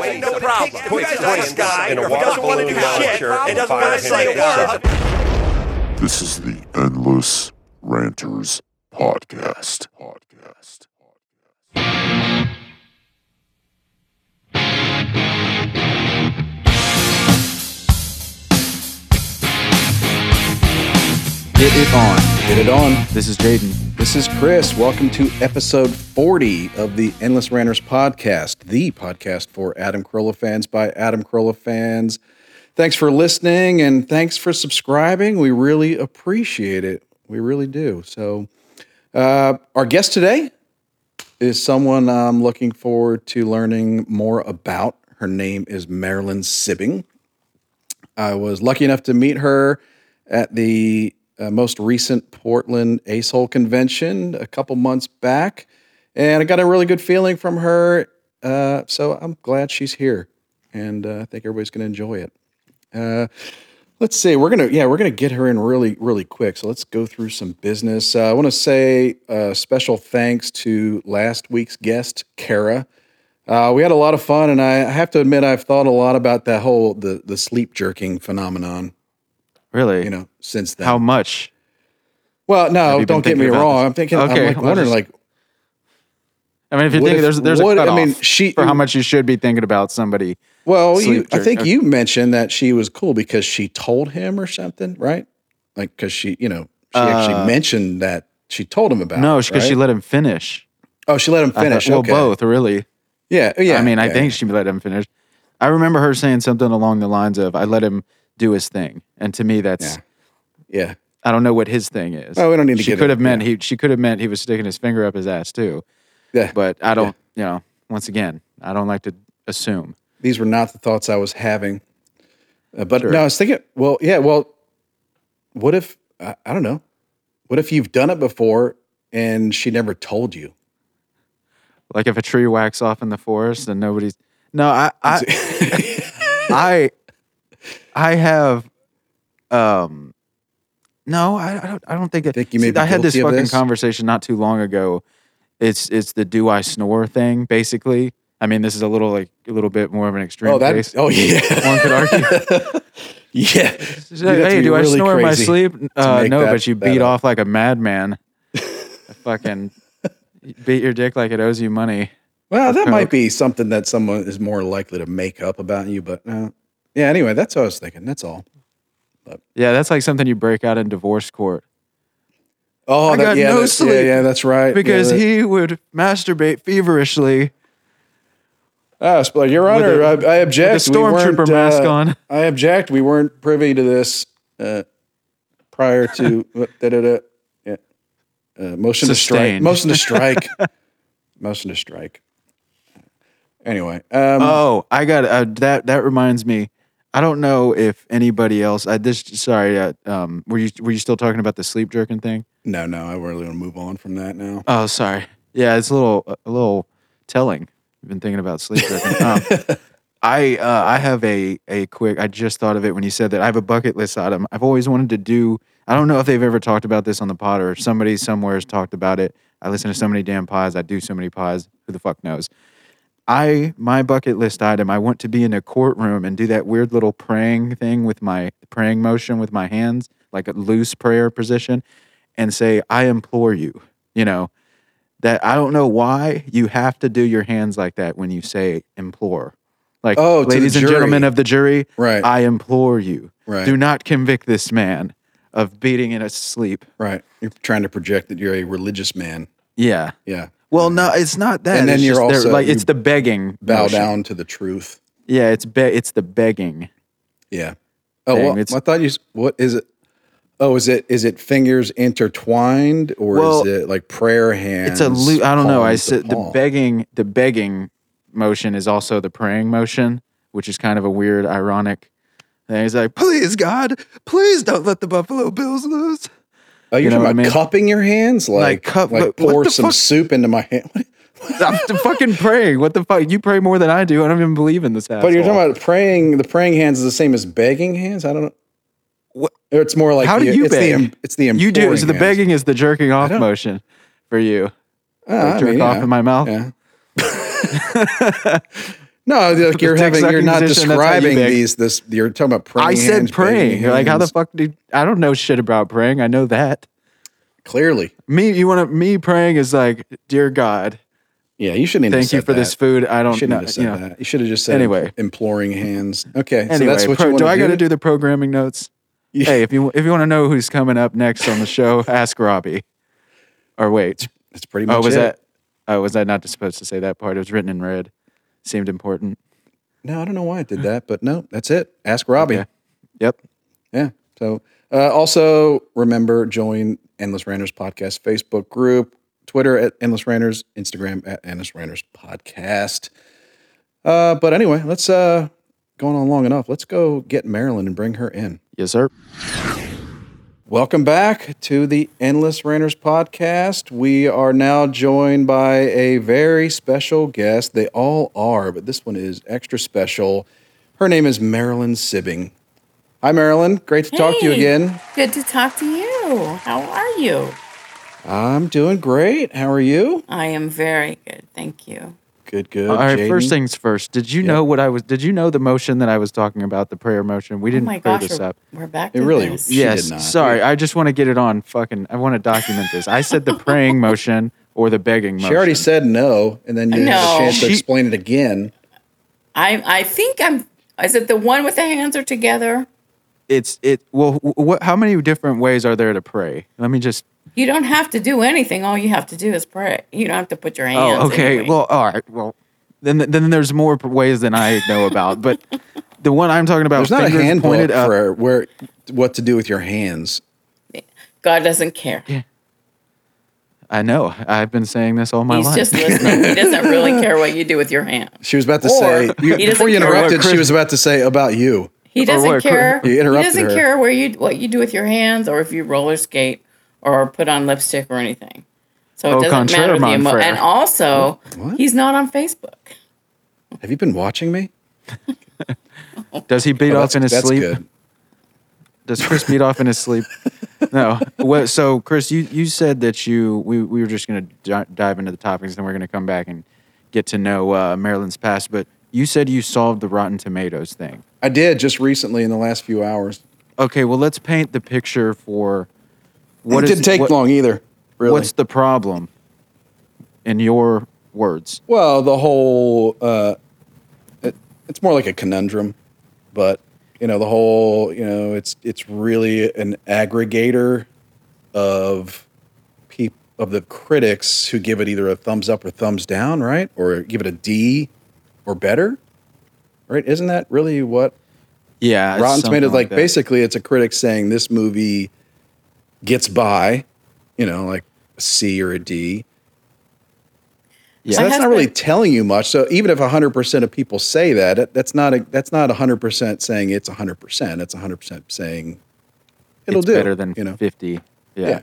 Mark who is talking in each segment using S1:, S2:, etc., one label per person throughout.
S1: Wait, no problem.
S2: Put
S1: You guys
S2: three
S1: are this guy
S2: in a
S1: who
S2: water
S1: doesn't want to
S2: balloon
S1: do
S2: out
S1: shit.
S2: of shirt
S1: It
S2: and
S1: doesn't
S2: fire
S1: want to
S2: him
S1: say a
S2: at
S1: word.
S3: This is the Endless Ranters Podcast. Podcast.
S4: Get it on.
S5: Get it on.
S4: This is Jaden.
S5: This is Chris. Welcome to episode 40 of the Endless Ranters podcast, the podcast for Adam Carolla fans by Adam Carolla fans. Thanks for listening and thanks for subscribing. We really appreciate it. We really do. So, uh, our guest today is someone I'm looking forward to learning more about. Her name is Marilyn Sibbing. I was lucky enough to meet her at the uh, most recent Portland Ace Hole convention a couple months back, and I got a really good feeling from her. Uh, so I'm glad she's here, and uh, I think everybody's going to enjoy it. Uh, let's see. We're gonna yeah, we're gonna get her in really really quick. So let's go through some business. Uh, I want to say a special thanks to last week's guest, Kara. Uh, we had a lot of fun, and I have to admit, I've thought a lot about that whole the the sleep jerking phenomenon.
S6: Really?
S5: You know, since then.
S6: How much?
S5: well,
S6: have
S5: no,
S6: you been
S5: don't get me
S6: thinking about
S5: wrong.
S6: this?
S5: I'm thinking,
S6: Okay,
S5: I'm like
S6: well,
S5: wondering,
S6: just-
S5: like,
S6: I mean, if you
S5: What
S6: think
S5: if-
S6: there's there's
S5: what-
S6: a
S5: I
S6: cutoff
S5: mean, she-
S6: for how much you should be thinking about somebody.
S5: well, you,
S6: Sleep
S5: I
S6: jerk,
S5: think
S6: okay.
S5: you mentioned that she was cool because she told him or something, right? Like, because she, you know, she actually mentioned that she told him about.
S6: Uh, No,
S5: it,
S6: because she
S5: right?
S6: let him finish.
S5: Oh, she let him
S6: I thought-
S5: finish.
S6: well,
S5: okay.
S6: both really.
S5: Yeah, yeah.
S6: I mean, I
S5: yeah.
S6: think she let him finish. I remember her saying something along the lines of, "I let him do his thing," and to me, that's
S5: Yeah. Yeah.
S6: I don't know what his thing is.
S5: Oh, we don't need to
S6: She
S5: get
S6: could
S5: it,
S6: have meant he. She could have meant he was sticking his finger up his ass too.
S5: Yeah.
S6: But I don't. You know, once again, I don't like to assume.
S5: these were not the thoughts I was having. Uh, but no, I was thinking, well, yeah, well, what if, I, I don't know, what if you've done it before and she never told you?
S6: Like if a tree whacks off in the forest and nobody's. No, I. I I I have um no, I, I don't I don't think it,
S5: Think you may
S6: See,
S5: be
S6: I had this
S5: guilty of
S6: fucking
S5: this?
S6: conversation not too long ago. It's it's the do I snore thing basically. I mean, this is a little like a little bit more of an extreme
S5: oh, that,
S6: case.
S5: oh, yeah.
S6: One could argue.
S5: yeah.
S6: She's like, hey, do I snore in my sleep? Uh,
S5: make
S6: no,
S5: that-
S6: but you
S5: that
S6: beat
S5: up.
S6: off like a madman. I fucking beat your dick like it owes you money.
S5: Well, that
S6: Coke.
S5: might be something that someone is more likely to make up about you, but uh, yeah, anyway, that's what I was thinking. That's all.
S6: Yeah, that's like something you break out in divorce court.
S5: Oh,
S6: I
S5: that,
S6: got
S5: yeah,
S6: no
S5: that's, yeah,
S6: sleep
S5: yeah, that's right. Yeah,
S6: Because
S5: that-
S6: he would masturbate feverishly
S5: Ah, it's like, Your Honor, I
S6: With a-
S5: I object.
S6: with a
S5: We
S6: stormtrooper
S5: weren't, uh,
S6: mask on.
S5: I object. We weren't privy to this uh, prior to uh, da, da, da. Yeah. Uh, motion to
S6: Sustained.
S5: strike. Motion to strike. motion to strike. Anyway, um,
S6: Oh, I got uh, that. That reminds me. I don't know if anybody else. I this sorry. Uh, um, were you were you still talking about the sleep jerking thing?
S5: no, no, I really want to move on from that now.
S6: Oh, sorry. Yeah, it's a little a little telling. I've been thinking about sleep jerking. Um, I uh, I have a a quick. I just thought of it when you said that. I have a bucket list item. I've always wanted to do. I don't know if they've ever talked about this on the pod or if somebody somewhere has talked about it. I listen to so many damn pods. I do so many pods. Who the fuck knows? I my bucket list item. I want to be in a courtroom and do that weird little praying thing with my praying motion with my hands, like a loose prayer position, and say, "I implore you." You know that I don't know why you have to do your hands like that when you say implore. Like,
S5: Oh, to the
S6: ladies and
S5: jury.
S6: gentlemen of the jury,
S5: Right.
S6: I implore you,
S5: Right.
S6: do not convict this man of beating in his sleep.
S5: Right, you're trying to project that you're a religious man.
S6: Yeah.
S5: Yeah,
S6: Well, no, it's not that.
S5: And then
S6: It's
S5: you're
S6: just they're-
S5: also-
S6: like
S5: you
S6: it's the begging.
S5: bow
S6: motion.
S5: down to the truth.
S6: Yeah, it's be- it's the begging.
S5: Yeah. Oh,
S6: thing.
S5: well,
S6: It's-
S5: I thought you. s- What is it? Oh, is it is it fingers intertwined or
S6: Well,
S5: is it like prayer hands?
S6: It's a lo- I don't know. I
S5: palms to
S6: said the
S5: palm?
S6: begging the begging motion is also the praying motion, which is kind of a weird, ironic thing. He's like, please God, please don't let the Buffalo Bills lose.
S5: Oh, you're
S6: you
S5: talking
S6: know what I
S5: about
S6: mean?
S5: cupping your hands, like like,
S6: cup- what- what
S5: pour
S6: the
S5: some
S6: fuck?
S5: soup into my hand.
S6: I'm t- fucking praying. What the fuck? You pray more than I do. I don't even believe in this. Asshole.
S5: but you're talking about praying. The praying hands is the same as begging hands. I don't know.
S6: What-
S5: Or It's more like
S6: How do
S5: the-
S6: you
S5: it's
S6: beg?
S5: The, im- it's the
S6: you do.
S5: imploring
S6: So the
S5: hands.
S6: begging is the jerking off
S5: don't-
S6: motion for you.
S5: Oh,
S6: Like,
S5: I
S6: jerk
S5: mean,
S6: off
S5: yeah.
S6: in my mouth.
S5: Yeah. No, like you're having, you're
S6: dick-sucking
S5: not
S6: position, that's how you
S5: describing
S6: bake.
S5: these. This you're talking about praying.
S6: I said
S5: hands,
S6: praying.
S5: baking
S6: Like how the
S5: hands.
S6: fuck did I don't know shit about praying. I know that.
S5: clearly.
S6: Me you want to me praying is like, dear God,
S5: Yeah, you shouldn't. Even
S6: thank you
S5: said
S6: for
S5: that.
S6: this food. I
S5: You
S6: don't
S5: shouldn't
S6: know.
S5: have said
S6: You know.
S5: that. You should have just said
S6: Anyway.
S5: imploring hands. Okay, so
S6: Anyway,
S5: that's what
S6: pro-
S5: you want
S6: do
S5: to
S6: I got to do the programming notes? Hey, if you if you want to know who's coming up next on the show, ask Robbie. Or wait,
S5: That's pretty much
S6: oh was
S5: it.
S6: that? Oh, was I not supposed to say that part? It was written in red. Seemed important.
S5: No, I don't know why I did that, but no, that's it. Ask Robbie.
S6: Okay. Yep.
S5: Yeah. So uh, also remember join Endless Ranters podcast Facebook group, Twitter at Endless Ranters, Instagram at Endless Ranters podcast. Uh, but anyway, let's uh, going on long enough. Let's go get Marilyn and bring her in.
S6: Yes, sir.
S5: Welcome back to the Endless Ranters podcast. We are now joined by a very special guest. They all are, but this one is extra special. Her name is Marilyn Sibbing. Hi, Marilyn. Great to talk to you
S1: Hey,
S5: again.
S1: Good to talk to you. How are you?
S5: I'm doing great. How are you?
S1: I am very good. Thank you. Oh
S5: Good, good.
S6: All right. First
S5: Jaden.
S6: things first. Did you know what I was? Did you know the motion that I was talking about? The prayer motion. We
S1: Oh
S6: didn't
S1: my
S6: clear
S1: gosh,
S6: this
S1: we're,
S6: up.
S1: we're back
S5: It
S1: to
S5: really-
S1: this.
S5: She did
S6: yes.
S5: not.
S6: Sorry. I just want to get it on. Fucking. I want to document this. I said the praying motion or the begging motion.
S5: She already said no, and then you had
S1: No.
S5: a chance to
S6: She-
S5: explain it again.
S1: I I think I'm. Is it the one with the hands are together?
S6: it's it. Well, wh- what? How many different ways are there to pray? Let me just.
S1: You don't have to do anything. All you have to do is pray. You don't have to put your hands.
S6: Oh, okay.
S1: anyway.
S6: Well, all right. Well, then then there's more ways than I know about, but. The one I'm talking about,
S5: There's not a
S6: fingers
S5: handbook
S6: pointed up.
S5: for where what to do with your hands.
S1: God doesn't care.
S6: I know. I've been saying this all my
S1: He's
S6: life.
S1: just listening. he doesn't really care what you do with your hands.
S5: She was about to
S6: Or-
S5: say you,
S1: He doesn't
S5: before you
S1: care what
S5: interrupted. She
S6: Chris-
S5: was about to say about you.
S1: He doesn't
S6: what,
S1: care.
S5: You
S1: He
S5: interrupted
S1: doesn't
S5: her.
S1: care where you what you do with your hands or if you roller skate or put on lipstick or anything. So it
S6: Au
S1: doesn't
S6: contraire,
S1: matter the
S6: mon
S1: emo-
S6: frere.
S1: and also
S5: What?
S1: he's not on Facebook.
S5: Have you been watching me?
S6: Does he beat
S5: Oh,
S6: off in his sleep? Does Chris beat off in his sleep? No. Well, so Chris, you, you said that you we, we were just going to dive into the topics, and we're going to come back and get to know uh, Maryland's past. But you said you solved the Rotten Tomatoes thing.
S5: I did just recently in the last few hours.
S6: Okay. Well, let's paint the picture for what
S5: What it
S6: is-
S5: didn't take
S6: what-
S5: long either. Really.
S6: What's the problem? In your words.
S5: well, the whole uh, it, it's more like a conundrum, but you know the whole you know it's it's really an aggregator of people of the critics who give it either a thumbs up or thumbs down, right? Or give it a D or better, right? Isn't that really what
S6: Yeah. it's
S5: Rotten
S6: something
S5: Tomatoes, like,
S6: that.
S5: basically, it's a critic saying this movie gets by, you know, like a C or a D.
S6: Yeah.
S5: So
S1: My
S5: that's not really
S1: husband-
S5: telling you much. So even if 100% of people say that, it- that's not a, that's not 100% saying it's 100%. It's 100% saying it'll
S6: it's
S5: do.
S6: better than
S5: you know.
S6: fifty. Yeah.
S5: Yeah.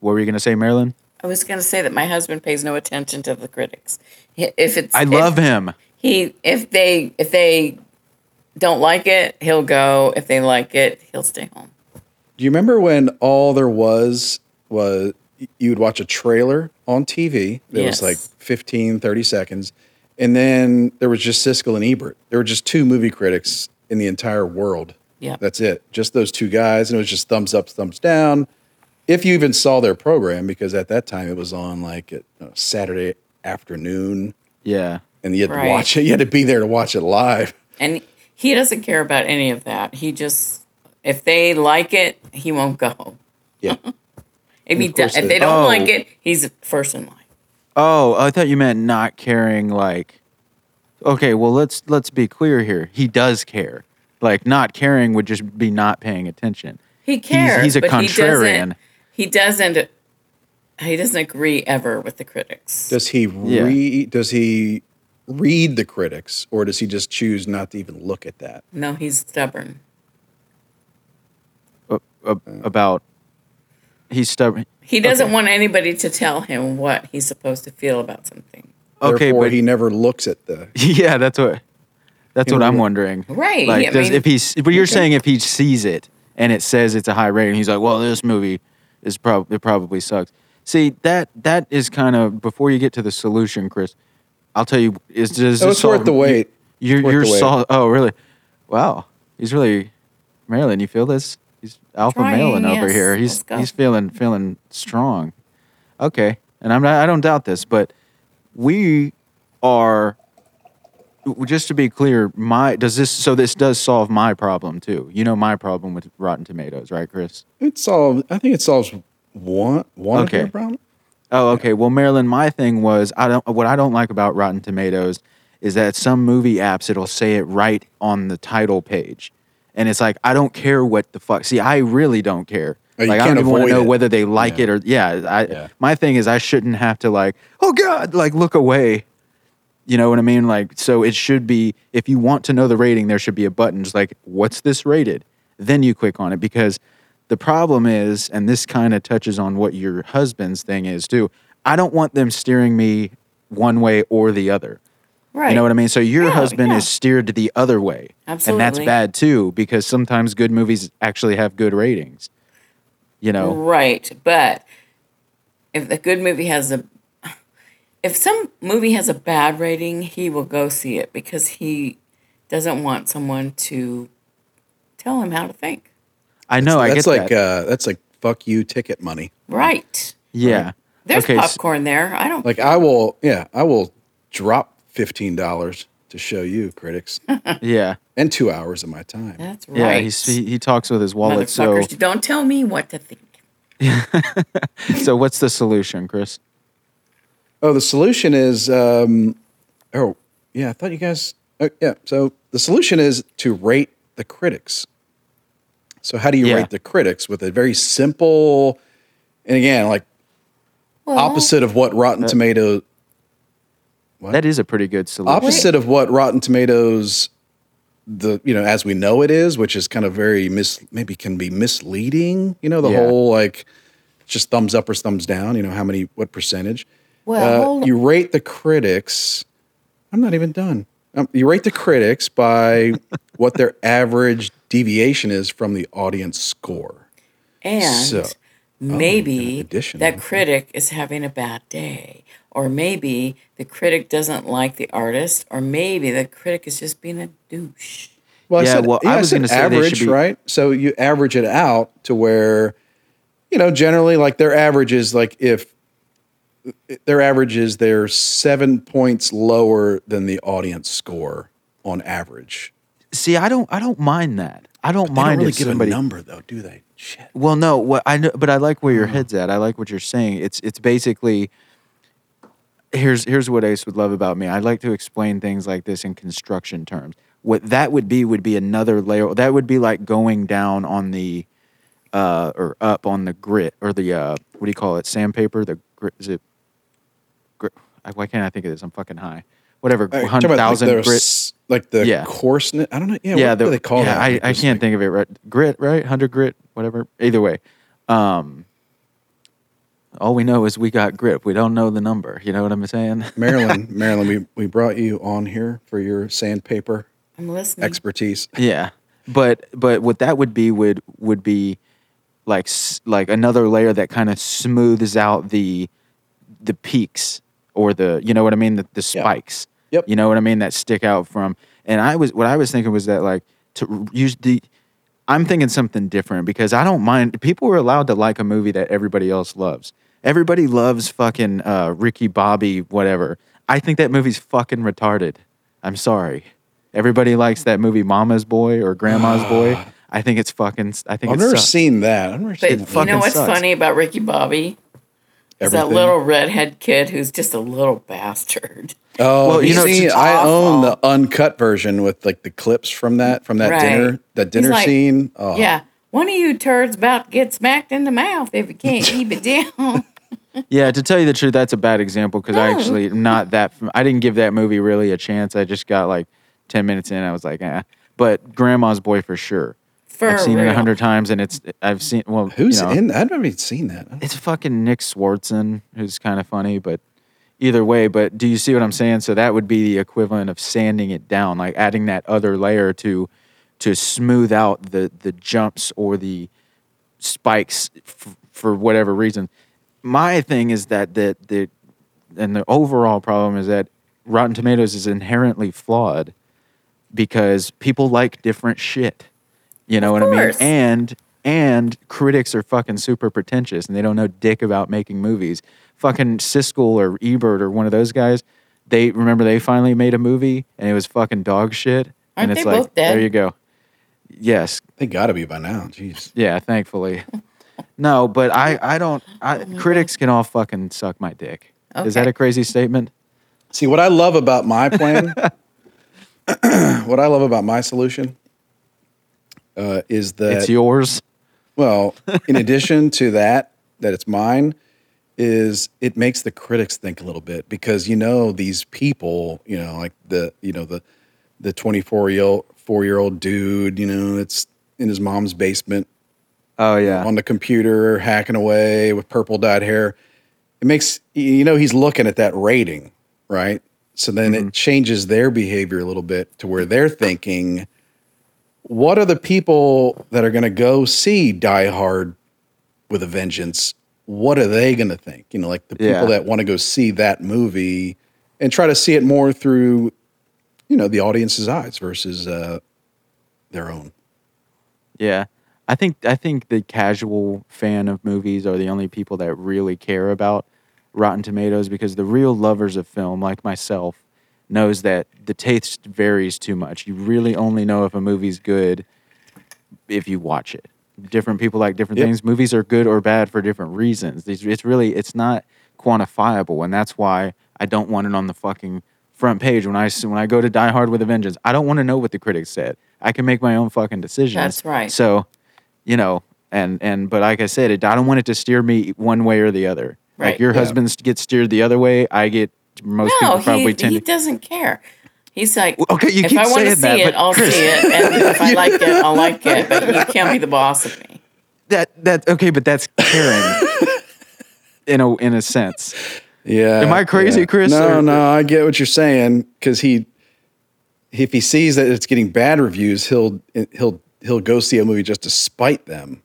S6: What were you going to say, Marilyn?
S1: I was going to say that my husband pays no attention to the critics. He- If it's
S6: I
S1: if
S6: love him.
S1: He if they if they don't like it, he'll go. If they like it, he'll stay home.
S5: Do you remember when all there was was you would watch a trailer on TV that was
S1: Yes.
S5: like 15, 30 seconds, and then there was just Siskel and Ebert. There were just two movie critics in the entire world.
S1: Yeah.
S5: That's it. Just those two guys, and it was just thumbs up, thumbs down. If you even saw their program, because at that time it was on like at uh, Saturday afternoon,
S6: Yeah.
S5: and you had to
S1: Right.
S5: watch it. You had to be there to watch it live.
S1: And he doesn't care about any of that. He just if they like it, he won't go.
S5: Yeah.
S1: If, he
S5: Of course
S1: do- if
S5: it-
S1: they don't
S6: Oh.
S1: like it, he's first in line.
S6: Oh, I thought you meant not caring. Like, okay, well let's let's be clear here. He does care. Like, not caring would just be not paying attention.
S1: He cares.
S6: he's a
S1: but
S6: contrarian.
S1: He doesn't. He doesn't. He doesn't agree ever with the critics.
S5: Does he re- does he read the critics or does he just choose not to even look at that?
S1: No, he's stubborn.
S6: Ab- About he's stubborn.
S1: He doesn't want anybody to tell him what he's supposed to feel about something.
S6: Okay,
S5: Therefore,
S6: but
S5: he never looks at the
S6: yeah, that's what that's what I'm wondering.
S1: Right,
S6: Like,
S1: I
S6: does,
S1: mean-
S6: if he's but you're saying if he sees it and it says it's a high rating, he's like, well, this movie is probably it probably sucks. See that that is kind of before you get to the solution, Chris. I'll tell you, is does
S5: So
S6: this
S5: it's worth
S6: solve-
S5: the wait.
S6: You're,
S5: Worth
S6: you're
S5: the wait.
S6: sol- Oh, really? Wow. He's really Marilyn. You feel this? He's alpha
S1: Trying,
S6: Marilyn over
S1: yes.
S6: here. He's
S1: Let's go.
S6: he's feeling feeling strong. Okay, and I'm not. I don't doubt this, but we are. Just to be clear, my does this so this does solve my problem too. You know my problem with Rotten Tomatoes, right, Chris?
S5: It solves. I think it solves one one of your
S6: Okay.
S5: problems.
S6: Oh, okay. Well, Marilyn, my thing was I don't. What I don't like about Rotten Tomatoes is that some movie apps it'll say it right on the title page, and it's like I don't care what the fuck. See, I really don't care.
S5: Oh, you
S6: like I
S5: can't
S6: don't even want to
S5: avoid
S6: know
S5: it.
S6: whether they like it or yeah. I
S5: Yeah.
S6: my thing is I shouldn't have to like oh god like look away. You know what I mean? Like so it should be if you want to know the rating, there should be a button just like what's this rated? Then you click on it because the problem is, and this kind of touches on what your husband's thing is too. I don't want them steering me one way or the other.
S1: Right.
S6: You know what I mean? So your
S1: Yeah,
S6: husband
S1: yeah.
S6: is steered the other way. And that's
S1: Absolutely.
S6: bad too, because sometimes good movies actually have good ratings. You know?
S1: Right, but if the good movie has a if some movie has a bad rating, he will go see it because he doesn't want someone to tell him how to think.
S6: I know, I
S5: that's
S6: get
S5: like
S6: that.
S5: Uh, that's like fuck you ticket money.
S1: Right.
S6: yeah.
S1: There's
S6: okay. s-
S1: popcorn there. I don't
S5: Like I will, yeah, I will drop fifteen dollars to show you critics
S6: yeah.
S5: and two hours of my time.
S1: That's
S6: Yeah.
S1: right.
S6: he's- he, he talks with his wallet. So,
S1: Motherfuckers, don't tell me what to think.
S6: so what's the solution, Chris?
S5: Oh, the solution is, um, oh yeah, I thought you guys. Oh, yeah, so the solution is to rate the critics. So how do you
S6: Yeah.
S5: rate the critics with a very simple, and again, like
S1: Well,
S5: opposite of what Rotten
S6: uh,
S5: Tomato
S6: That is a pretty good solution.
S5: opposite of what Rotten Tomatoes the you know as we know it is, which is kind of very mis maybe can be misleading. You know the
S6: Yeah.
S5: whole like just thumbs up or thumbs down. You know how many what percentage?
S6: Uh,
S1: Well, hold-
S5: Uh, you rate the critics. I'm not even done. Um, you rate the critics by what their average deviation is from the audience score.
S1: And
S6: oh
S5: So-
S1: maybe
S5: addition,
S1: that
S5: okay.
S1: critic is having a bad day. Or maybe the critic doesn't like the artist, or maybe the critic is just being a douche.
S5: Well,
S6: Yeah,
S5: I said,
S6: well,
S5: yeah,
S6: I
S5: I
S6: was
S5: said
S6: gonna say they should
S5: average,
S6: be-
S5: right? So you average it out to where, you know, generally like their average is like if their average is they're seven points lower than the audience score on average.
S6: See, I don't I don't mind that. I don't
S5: They don't
S6: mind
S5: really
S6: if
S5: give
S6: somebody
S5: a number though, do they? Shit.
S6: Well, no, what I know, but I like where your
S5: Mm.
S6: head's at. I like what you're saying. It's it's basically here's here's what Ace would love about me. I like to explain things like this in construction terms. What that would be would be another layer. That would be like going down on the uh or up on the grit or the uh what do you call it? Sandpaper. The grit is it? Grit, I, why can't I think of this? I'm fucking high. Whatever,
S5: All right, talk
S6: hundred
S5: about, like,
S6: thousand
S5: their
S6: grit.
S5: s- Like the
S6: Yeah.
S5: coarseness. I don't know. Yeah,
S6: yeah,
S5: what do
S6: the-
S5: they call
S6: yeah,
S5: that?
S6: I, I can't think of it right. Grit, right? Hundred grit, whatever. Either way, um, all we know is we got grip. We don't know the number. You know what I'm saying?
S5: Marilyn, Marilyn, we, we brought you on here for your sandpaper
S1: I'm listening.
S5: expertise.
S6: yeah, but but what that would be would would be like s- like another layer that kind of smooths out the the peaks or the you know what I mean the, the spikes.
S5: Yep.
S6: You know what I mean that stick out from. And I was what I was thinking was that like to r- use the. I'm thinking something different because I don't mind. People are allowed to like a movie that everybody else loves. Everybody loves fucking uh, Ricky Bobby, whatever. I think that movie's fucking retarded. I'm sorry. Everybody likes that movie, Mama's Boy or Grandma's Boy. I think it's fucking. I think
S5: I've
S6: it's
S5: never seen that. I've never seen
S1: But you
S5: that.
S6: fucking
S1: know what's
S6: sucks.
S1: funny about Ricky Bobby? Is that
S5: Everything.
S1: little redhead kid who's just a little bastard.
S5: Oh,
S6: Well,
S5: you
S6: you know,
S5: see,
S6: it's
S5: I
S1: awful.
S5: own the uncut version with like the clips from that from that
S1: Right.
S5: dinner that dinner
S1: He's like-
S5: scene. Oh,
S1: Yeah. One of you turds about to get smacked in the mouth if you can't keep it down.
S6: Yeah, to tell you the truth, that's a bad example because I actually am not that. fam- I didn't give that movie really a chance. I just got like ten minutes in. I was like, eh. But Grandma's Boy for sure.
S1: For
S6: I've seen it
S1: real.
S6: a hundred times, and it's I've seen. Well, you
S5: who's
S6: know,
S5: in? I've never even seen that.
S6: It's fucking Nick Swartzen, who's kind of funny, but either way. But do you see what I'm saying? So that would be the equivalent of sanding it down, like adding that other layer to to smooth out the the jumps or the spikes f- for whatever reason. My thing is that the the and the overall problem is that Rotten Tomatoes is inherently flawed because people like different shit. You know
S1: Of
S6: what
S1: course.
S6: I mean? And and critics are fucking super pretentious and they don't know dick about making movies. Fucking Siskel or Ebert or one of those guys, they remember they finally made a movie and it was fucking dog shit.
S1: Aren't
S6: and it's
S1: they
S6: like
S1: both dead?
S6: there you go. Yes,
S5: They got to be by now. Jeez.
S6: yeah, thankfully. No, but I, I don't. I, critics can all fucking suck my dick. Is that
S1: Okay.
S6: a crazy statement?
S5: See, what I love about my plan, what I love about my solution uh, is that,
S6: it's yours.
S5: well, in addition to that, that it's mine, is it makes the critics think a little bit because, you know, these people, you know, like the, you know, the, the 24 year old, four year old dude, you know, that's in his mom's basement
S6: Oh yeah.
S5: on the computer hacking away with purple dyed hair. It makes you know he's looking at that rating, right? So then
S6: Mm-hmm.
S5: it changes their behavior a little bit to where they're thinking, what are the people that are going to go see Die Hard with a Vengeance? What are they going to think? You know, like the people
S6: Yeah.
S5: that want to go see that movie and try to see it more through, you know, the audience's eyes versus uh, their own.
S6: Yeah. I think I think the casual fan of movies are the only people that really care about Rotten Tomatoes because the real lovers of film, like myself, knows that the taste varies too much. You really only know if a movie's good if you watch it. Different people like different
S5: Yep.
S6: things. Movies are good or bad for different reasons. It's, it's really it's not quantifiable, and that's why I don't want it on the fucking front page when I s- when I go to Die Hard with a Vengeance. I don't want to know what the critics said. I can make my own fucking decisions.
S1: That's right.
S6: So, you know, and and but like I said, it, I don't want it to steer me one way or the other. Like
S1: Right.
S6: your
S5: Yeah.
S6: husband gets steered the other way, I get most
S1: No,
S6: people probably
S1: he,
S6: tend
S1: he
S6: to.
S1: doesn't care. He's like,
S6: okay, you
S1: if
S6: keep
S1: I want to
S6: saying
S1: see
S6: that,
S1: it,
S6: but
S1: I'll
S6: Chris-
S1: see it, and if I like it, I'll like it. But you can't be the boss of me.
S6: That that okay, but that's caring. in a in a sense.
S5: Yeah.
S6: Am I crazy,
S5: yeah.
S6: Chris,
S5: No,
S6: or-
S5: no, I get what you're saying because he, if he sees that it's getting bad reviews, he'll he'll he'll go see a movie just to spite them.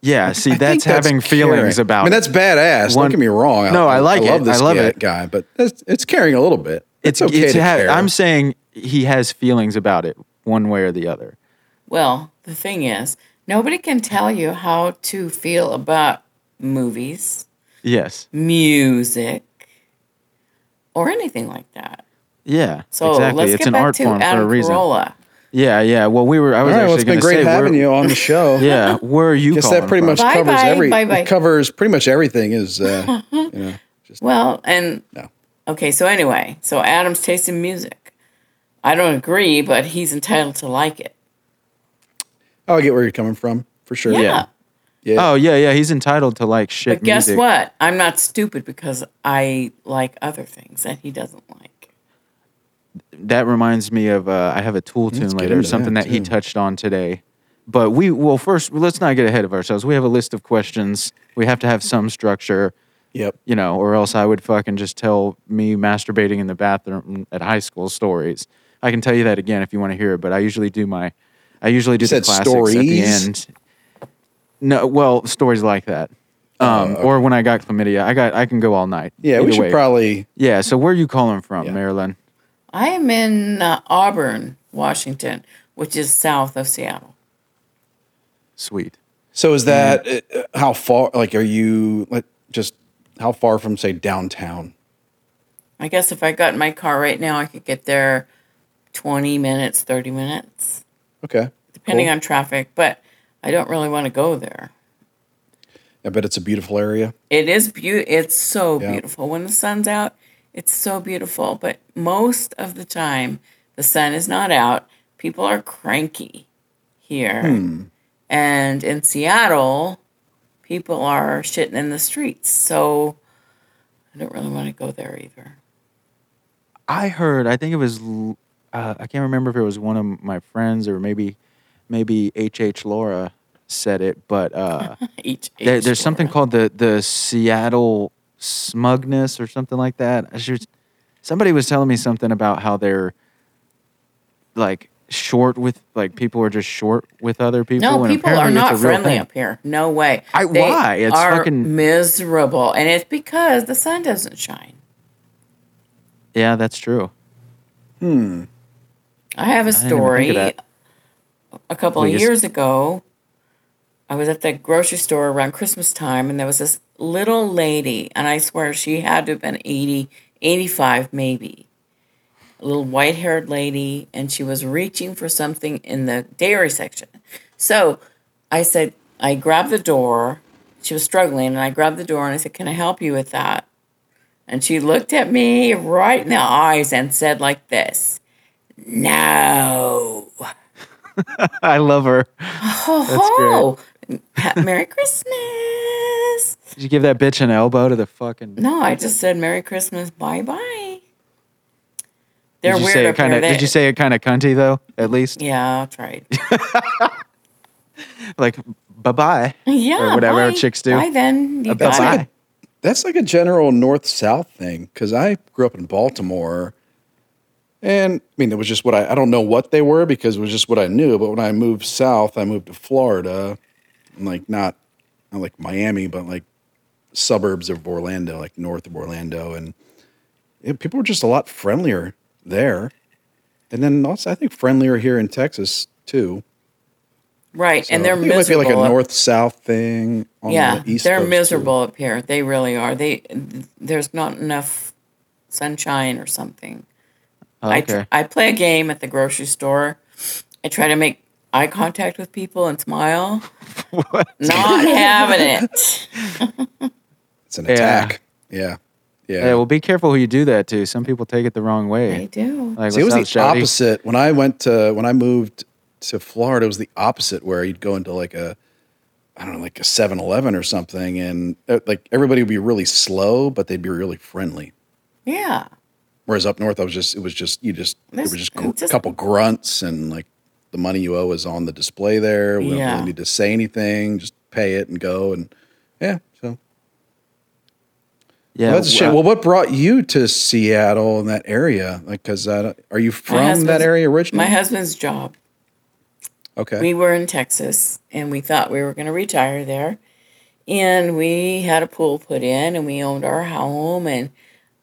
S6: Yeah, see,
S5: I think
S6: that's having feelings
S5: caring.
S6: about.
S5: I mean, that's badass.
S6: One-
S5: Don't get me wrong.
S6: No, I like
S5: I love
S6: it.
S5: This
S6: I love
S5: guy,
S6: it.
S5: guy, but it's, it's carrying a little bit. It's, okay to
S6: ha-
S5: care.
S6: I'm saying he has feelings about it, one way or the other.
S1: Well, the thing is, nobody can tell you how to feel about movies,
S6: Yes.
S1: music, or anything like that.
S6: Yeah.
S1: So
S6: exactly.
S1: let's
S6: it's
S1: get
S6: an
S1: back
S6: art
S1: to
S6: form for a
S1: Adam
S6: reason.
S1: Carolla.
S6: Yeah, yeah. Well, we were. I
S5: All
S6: was
S5: right, well,
S6: actually
S5: it's
S6: going
S5: been
S6: to say.
S5: great having
S6: where-
S5: you on the show.
S6: Yeah. Where are you?
S5: guess
S6: calling
S5: that pretty
S6: from?
S5: much covers
S1: Bye-bye,
S5: every.
S1: bye-bye.
S5: It covers pretty much everything. Is uh, you know, just
S1: Well, and
S5: No.
S1: okay, so anyway, so Adam's taste in music. I don't agree, but he's entitled to like it.
S5: oh, I get where you're coming from for sure.
S1: Yeah.
S6: Yeah. Oh yeah, yeah. He's entitled to like shit.
S1: But guess
S6: music.
S1: what? I'm not stupid because I like other things that he doesn't like.
S6: that reminds me of uh, I have a tool tune
S5: Let's get
S6: later,
S5: into
S6: something
S5: that,
S6: that, he
S5: too.
S6: touched on today. But we well first let's not get ahead of ourselves. We have a list of questions. We have to have some structure,
S5: Yep.
S6: you know, or else I would fucking just tell me masturbating in the bathroom at high school stories. I can tell you that again if you want to hear it, but I usually do my I usually do the
S5: said
S6: classics at the
S5: stories?
S6: end. No, well, stories like that. Um, or when I got chlamydia, I got I can go all night.
S5: Oh, Yeah, we
S6: Either
S5: should
S6: way.
S5: probably.
S6: Yeah, so where are you calling from,
S5: Yeah.
S6: Marilyn?
S1: I am in uh, Auburn, Washington, which is south of Seattle.
S6: Sweet.
S5: So
S1: Mm.
S5: is that uh, uh, how far? Like, are you like, just how far from say downtown?
S1: I guess if I got in my car right now, I could get there 20 minutes, 30 minutes,
S5: Okay,
S1: depending
S5: Cool.
S1: on traffic, but I don't really want to go there.
S5: I bet it's a beautiful area.
S1: It is beautiful. It's so
S5: Yeah.
S1: beautiful. When the sun's out, it's so beautiful. But most of the time, the sun is not out. People are cranky here. And in Seattle, people are shitting in the streets. So I don't really want to go there either.
S6: I heard. I think it was. l- Uh, I can't remember if it was one of my friends or maybe, maybe HH Laura said it, but uh,
S1: Each,
S6: there, there's something called the the Seattle smugness or something like that. I should, somebody was telling me something about how they're like short with like people are just short with other people.
S1: No,
S6: and
S1: people are
S6: apparently it's
S1: not
S6: a real
S1: friendly
S6: thing.
S1: up here. No way.
S6: I- why? It's
S1: are
S6: fucking-
S1: miserable, and it's because the sun doesn't shine.
S6: Yeah, that's true.
S1: I have a
S6: even think
S1: story.
S6: of that.
S1: a couple of
S6: Please.
S1: years ago, I was at the grocery store around Christmas time, and there was this little lady, and I swear she had to have been 80, 85 maybe. A little white haired lady, and she was reaching for something in the dairy section. So I said, I grabbed the door. She was struggling, and I grabbed the door and I said, Can I help you with that? And she looked at me right in the eyes and said, like this, No.
S6: I love her.
S1: Oh, ho! Merry Christmas.
S6: Did you give that bitch an elbow to the fucking?
S1: No, I just said Merry Christmas. Bye bye. They're
S6: did you
S1: weird
S6: say
S1: up
S6: it kind
S1: here.
S6: of?
S1: They-
S6: Did you say it kind of cunty though? At least
S1: Yeah, that's right.
S6: like bye bye.
S1: Yeah,
S6: Or whatever
S1: bye.
S6: chicks do.
S1: Bye then. You
S5: That's
S1: got
S5: like
S1: it.
S5: a, that's like a general north south thing because I grew up in Baltimore, and I mean it was just what I I don't know what they were because it was just what I knew. But when I moved south, I moved to Florida, and, like not not like Miami, but like suburbs of Orlando, like north of Orlando, and yeah, people were just a lot friendlier there, and then also I think friendlier here in Texas too.
S1: right, and they're
S5: I think it might be
S1: miserable.
S5: like a
S1: up-
S5: north south thing on
S1: yeah,
S5: the east.
S1: they're
S5: Coast, too.
S1: miserable up here. They really are. They there's not enough sunshine or something. I tr-
S6: okay.
S1: I play a game at the grocery store. I try to make eye contact with people and smile. Not having it.
S5: It's an
S6: Yeah.
S5: attack. Yeah. Yeah.
S6: Yeah, well, be careful who you do that to. Some people take it the wrong
S1: They
S6: way.
S1: do.
S6: Like,
S5: See, it was the
S6: what's up, shawty?
S5: opposite. When I went to, when I moved to Florida, it was the opposite where you'd go into like a, I don't know, like a 7 Eleven or something. And uh, like everybody would be really slow, but they'd be really friendly.
S1: Yeah.
S5: Whereas up north, I was just, it was just, you just, there
S1: This-
S5: were just
S1: it's
S5: a
S1: just-
S5: couple grunts and like the money you owe is on the display there. We don't
S1: Yeah.
S5: really need to say anything, just pay it and go. And yeah. So
S6: Yeah,
S5: Well, uh, that's a shame.
S6: well,
S5: Well, what brought you to Seattle and that area? Like, because are you from that
S1: husband's-
S5: area originally?
S1: My husband's job.
S5: okay.
S1: We were in Texas and we thought we were going to retire there. And we had a pool put in and we owned our home and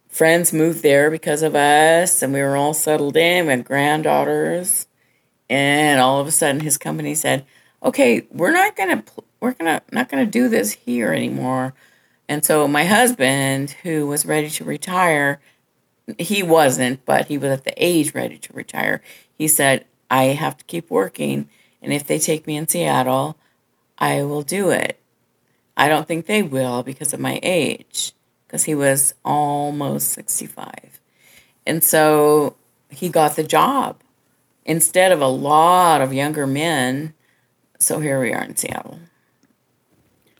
S1: friends moved there because of us and we were all settled in. We had granddaughters. And all of a sudden his company said, "Okay, we're not going to we're going to not going to do this here anymore." And so my husband, who was ready to retire, he wasn't, but he was at the age ready to retire. He said, I have to keep working. And if they take me in Seattle, I will do it. I don't think they will because of my age, because he was almost 65. And so he got the job instead of a lot of younger men. So here we are in Seattle.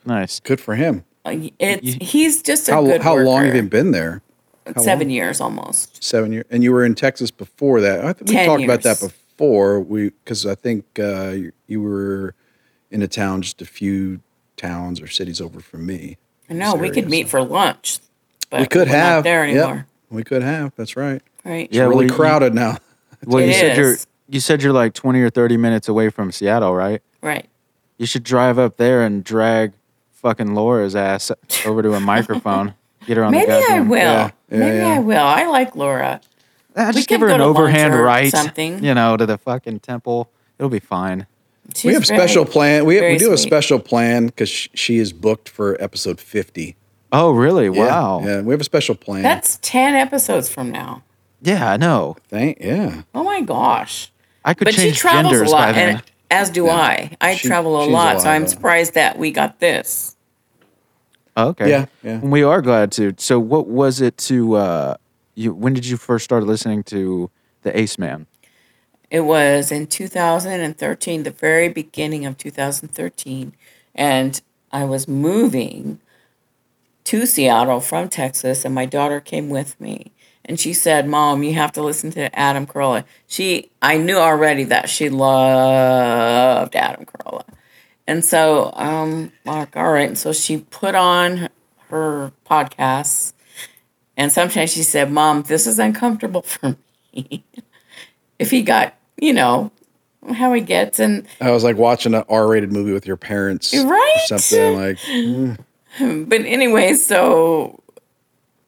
S6: nice.
S5: Good for him.
S1: Uh, It's, he's just a
S5: How
S1: good
S5: how long have you
S1: worker.
S5: been there? how
S1: Seven years almost.
S5: Seven years. And you were in Texas before that. I think we
S1: Ten
S5: talked about that
S1: years.
S5: before. We because I think uh, you, you were in a town just a few towns or cities over from me.
S1: No, we could
S5: Serious.
S1: meet for lunch. But
S5: we could
S1: we're
S5: have
S1: not there
S5: Yep.
S1: anymore.
S5: we could have. That's right.
S1: Right.
S6: Yeah,
S5: really
S6: well, you-
S5: crowded now.
S6: Well, you
S1: It
S6: said you're
S1: is.
S6: you said you're like twenty or thirty minutes away from Seattle, right?
S1: Right.
S6: You should drive up there and drag fucking Laura's ass over to a microphone. Get her on
S1: Maybe
S6: the
S1: I
S6: goddamn.
S1: will.
S5: Yeah, yeah,
S1: Maybe
S5: yeah.
S1: I will. I like Laura.
S6: Ah, just
S1: could
S6: give her
S1: go
S6: an
S1: to lunch
S6: overhand
S1: or
S6: right,
S1: something.
S6: you know, to the fucking temple. It'll be fine.
S1: She's
S5: we have
S1: very-
S5: special plan. We, we
S1: very
S5: do have a
S1: sweet.
S5: special plan because she is booked for episode fifty.
S6: Oh, really?
S5: Yeah,
S6: Wow.
S5: Yeah, we have a special plan.
S1: That's ten episodes from now.
S6: Yeah, I know.
S5: Thank yeah.
S1: Oh my gosh!
S6: I could
S1: But she
S6: change
S1: travels a
S6: genders by
S1: lot,
S6: then.
S1: and as do I. I
S5: She-
S1: travel a
S5: she's
S1: lot, so
S5: alive,
S1: I'm
S5: uh,
S1: surprised that we got this.
S6: Oh, Okay.
S5: Yeah, yeah.
S6: We are glad to. So, what was it to? Uh, you when did you first start listening to the Ace Man?
S1: It was in 2013, the very beginning of 2013, and I was moving to Seattle from Texas, and my daughter came with me. And she said, "Mom, you have to listen to Adam Carolla." She, I knew already that she loved Adam Carolla, and so um, like, all right. So she put on her podcasts, and sometimes she said, "Mom, this is uncomfortable for me." if he got, you know, how he gets, and
S5: I was like watching an R-rated movie with your parents,
S1: Right?
S5: Or something like
S1: but anyway, so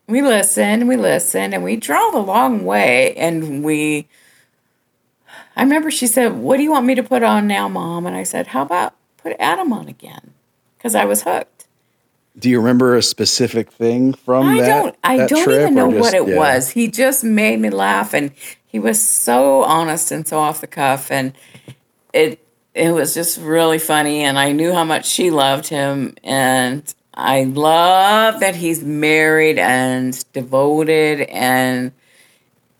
S1: we listen, we listen, and we drove a long way. And we, I remember she said, What do you want me to put on now, mom? And I said, How about put Adam on again? Because I was hooked.
S5: Do you remember a specific thing from
S1: I
S5: that?
S1: don't, I
S5: that
S1: don't
S5: trip,
S1: even
S5: or
S1: know
S5: just-
S1: what it
S5: yeah.
S1: was. He just made me laugh, and he was so honest and so off the cuff, and it, it was just really funny. And I knew how much she loved him, and I love that he's married and devoted, and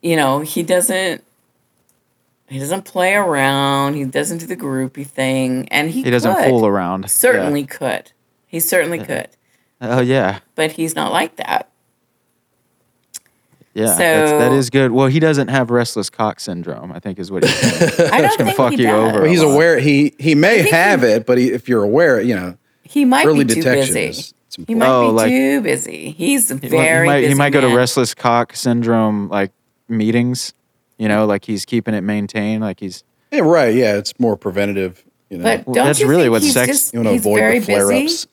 S1: you know he doesn't. He doesn't play around. He doesn't do the groupie thing, and he
S6: He doesn't
S1: could.
S6: fool around. Yeah.
S1: Certainly could. He certainly could,
S6: Oh yeah,
S1: but he's not like that.
S6: yeah. that's, that
S1: So-
S6: is good. Well, he doesn't have restless cock syndrome. I think is what he's saying.
S1: I don't
S6: gonna
S1: think
S6: fuck
S1: he
S6: you
S1: does.
S6: over.
S5: Well, he's
S6: Well,
S5: aware. He he may
S1: think
S5: have it, but he, if you're aware, you know,
S1: He might
S5: early
S1: be too
S5: detection
S1: busy.
S5: is it's
S1: he might
S6: important.
S1: be
S6: Oh, like-
S1: too busy. He's
S6: He might-
S1: very
S6: he might,
S1: busy.
S6: he might go to
S1: man.
S6: restless cock syndrome like meetings. You know, like he's keeping it maintained. Like he's
S5: yeah, right. Yeah, it's more preventative. You know,
S1: But
S6: Well,
S1: don't
S6: that's
S1: you
S6: really
S1: think
S6: what
S1: he's
S6: sex-
S1: just,
S5: you want to
S1: he's
S5: avoid
S1: very
S5: the flare
S1: busy?
S5: ups.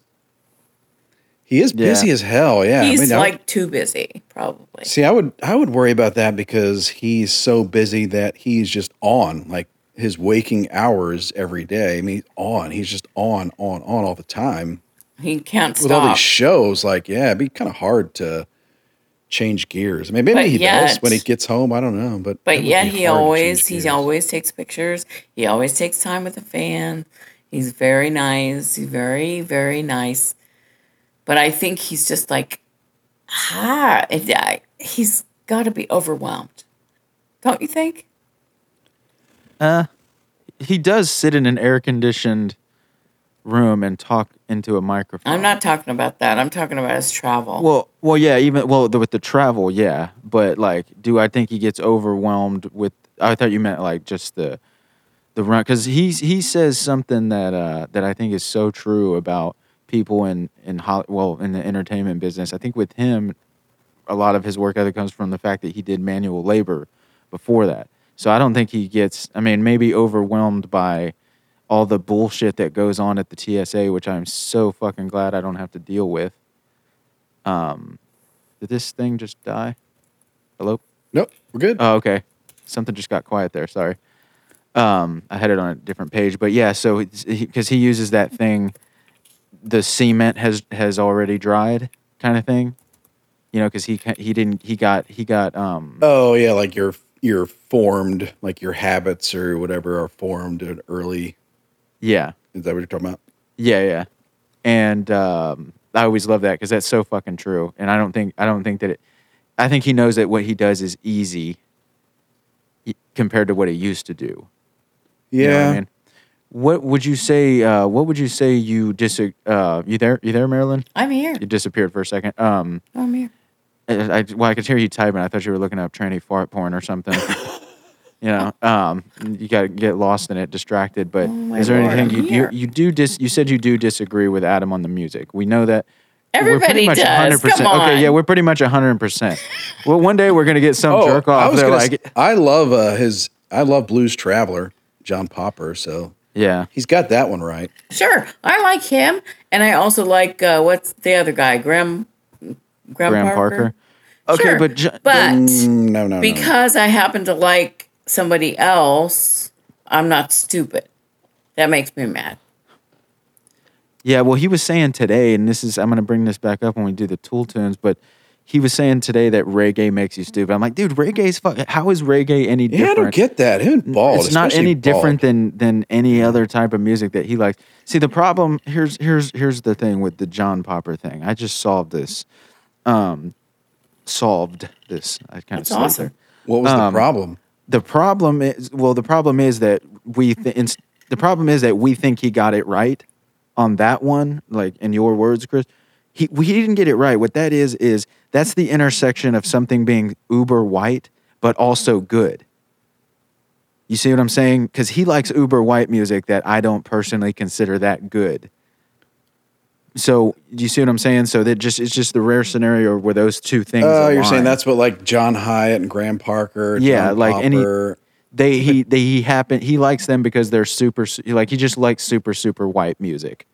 S5: He is
S6: Yeah.
S5: busy as hell. Yeah, I
S1: He's
S5: mean, I would-
S1: like too busy, probably.
S5: See, I would I would worry about that because he's so busy that he's just on like his waking hours every day. I mean, on. He's just on, on, on all the time
S1: He can't
S5: with all
S1: stop.
S5: these shows. Like, yeah, it'd be kind of hard to change gears. I mean, maybe
S1: But
S5: he does
S1: yet-
S5: when he gets home. I don't know, but it
S1: but
S5: would
S1: yet
S5: be
S1: he
S5: hard to
S1: always
S5: change
S1: he
S5: gears.
S1: always takes pictures. He always takes time with the fan. He's very nice. He's very very nice. But I think he's just like ah, and I- he's got to be overwhelmed, don't you think?
S6: he does sit in an air conditioned room and talk into a microphone.
S1: I'm not talking about that. I'm talking about his travel.
S6: Well, well, yeah. Even well, the, with the travel, yeah. But like, do I think he gets overwhelmed with? I thought you meant like just the the run because he he says something that uh, that I think is so true about people in in Hol- well in the entertainment business. I think with him, a lot of his work ethic comes from the fact that he did manual labor before that. So I don't think he gets. I mean, maybe overwhelmed by all the bullshit that goes on at the TSA, which I'm so fucking glad I don't have to deal with. Did this thing just die? Hello?
S5: Nope, we're good.
S1: Um,
S6: Oh, okay. Something just got quiet there. Sorry. Um, I had it on a different page, but yeah. So because he uses that thing, the cement has has already dried, kind of thing. You know, because he ca- he didn't he got he got um
S5: oh yeah, like your your formed like your habits or whatever are formed at an early.
S6: yeah
S5: Is that what you're talking about?
S6: yeah yeah, and um, I always love that because that's so fucking true. And I don't think I don't think that it. I think he knows that what he does is easy y- compared to what he used to do.
S5: Yeah.
S6: You know what I mean? What would you say? Uh, what would you say you dis? Uh, you there? You there, Marilyn?
S1: I'm here.
S6: You disappeared for a second. Um,
S1: I'm here.
S6: I, I, well, I could hear you typing. I thought you were looking up tranny fart porn or something. you know, um, you got to get lost in it, distracted. But
S1: Oh my
S6: is there
S1: Lord,
S6: anything you,
S1: I'm
S6: you
S1: here.
S6: you do dis? You said you do disagree with Adam on the music. We know that.
S1: Everybody
S6: we're pretty much
S1: does.
S6: 100%.
S1: Come on.
S6: Okay, yeah, we're pretty much 100%. well, one day we're going to get some jerk
S5: Oh, I
S6: off.
S5: was
S6: They're
S5: gonna
S6: like,
S5: s- I love uh, his. I love Blues Traveler, John Popper. So
S6: yeah.
S5: he's got that one right.
S1: Sure, I like him, and I also like uh, what's the other guy, Graham. Graham,
S6: Graham Parker. Okay,
S1: Sure,
S6: but Ju-
S5: Mm,
S1: but
S5: No, no, no.
S1: because I happen to like somebody else, I'm not stupid. That makes me mad.
S6: Yeah, well, he was saying today, and this is I'm gonna bring this back up when we do the Tool tunes, but he was saying today that reggae makes you stupid. I'm like, dude, reggae's fuck. How is reggae any
S5: Yeah,
S6: different?
S5: I don't get that. Him and bald.
S6: it's not
S5: especially
S6: any
S5: bald.
S6: different than than any other type of music that he likes. See, the problem here's here's here's the thing with the John Popper thing. I just solved this. Um, solved this. I kind
S1: That's
S6: of solved
S1: awesome.
S6: it
S5: What was
S6: um,
S5: the problem?
S6: the problem is well the problem is that we th- ins- the problem is that we think he got it right on that one like in your words chris he, we, he didn't get it right what that is is that's the intersection of something being uber white but also good you see what i'm saying because he likes uber white music that i don't personally consider that good so do you see what i'm saying so that just it's just the rare scenario where those two things
S5: Oh, you're saying
S6: align
S5: that's what like John Hyatt and Graham Parker.
S6: Yeah,
S5: John
S6: like any-
S5: Popper.
S6: they he they he happen he likes them because they're super su- like he just likes super super white music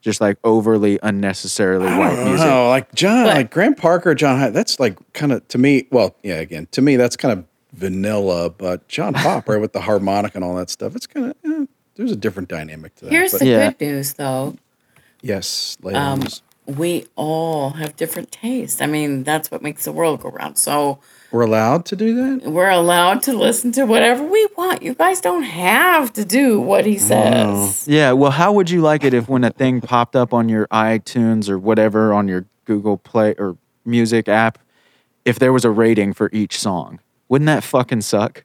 S6: just like overly unnecessarily
S5: I
S6: white
S5: don't
S6: music.
S5: know, Oh, like John,
S1: But-
S5: like Graham Parker, John. Hy- That's like kind of to me. Well, yeah, again, to me, that's kind of vanilla. But John Popper with the harmonic and all that stuff, it's kind of eh, there's a different dynamic to that.
S1: Here's um,
S5: but
S1: the
S6: Yeah.
S1: good news, though.
S5: yes, ladies.
S1: We all have different tastes. I mean, that's what makes the world go round. So
S5: we're allowed to do that.
S1: we're allowed to listen to whatever we want. You guys don't have to do what he says.
S6: Yeah, well, how would you like it if when a thing popped up on your iTunes or whatever on your Google Play or music app, if there was a rating for each song? Wouldn't that fucking suck?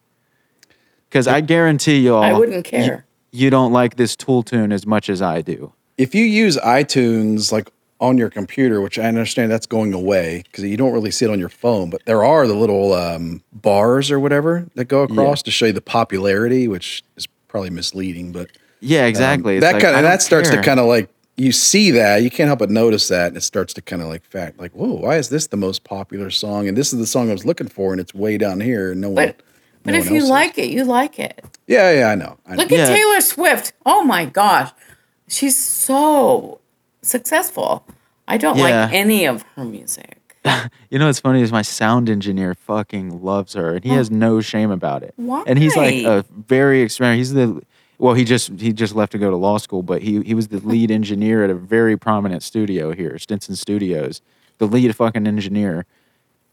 S6: Because I guarantee y'all,
S1: I wouldn't care.
S6: you don't like this tool tune as much as I do.
S5: If you use iTunes like on your computer, which I understand that's going away because you don't really see it on your phone, but there are the little um, bars or whatever that go across to show you the popularity, which is probably misleading, but. um,
S6: Yeah, exactly. It's
S5: that
S6: like,
S5: kind
S6: I
S5: of
S6: don't
S5: that starts
S6: care.
S5: to kind of like you see that you can't help but notice that and it starts to kind of like fact like whoa why is this the most popular song and this is the song I was looking for and it's way down here and no one
S1: But but
S5: no
S1: if
S5: one
S1: you
S5: else is.
S1: like it, you like it.
S5: yeah yeah I know I know.
S1: Look at
S6: Yeah.
S1: Taylor Swift. Oh my gosh. She's so successful. I don't
S6: Yeah.
S1: like any of her music.
S6: You know what's funny is my sound engineer fucking loves her and he has no shame about it. And he's like
S1: Why?
S6: a very experienced. He's the well, he just he just left to go to law school, but he he was the lead engineer at a very prominent studio here, Stinson Studios. The lead fucking engineer.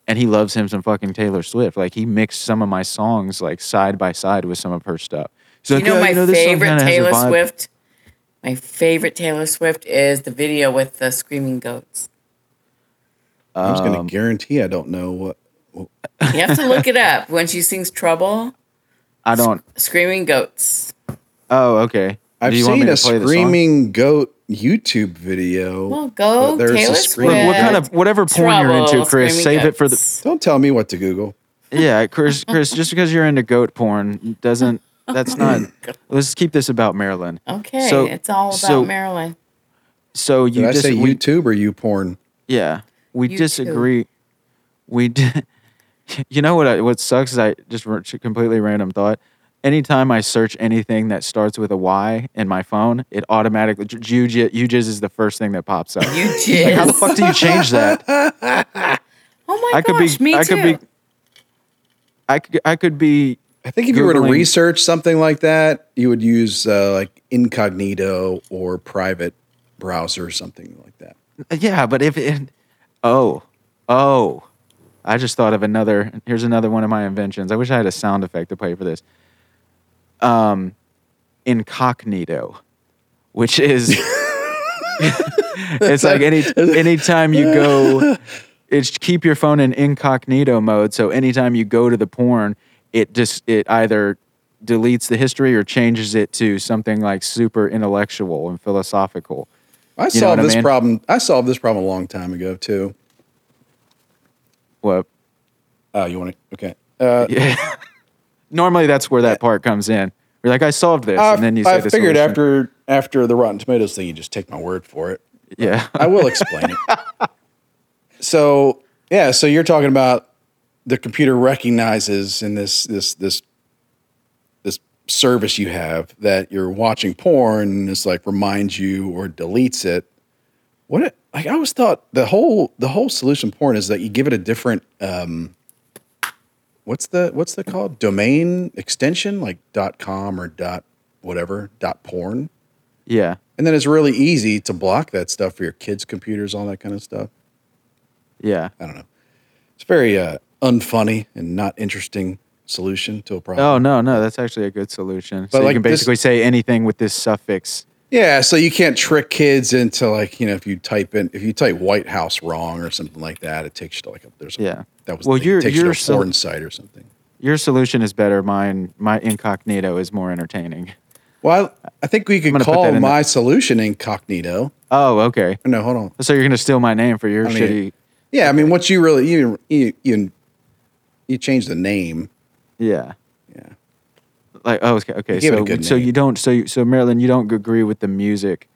S6: And he loves him some fucking Taylor Swift. Like he mixed some of my songs like side by side with some of her stuff. So
S1: You know my favorite Taylor Swift? My favorite Taylor Swift is the video with the screaming goats.
S5: I'm just
S6: um,
S5: gonna guarantee I don't know what
S1: You have to look it up when she sings Trouble,
S6: I don't
S1: Screaming Goats.
S6: Oh, okay.
S5: I've
S6: Do you want
S5: seen
S6: me
S5: a
S6: to play the song?
S5: screaming goat YouTube video
S1: Well, go
S5: But there's a
S1: Taylor
S5: scream.
S6: Look,
S1: Swift.
S6: what kind of whatever porn you're into,
S1: Trouble,
S6: Chris,
S1: Screaming
S6: save it for the
S1: Goats.
S5: don't tell me what to Google
S6: Yeah, Chris, Chris, just because you're into goat porn doesn't that's not let's keep this about Maryland.
S1: Okay,
S6: So-
S1: it's all about
S6: so-
S1: Maryland.
S6: So
S5: did
S6: you
S5: I
S6: dis-
S5: say
S6: we,
S5: YouTube or you porn
S6: yeah, we
S1: You
S6: disagree. We di- you know what I, what sucks is I just r- completely random thought. Anytime I search anything that starts with a Y in my phone, it automatically UJIS is the first thing that pops up.
S1: You
S6: Like, how the
S1: jizz.
S6: fuck do you change that?
S1: oh my
S6: I could
S1: gosh,
S6: be
S1: me
S6: I
S1: too.
S6: could be I could, I could be
S5: I think if you were to
S6: Googling-
S5: research something like that you would use uh, like incognito or private browser or something like that
S6: Yeah, but if it, oh, oh, I just thought of another. Here's another one of my inventions. I wish I had a sound effect to play for this. Um, incognito, which is, it's like any anytime you go, it's keep your phone in incognito mode. So anytime you go to the porn, it just it either deletes the history or changes it to something like super intellectual and philosophical.
S5: I
S6: know
S5: solved
S6: what I
S5: this
S6: mean?
S5: problem. I solved this problem a long time ago too.
S6: What
S5: Oh, you want to? Okay. Uh,
S6: normally that's where that part comes in. You're like, I solved this,
S5: I,
S6: and then you say
S5: I
S6: the
S5: figured
S6: solution.
S5: after after the Rotten Tomatoes thing, you just take my word for it.
S6: yeah,
S5: I will explain it. So yeah, so you're talking about the computer recognizes in this this this this service you have that you're watching porn and it's like reminds you or deletes it. What it, like I always thought the whole the whole solution porn is that you give it a different um what's the what's the called domain extension like dot com or dot whatever dot porn
S6: yeah,
S5: and then it's really easy to block that stuff for your kids' computers, all that kind of stuff.
S6: yeah.
S5: I don't know. It's very uh, unfunny and not interesting solution to a problem.
S6: Oh no, no, that's actually a good solution.
S5: But,
S6: so
S5: like,
S6: you can
S5: this-
S6: basically say anything with this suffix.
S5: Yeah, so you can't trick kids into like you know if you type in if you type White House wrong or something like that, it takes you to like a there's a,
S6: Yeah.
S5: that was
S6: Well,
S5: the thing.
S6: you're-
S5: it takes you to
S6: you're
S5: a
S6: still-
S5: porn site or something.
S6: Your solution is better. Mine, my incognito is more entertaining.
S5: Well, I, I think we could
S6: gonna put
S5: call
S6: that in
S5: my solution incognito.
S6: Oh, okay.
S5: No, hold on.
S6: So you're gonna steal my name for your
S5: I mean,
S6: shitty?
S5: Yeah, I mean once you really you you you, you change the name,
S6: Yeah.
S5: Yeah.
S6: Like oh okay, okay.
S5: Give it a
S6: so
S5: good
S6: so
S5: name.
S6: you don't so you, so Marilyn you don't agree with the music,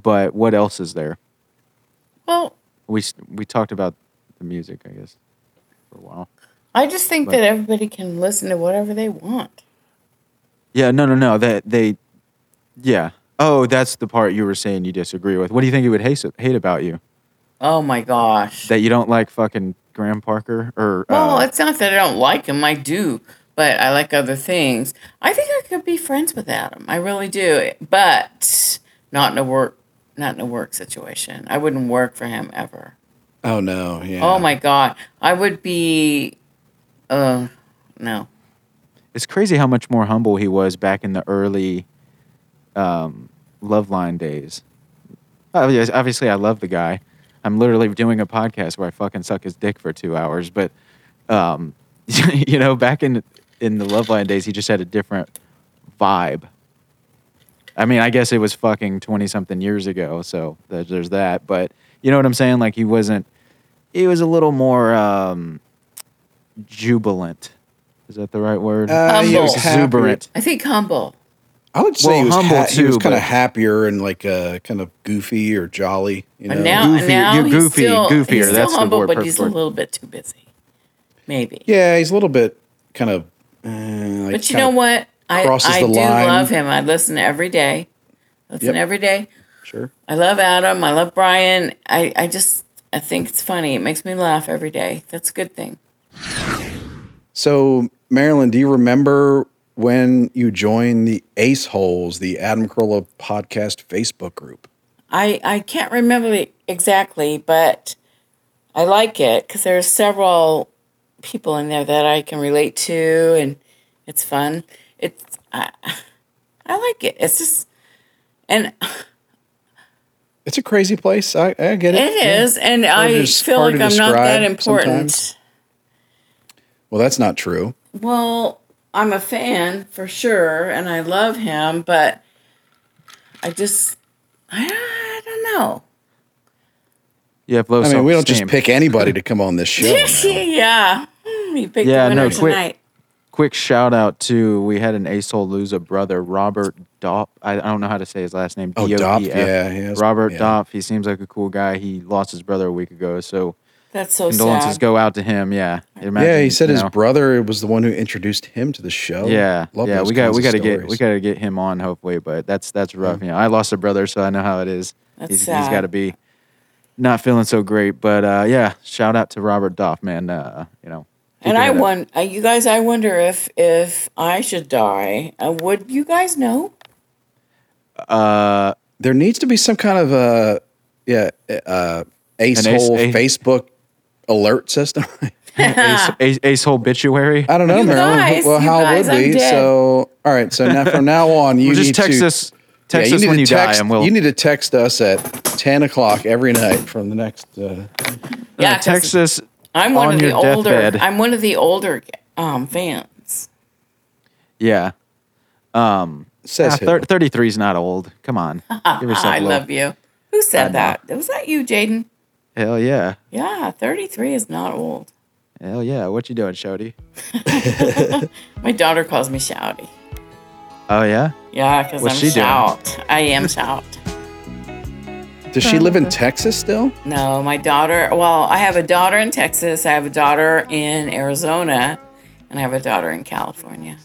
S6: but what else is there?
S1: well,
S6: We s- we talked about the music I guess for a while.
S1: I just think that everybody can listen to whatever they want.
S6: Yeah, no, no, no. That they, yeah, Oh, that's the part you were saying you disagree with. What do you think he would hate, hate about you?
S1: Oh my gosh.
S6: That you don't like fucking Graham Parker or
S1: well,
S6: uh,
S1: it's not that I don't like him. I do, but I like other things. I think I could be friends with Adam. I really do, but not in a work, not in a work situation. I wouldn't work for him ever.
S5: Oh no, yeah.
S1: Oh my god, I would be. Uh, no.
S6: it's crazy how much more humble he was back in the early um, love line days. Oh, yes, Obviously, I love the guy. I'm literally doing a podcast where I fucking suck his dick for two hours. But, um, you know, back in in the love line days, he just had a different vibe. I mean, I guess it was fucking twenty something years ago, so there's, there's that. But you know what I'm saying? Like he wasn't. He was a little more um, jubilant. Is that the right word?
S5: Uh,
S1: he was
S5: happier.
S6: exuberant.
S1: I think humble.
S5: I would say
S6: Well,
S5: he was
S6: humble,
S5: ha- he was
S6: too,
S5: kind of
S6: but-
S5: happier and like uh, kind of goofy or jolly. You know?
S1: But now,
S6: Goofy-
S1: now
S6: you're
S1: he's
S6: goofy,
S1: still,
S6: goofier,
S1: He's still
S6: that's the
S1: humble,
S6: word,
S1: but
S6: perfect
S1: he's a
S6: word.
S1: little bit too busy. Maybe.
S5: yeah, he's a little bit kind of. Uh, like
S1: but you
S5: kinda-
S1: know what? I,
S5: crosses
S1: I
S5: the
S1: do
S5: line.
S1: love him. I listen every day. Listen
S5: Yep.
S1: every day.
S5: Sure.
S1: I love Adam. I love Brian. I, I just I think it's funny. It makes me laugh every day. That's a good thing.
S5: So, Marilyn, do you remember when you joined the Ace Holes, the Adam Carolla podcast Facebook group?
S1: I I can't remember it exactly, but I like it because there are several people in there that I can relate to, and it's fun. It's I I like it. It's just and
S5: It's a crazy place. I, I get it.
S1: it is, and I
S5: just
S1: feel
S5: hard
S1: like
S5: to
S1: I'm not that
S5: describe
S1: important.
S5: sometimes. Well, that's not true.
S1: Well, I'm a fan for sure, and I love him, but I just I, I don't know.
S6: You have low
S5: I
S6: self
S5: mean, we don't just pick anybody to come on this show. now.
S1: yeah, Hmm, you picked
S6: Yeah,
S1: the
S6: no,
S1: winner
S6: quick.
S1: tonight.
S6: Quick shout out to we had an ace hole lose a brother, Robert Dopp. I, I don't know how to say his last name.
S5: Oh, Dopp,
S6: D-O-P-F.
S5: yeah, he has-
S6: Robert
S5: yeah.
S6: Dopp. He seems like a cool guy. He lost his brother a week ago, so
S1: That's so
S6: condolences
S1: sad.
S6: go out to him. Yeah, imagine,
S5: yeah, he said
S6: you
S5: his
S6: know.
S5: brother was the one who introduced him to the show.
S6: Yeah,
S5: Love
S6: yeah,
S5: those
S6: we got
S5: kinds
S6: we
S5: of
S6: got to get we
S5: stories. Mm-hmm.
S6: got to get him on hopefully, but that's that's rough. You know, I lost a brother, so I know how it is.
S1: That's
S6: he's he's
S1: sad.
S6: got to be not feeling so great, but uh, yeah, shout out to Robert Dopp, man. Uh, you know,
S1: And
S6: keeping
S1: I
S6: it up.
S1: won. Uh, you guys, I wonder if if I should die. Uh, would you guys know?
S5: There needs to be some kind of a yeah uh, ace
S6: An ace-
S5: hole
S6: ace-
S5: Facebook alert system.
S6: ace, ace, ace obituary.
S5: I don't know,
S1: You
S5: Marilyn.
S1: guys,
S5: well,
S1: you
S5: how
S1: guys,
S5: would
S1: I'm
S5: we?
S1: dead.
S5: So, all right. So now from now on, you
S6: Well, just
S5: need
S6: text
S5: to,
S6: us.
S5: yeah,
S6: Text
S5: you
S6: us
S5: need
S6: when
S5: to
S6: you
S5: text,
S6: die, and we'll
S5: you need to text us at ten o'clock every night from the next. Uh,
S6: uh,
S1: Yeah, 'cause
S6: text us.
S1: I'm one
S6: on
S1: of the
S6: your
S1: older.
S6: deathbed.
S1: I'm one of the older um, fans.
S6: Yeah,
S5: says
S6: Ah,
S5: who?
S6: thirty three is not old. Come on, give yourself
S1: I
S6: a little-
S1: love you. Who said that? Was that you, Jaden?
S6: Hell yeah,
S1: Yeah, 33 is not old.
S6: hell yeah. What you doing, Shody?
S1: My daughter calls me Shouty.
S6: Oh yeah,
S1: Yeah, because I'm
S6: What's she doing?
S1: shout. I am shout.
S5: Does she live
S1: Uh.
S5: in Texas still?
S1: No, my daughter. Well, I have a daughter in Texas. I have a daughter in Arizona, and I have a daughter in California.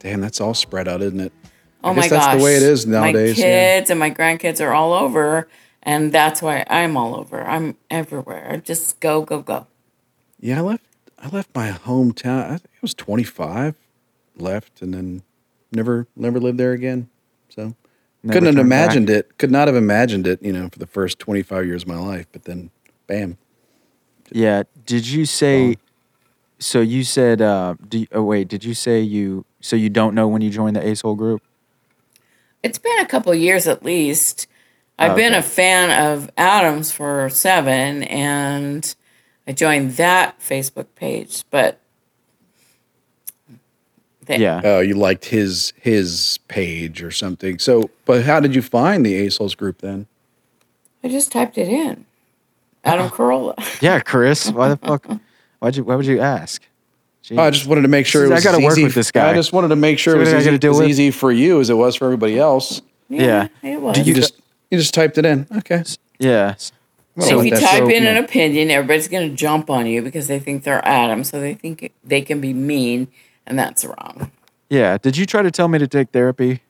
S5: Damn, that's all spread out, isn't it?
S1: Oh
S5: guess
S1: my
S5: that's the
S1: gosh.
S5: way it is
S1: My
S5: nowadays, yeah.
S1: kids and my grandkids are all over, and that's why I'm all over. I'm everywhere. I just go, go, go.
S5: Yeah, I left. I left my hometown. I think I was 25, left, and then never, never lived there again. So
S6: Never
S5: couldn't have
S6: turned back.
S5: imagined it. Could not have imagined it. You know, for the first 25 years of my life. But then, bam.
S6: yeah. Did you
S5: Oh.
S6: say? So you said. Uh, do you, oh wait, did you say you? So you don't know when you joined the Ace Hole group?
S1: It's been a couple years at least.
S5: Ah,
S1: I've been a fan of Adams for seven, and I joined that Facebook page. But the-
S6: Yeah.
S5: Oh, you liked his his page or something. So, but how did you find the Asoles group then?
S1: I just typed it in. Adam
S6: Uh-huh.
S1: Carolla.
S6: yeah, Chris. Why the fuck? Why'd you? Why would you ask?
S5: Oh, I
S6: Jeez.
S5: just wanted to make sure it
S6: I
S5: was.
S6: gotta
S5: as
S6: work
S5: easy-
S6: with this guy.
S5: I just wanted to make sure
S6: See
S5: it
S6: what
S5: was
S6: I gotta
S5: easy,
S6: do
S5: as
S6: with-
S5: easy for you as it was for everybody else.
S6: Yeah.
S1: It was.
S5: You just you just typed it in. Okay.
S6: yeah.
S5: Well,
S1: if
S5: like
S1: you
S5: that's
S1: type
S5: so-
S1: in an opinion, everybody's going to jump on you because they think they're Adam, so they think they can be mean, and that's wrong.
S6: Yeah. Did you try to tell me to take therapy?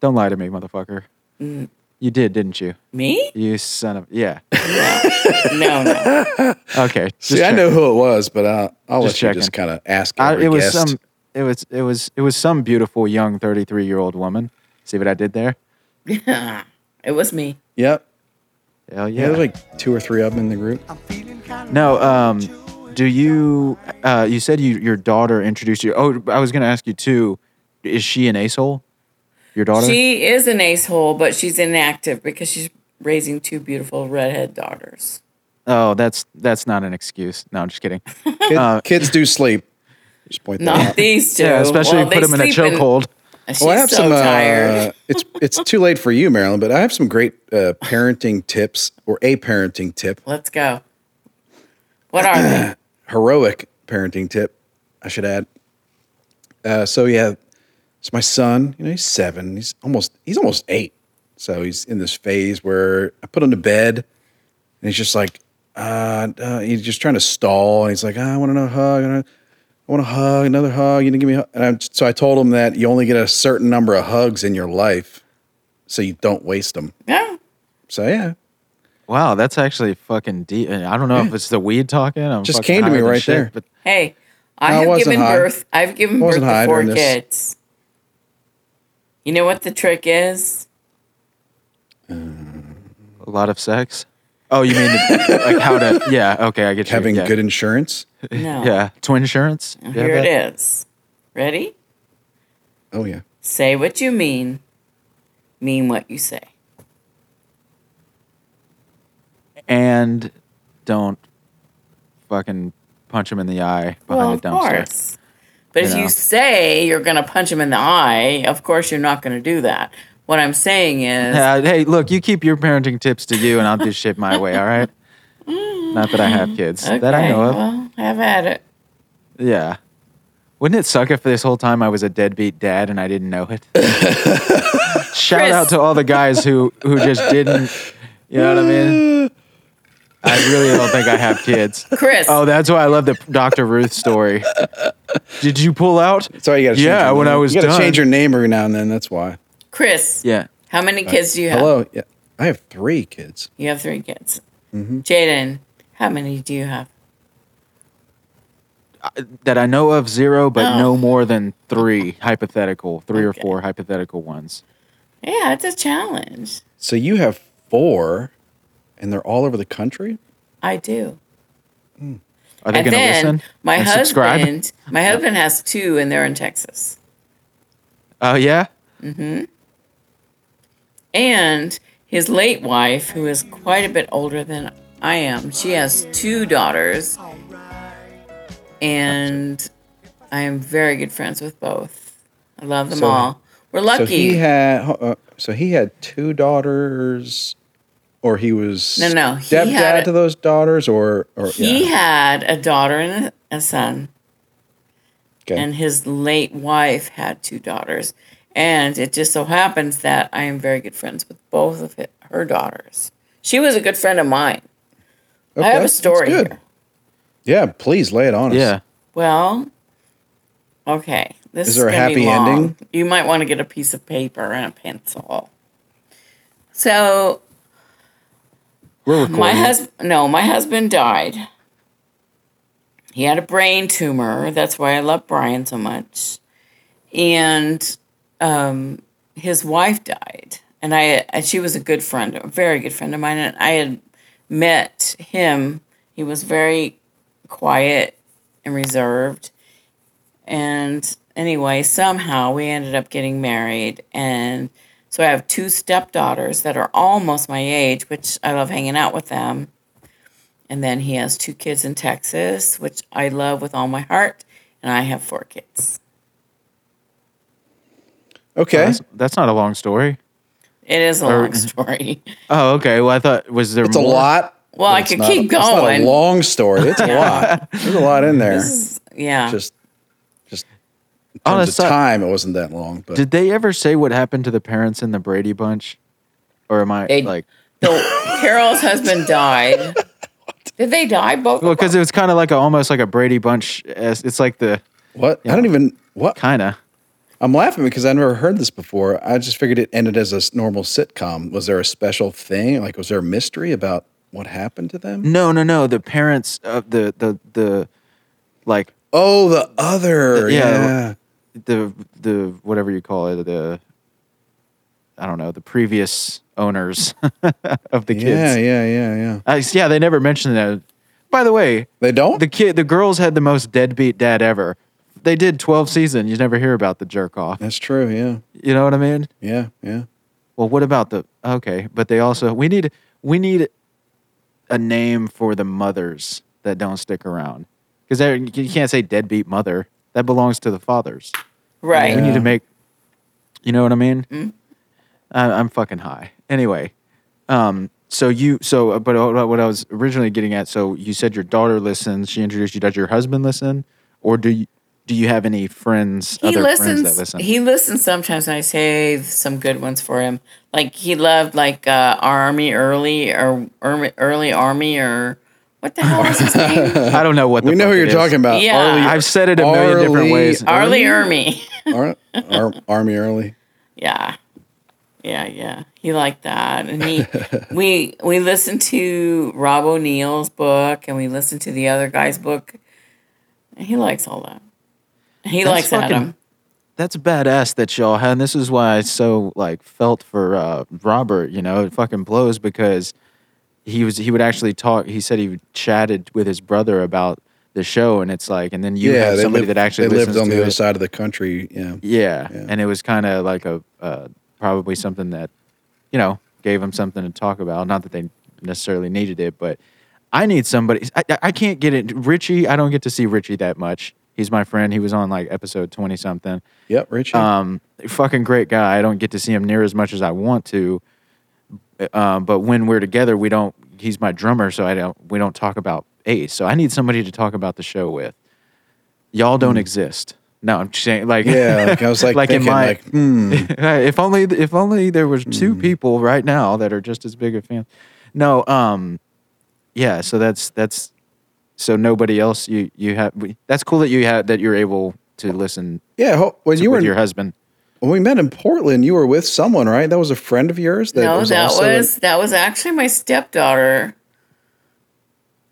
S6: Don't lie to me, motherfucker.
S1: Mm.
S6: You did, didn't you?
S1: Me?
S6: You son of yeah.
S1: No, no.
S6: Okay. just
S5: See, I
S6: check.
S5: know who it was, but I'll, I'll
S6: Just
S5: let you just
S6: checking.
S5: kind of ask.
S6: I,
S5: every
S6: it was
S5: guest.
S6: some. It was. It was. It was some beautiful young thirty-three-year-old woman. See what I did there?
S1: it was me.
S5: Yep.
S6: Hell
S5: Yeah,
S6: yeah.
S5: there's like two or three of them in the group.
S6: no. Um. Do you? Uh. You said you your daughter introduced you. Oh, I was gonna ask you too. Is she an asshole? Your daughter.
S1: She is an ace hole, but she's inactive because she's raising two beautiful redhead daughters.
S6: oh, that's that's not an excuse. No, I'm just kidding.
S5: Kid,
S6: Uh,
S5: kids do sleep. Just point that out.
S1: Not these two.
S6: Yeah, especially
S1: Well,
S6: if you put
S1: they
S6: them in a
S1: sleep
S6: chokehold.
S1: She's
S5: Well, Oh, I have
S1: so
S5: some.
S1: tired.
S5: Uh, it's it's too late for you, Marilyn, but I have some great uh, parenting tips or a parenting tip,
S1: Let's go. What are they?
S5: heroic parenting tip, I should add. Uh, so yeah, it's my son. You know, he's seven. He's almost he's almost eight. So he's in this phase where I put him to bed, and he's just like, uh, uh, he's just trying to stall, and he's like, "Ah, I want another hug, and I want a hug, another hug. You didn't give me. A hug. And I'm, so I told him that you only get a certain number of hugs in your life, so you don't waste them.
S1: Yeah.
S5: So yeah,
S6: Wow, that's actually fucking deep. and I don't know if it's the weed talking. I'm
S5: Just
S6: fucking
S5: came to me
S6: high than
S5: right
S6: shit,
S5: there.
S6: But
S1: Hey, I
S5: No, I
S1: have
S5: wasn't
S1: given
S5: high.
S1: birth. I've given birth
S5: Wasn't high
S1: to four
S5: during this.
S1: kids. You know what the trick is?
S6: a lot of sex. Oh, you mean like how to? Yeah. Okay, I get you.
S5: having
S6: yeah.
S5: good insurance.
S1: No.
S6: Yeah, twin insurance. You have
S1: Here
S6: that?
S1: it is. Ready?
S5: Oh yeah,
S1: Say what you mean, mean what you say.
S6: And don't fucking punch him in the eye behind
S1: Well,
S6: a
S1: of
S6: dumpster.
S1: course. But if
S6: You know.
S1: you say you're going to punch him in the eye, of course you're not going to do that. What I'm saying is,
S6: Uh, hey, look, you keep your parenting tips to you, and I'll do shit my way. All right. Not that I have kids that I
S1: okay,
S6: know of.
S1: Well, have at it.
S6: Yeah. Wouldn't it suck if this whole time I was a deadbeat dad and I didn't know it? Shout out to all the guys who who just didn't. You know what I mean? I really don't think I have kids.
S1: Chris,
S6: Oh, that's why I love the Dr. Ruth story. Did you pull out?
S5: sorry, you got to
S6: Yeah, when I was
S5: you gotta
S6: done.
S5: change your name every now and then. That's why.
S1: Chris,
S6: Yeah. Uh,
S1: how many kids do you have?
S5: Hello. Yeah. I have three kids.
S1: You have three kids.
S6: Mm-hmm.
S1: Jaden, how many do you have?
S6: That I know of zero, but
S1: Oh.
S6: no more than three hypothetical, three or
S1: Okay.
S6: four hypothetical ones.
S1: Yeah, it's a challenge.
S5: So you have four, and they're all over the country.
S1: I do.
S6: Are they going
S1: and
S6: to
S1: then
S6: listen?
S1: my
S6: and
S1: husband,
S6: subscribe?
S1: my husband has two, and they're in Texas.
S6: Oh, yeah?
S1: And his late wife, who is quite a bit older than I am, she has two daughters. And I am very good friends with both. I love them
S5: So-
S1: all. We're lucky.
S5: So he had. Uh, so he had two daughters, or he was
S1: No, no, he
S5: stepdad
S1: had a-
S5: to those daughters, or or
S1: he
S5: yeah,
S1: had a daughter and a- a son.
S5: okay.
S1: and his late wife had two daughters. And it just so happens that I am very good friends with both of hi- her daughters. She was a good friend of mine.
S5: Okay,
S1: I have a
S5: that's
S1: story
S5: good.
S1: here.
S5: Yeah, please lay it on us.
S6: Yeah.
S1: Well, okay. This
S5: Is
S1: is
S5: there a
S1: gonna be
S5: happy
S1: long.
S5: ending?
S1: You might want to get a piece of paper and a pencil. So
S6: We're recording.
S1: my husband, no, my husband died. He had a brain tumor. That's why I love Brian so much. And um, his wife died, and I and she was a good friend, a very good friend of mine. And I had met him. He was very quiet and reserved. And anyway, somehow we ended up getting married. And so I have two stepdaughters that are almost my age, which I love hanging out with them. And then he has two kids in Texas, which I love with all my heart. And I have four kids.
S5: Okay.
S6: That's, that's not a long story.
S1: It is a
S6: Or-
S1: long story.
S6: Oh, okay. Well, I thought was there
S5: it's a
S6: more?
S5: lot.
S1: Well, Oh, I
S5: It's
S1: could
S5: not-
S1: keep
S5: It's not a
S1: going.
S5: long story. It's a lot. There's a lot in there.
S1: yeah.
S5: Just, just. In
S6: Oh,
S5: terms
S6: that's
S5: of
S6: not-
S5: time, it wasn't that long, but
S6: Did they ever say what happened to the parents in the Brady Bunch? Or am I
S1: They-
S6: like?
S1: so Carol's husband died. Did they die both?
S6: Well,
S1: of them?
S6: because it was kind of like a, almost like a Brady Bunch. es- It's like the
S5: what? I don't even what.
S6: kind of.
S5: I'm laughing because I never heard this before. I just figured it ended as a s- normal sitcom. Was there a special thing? Like, was there a mystery about what happened to them?
S6: No, no, no. The parents of the the the like
S5: Oh, the other.
S6: The-
S5: yeah.
S6: yeah. the the whatever you call it the I don't know the previous owners of the kids.
S5: Yeah, yeah, yeah, yeah.
S6: I, yeah, they never mentioned that. By the way,
S5: They don't?
S6: the kid, the girls had the most deadbeat dad ever. They did twelve seasons. You never hear about the jerk off.
S5: That's true. Yeah.
S6: You know what I mean?
S5: Yeah. Yeah.
S6: Well, what about the okay? But they also we need we need a name for the mothers that don't stick around because you can't say deadbeat mother. That belongs to the fathers.
S1: Right.
S6: We need
S5: Yeah.
S6: to make. You know what I mean?
S1: Mm-hmm.
S6: I, I'm fucking high. Anyway, um, so you so uh, but what what I was originally getting at. So you said your daughter listens. She introduced you. Does your husband listen, or do you do you have any friends?
S1: He
S6: other
S1: listens.
S6: friends that listen.
S1: He listens sometimes. And I save some good ones for him. Like he loved like uh, Army Early or Erm- Early Army or what the hell was his name?
S6: I don't know what the
S5: We know
S6: fuck
S5: who
S6: it
S5: you're
S6: is.
S5: talking about.
S1: Yeah.
S5: Arlie-
S6: I've said it a million different
S5: Arlie-
S6: ways.
S1: Arlie Ermy.
S5: Ar- Ar- Army early.
S1: Yeah. Yeah, yeah. He liked that. And he we we listened to Rob O'Neill's book and we listened to the other guy's book. And he likes all that. And He
S6: That's
S1: likes
S6: fucking-
S1: Adam.
S6: That's badass that y'all had. And this is why I so like felt for uh, Robert. You know, it fucking blows because he was he would actually talk. He said he chatted with his brother about the show, and it's like, and then you have
S5: they
S6: somebody
S5: lived-
S6: that actually
S5: they lived
S6: listens
S5: on
S6: to
S5: the other
S6: it.
S5: side of the country. Yeah.
S6: Yeah. and it was kind of like a uh, probably something that you know gave them something to talk about. Not that they necessarily needed it, but I need somebody. I, I- I can't get it. Richie, I don't get to see Richie that much. He's my friend. He was on like episode twenty something.
S5: Yep. Richie.
S6: Um, fucking great guy. I don't get to see him near as much as I want to. Um, but when we're together, we don't. He's my drummer, so I don't. We don't talk about Ace. So I need somebody to talk about the show with. Y'all don't exist. No, I'm just saying like
S5: Hmm. yeah. Like I was like,
S6: like in
S5: thinking,
S6: my-
S5: like, hmm.
S6: if only if only there was two people right now that are just as big a fan. No, um, yeah. So that's that's so nobody else. You you have. we- That's cool that you had that you're able to listen
S5: Yeah. ho- When
S6: to,
S5: you were
S6: with
S5: in
S6: your husband.
S5: When we met in Portland, you were with someone, right? That was a friend of yours.
S1: no, that
S5: also a-
S1: was that was actually my stepdaughter.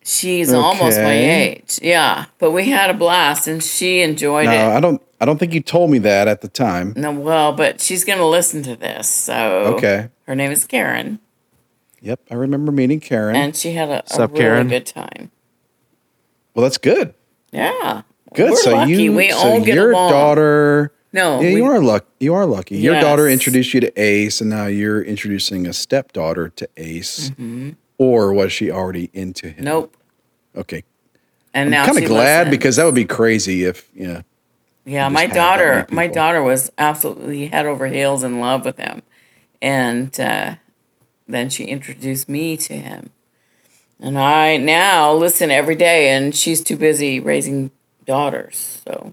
S1: She's almost my
S5: Okay.
S1: age. Yeah. But we had a blast and she enjoyed
S5: no,
S1: it.
S5: I don't. I don't think you told me that at the time.
S1: No, well, but she's gonna listen to this. So
S5: Okay.
S1: her name is Karen.
S5: Yep, I remember meeting Karen.
S1: And she had a, a
S6: Sup,
S1: really
S6: Karen?
S1: good time.
S5: well, that's good.
S1: Yeah.
S5: Good.
S1: We're
S5: so
S1: lucky.
S5: you,
S1: we
S5: so
S1: all get
S5: your
S1: along.
S5: daughter.
S1: No,
S5: yeah,
S1: we-
S5: you are luck. You are lucky. Your daughter
S1: Yes.
S5: introduced you to Ace, and now you're introducing a stepdaughter to Ace. Or was she already into him?
S1: Mm-hmm. Nope.
S5: Okay.
S1: And now
S5: I'm kind
S1: she
S5: of glad
S1: listens.
S5: because that would be crazy if yeah.
S1: yeah, my
S5: had that many
S1: daughter, my
S5: people.
S1: daughter was absolutely head over heels in love with him, and uh, then she introduced me to him, and I now listen every day, and she's too busy raising daughters, so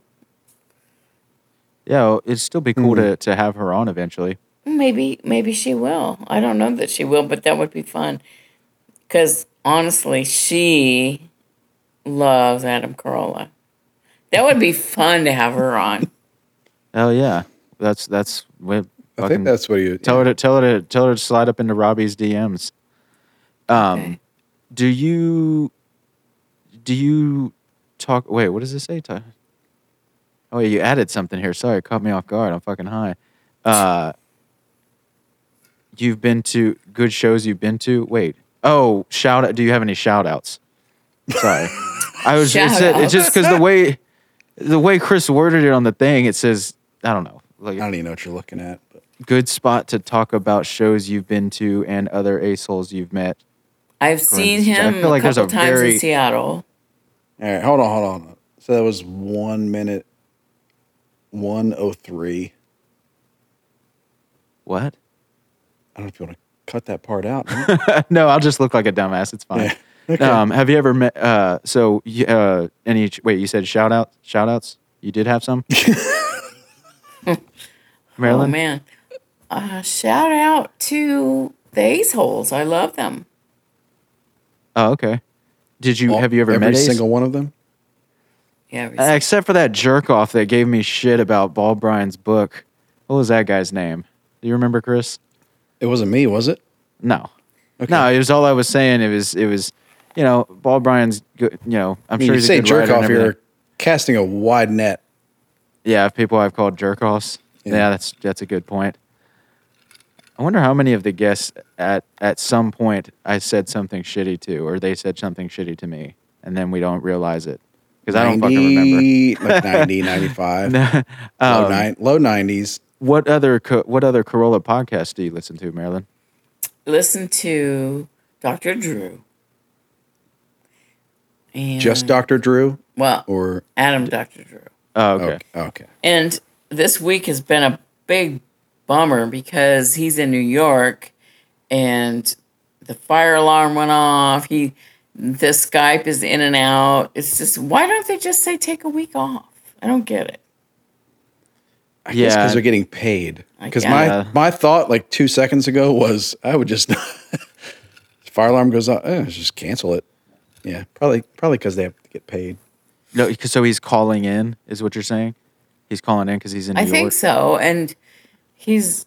S6: Yeah, well, it'd still be
S5: Hmm.
S6: cool to to have her on eventually.
S1: maybe maybe she will. I don't know that she will, but that would be fun, because honestly, she loves Adam Carolla. That would be fun to have her on.
S6: Oh yeah, that's that's. We,
S5: I think that's what you
S6: Tell her to tell her to tell her to slide up into Robbie's DMs. Um, do you do you talk? Wait, what does it say? Ty? Oh, yeah, you added something here. Sorry, it caught me off guard. I'm fucking high. Uh, you've been to good shows. You've been to. Wait. Oh, shout out. Do you have any shout outs? Sorry, I was just it, it's just because the way the way Chris worded it on the thing, it says I don't know.
S5: I
S6: Like,
S5: don't even know what you're looking at. But.
S6: good spot to talk about shows you've been to and other assholes you've met.
S1: I've seen
S6: instance, I
S1: him
S6: feel like
S1: a
S6: there's a
S1: couple times
S6: very-
S1: in Seattle.
S5: All right, hold on, hold on, hold on. So that was one minute, one oh three.
S6: What?
S5: I don't know if you want to cut that part out. man.
S6: no, I'll just look like a dumbass. It's fine. Um, have you ever met? Uh, so, you- uh, any? Wait, you said shout out, shout outs. You did have some.
S1: Oh
S6: Marilyn,
S1: man! Uh, shout out to the Ace Holes. I love them.
S6: oh okay. Did you have you ever
S5: Every
S6: met Ace?
S5: single one of them?
S1: Yeah,
S6: Uh,
S1: recently.
S6: Except for that jerk off that gave me shit about Bob Bryan's book. What was that guy's name? Do you remember, Chris?
S5: It wasn't me, was it?
S6: No. No, it was all I was saying. It was, it was, you know, Bob Bryan's, good, you know, I'm
S5: I mean,
S6: sure
S5: you
S6: he's
S5: say
S6: a good
S5: jerk
S6: writer and
S5: off,
S6: everything.
S5: you're casting a wide net.
S6: Yeah, people I've called jerk offs. Yeah. that's that's a good point. I wonder how many of the guests at at some point I said something shitty to, or they said something shitty to me, and then we don't realize it because I don't fucking remember. um,
S5: 90, Like 90, 95. low, nine, low 90s.
S6: What other co- what other Corolla podcast do you listen to, Marilyn?
S1: listen to Dr. Drew. And,
S5: Just Dr. Drew
S1: well,
S5: or.
S1: Adam Dr. Drew.
S6: Oh, okay.
S5: Okay. okay.
S1: And this week has been a big bummer because he's in New York and the fire alarm went off. He the Skype is in and out. It's just why don't they just say take a week off? I don't get it.
S5: I guess
S6: Yeah.
S5: because they're getting paid.
S1: I
S5: Because my,
S6: guess.
S5: my thought like two seconds ago was I would just fire alarm goes off, eh, just cancel it. Yeah, probably probably because they have to get paid.
S6: No, 'cause- so he's calling in, is what you're saying? He's calling in because he's in New
S1: I
S6: York.
S1: think so. And he's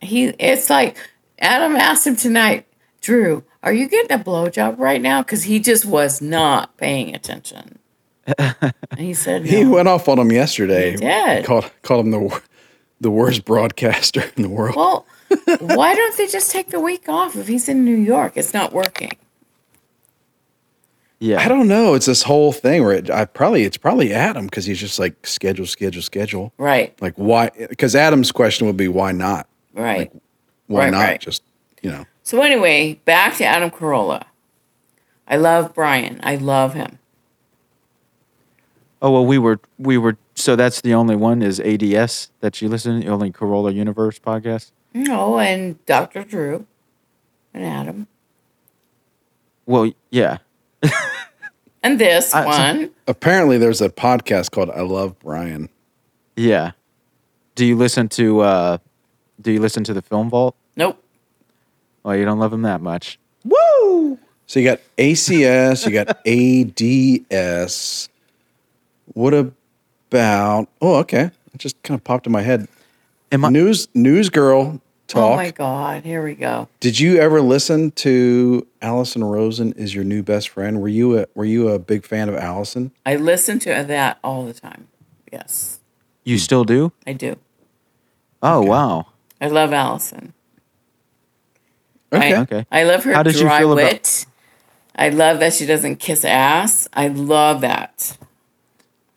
S1: he it's like Adam asked him tonight, Drew, are you getting a blowjob right now? Because he just was not paying attention. and he said
S5: He
S1: no.
S5: went off on him yesterday.
S1: He did.
S5: Called called him the wor- the worst broadcaster in the world.
S1: Well, why don't they just take the week off if he's in New York? It's not working.
S6: Yeah,
S5: I don't know. It's this whole thing where it, I probably it's probably Adam because he's just like schedule, schedule, schedule.
S1: Right,
S5: Like why? Because Adam's question would be why not?
S1: right.
S5: Why
S1: Right,
S5: not?
S1: right.
S5: Just you know.
S1: So anyway, back to Adam Carolla. I love Brian. I love him.
S6: Oh well, we were we were so that's the only one is ADS that you listen, the only Corolla Universe podcast.
S1: No, and Dr. Drew and Adam.
S6: Well, yeah,
S1: And this
S6: I- so-
S1: one.
S5: Apparently, there's a podcast called "I Love Brian."
S6: yeah. Do you listen to uh do you listen to the Film Vault?
S1: nope.
S6: Well, you don't love him that much.
S5: So you got ACS, you got ADS. What about? Oh, okay. It just kind of popped in my head.
S6: Am I
S5: News News Girl Talk.
S1: Oh my God. Here we go.
S5: Did you ever listen to Allison Rosen is your new best friend? Were you a were you a big fan of Allison?
S1: I listen to that all the time. Yes,
S6: you still do?
S1: I do.
S6: Oh wow.
S1: I love Allison.
S5: Okay.
S1: I,
S6: Okay.
S1: I love her
S6: How did you
S1: dry
S6: feel about-
S1: wit. I love that she doesn't kiss ass. I love that.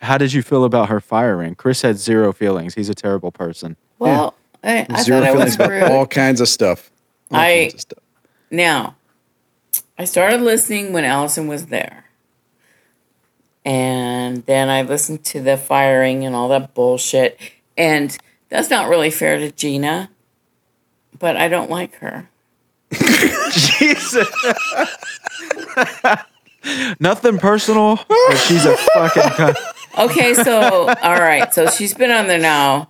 S6: How did you feel about her firing? Chris had zero feelings. He's a terrible person.
S1: Well, I, I
S5: Zero
S1: thought I
S5: feelings
S1: was
S5: about
S1: rude.
S5: all kinds of stuff. All
S1: I-
S5: kinds of stuff.
S1: Now, I started listening when Allison was there. And then I listened to the firing and all that bullshit. And that's not really fair to Gina, but I don't like her.
S6: Jesus. Nothing personal, but she's a fucking cunt.
S1: Okay, so, all right. So she's been on there now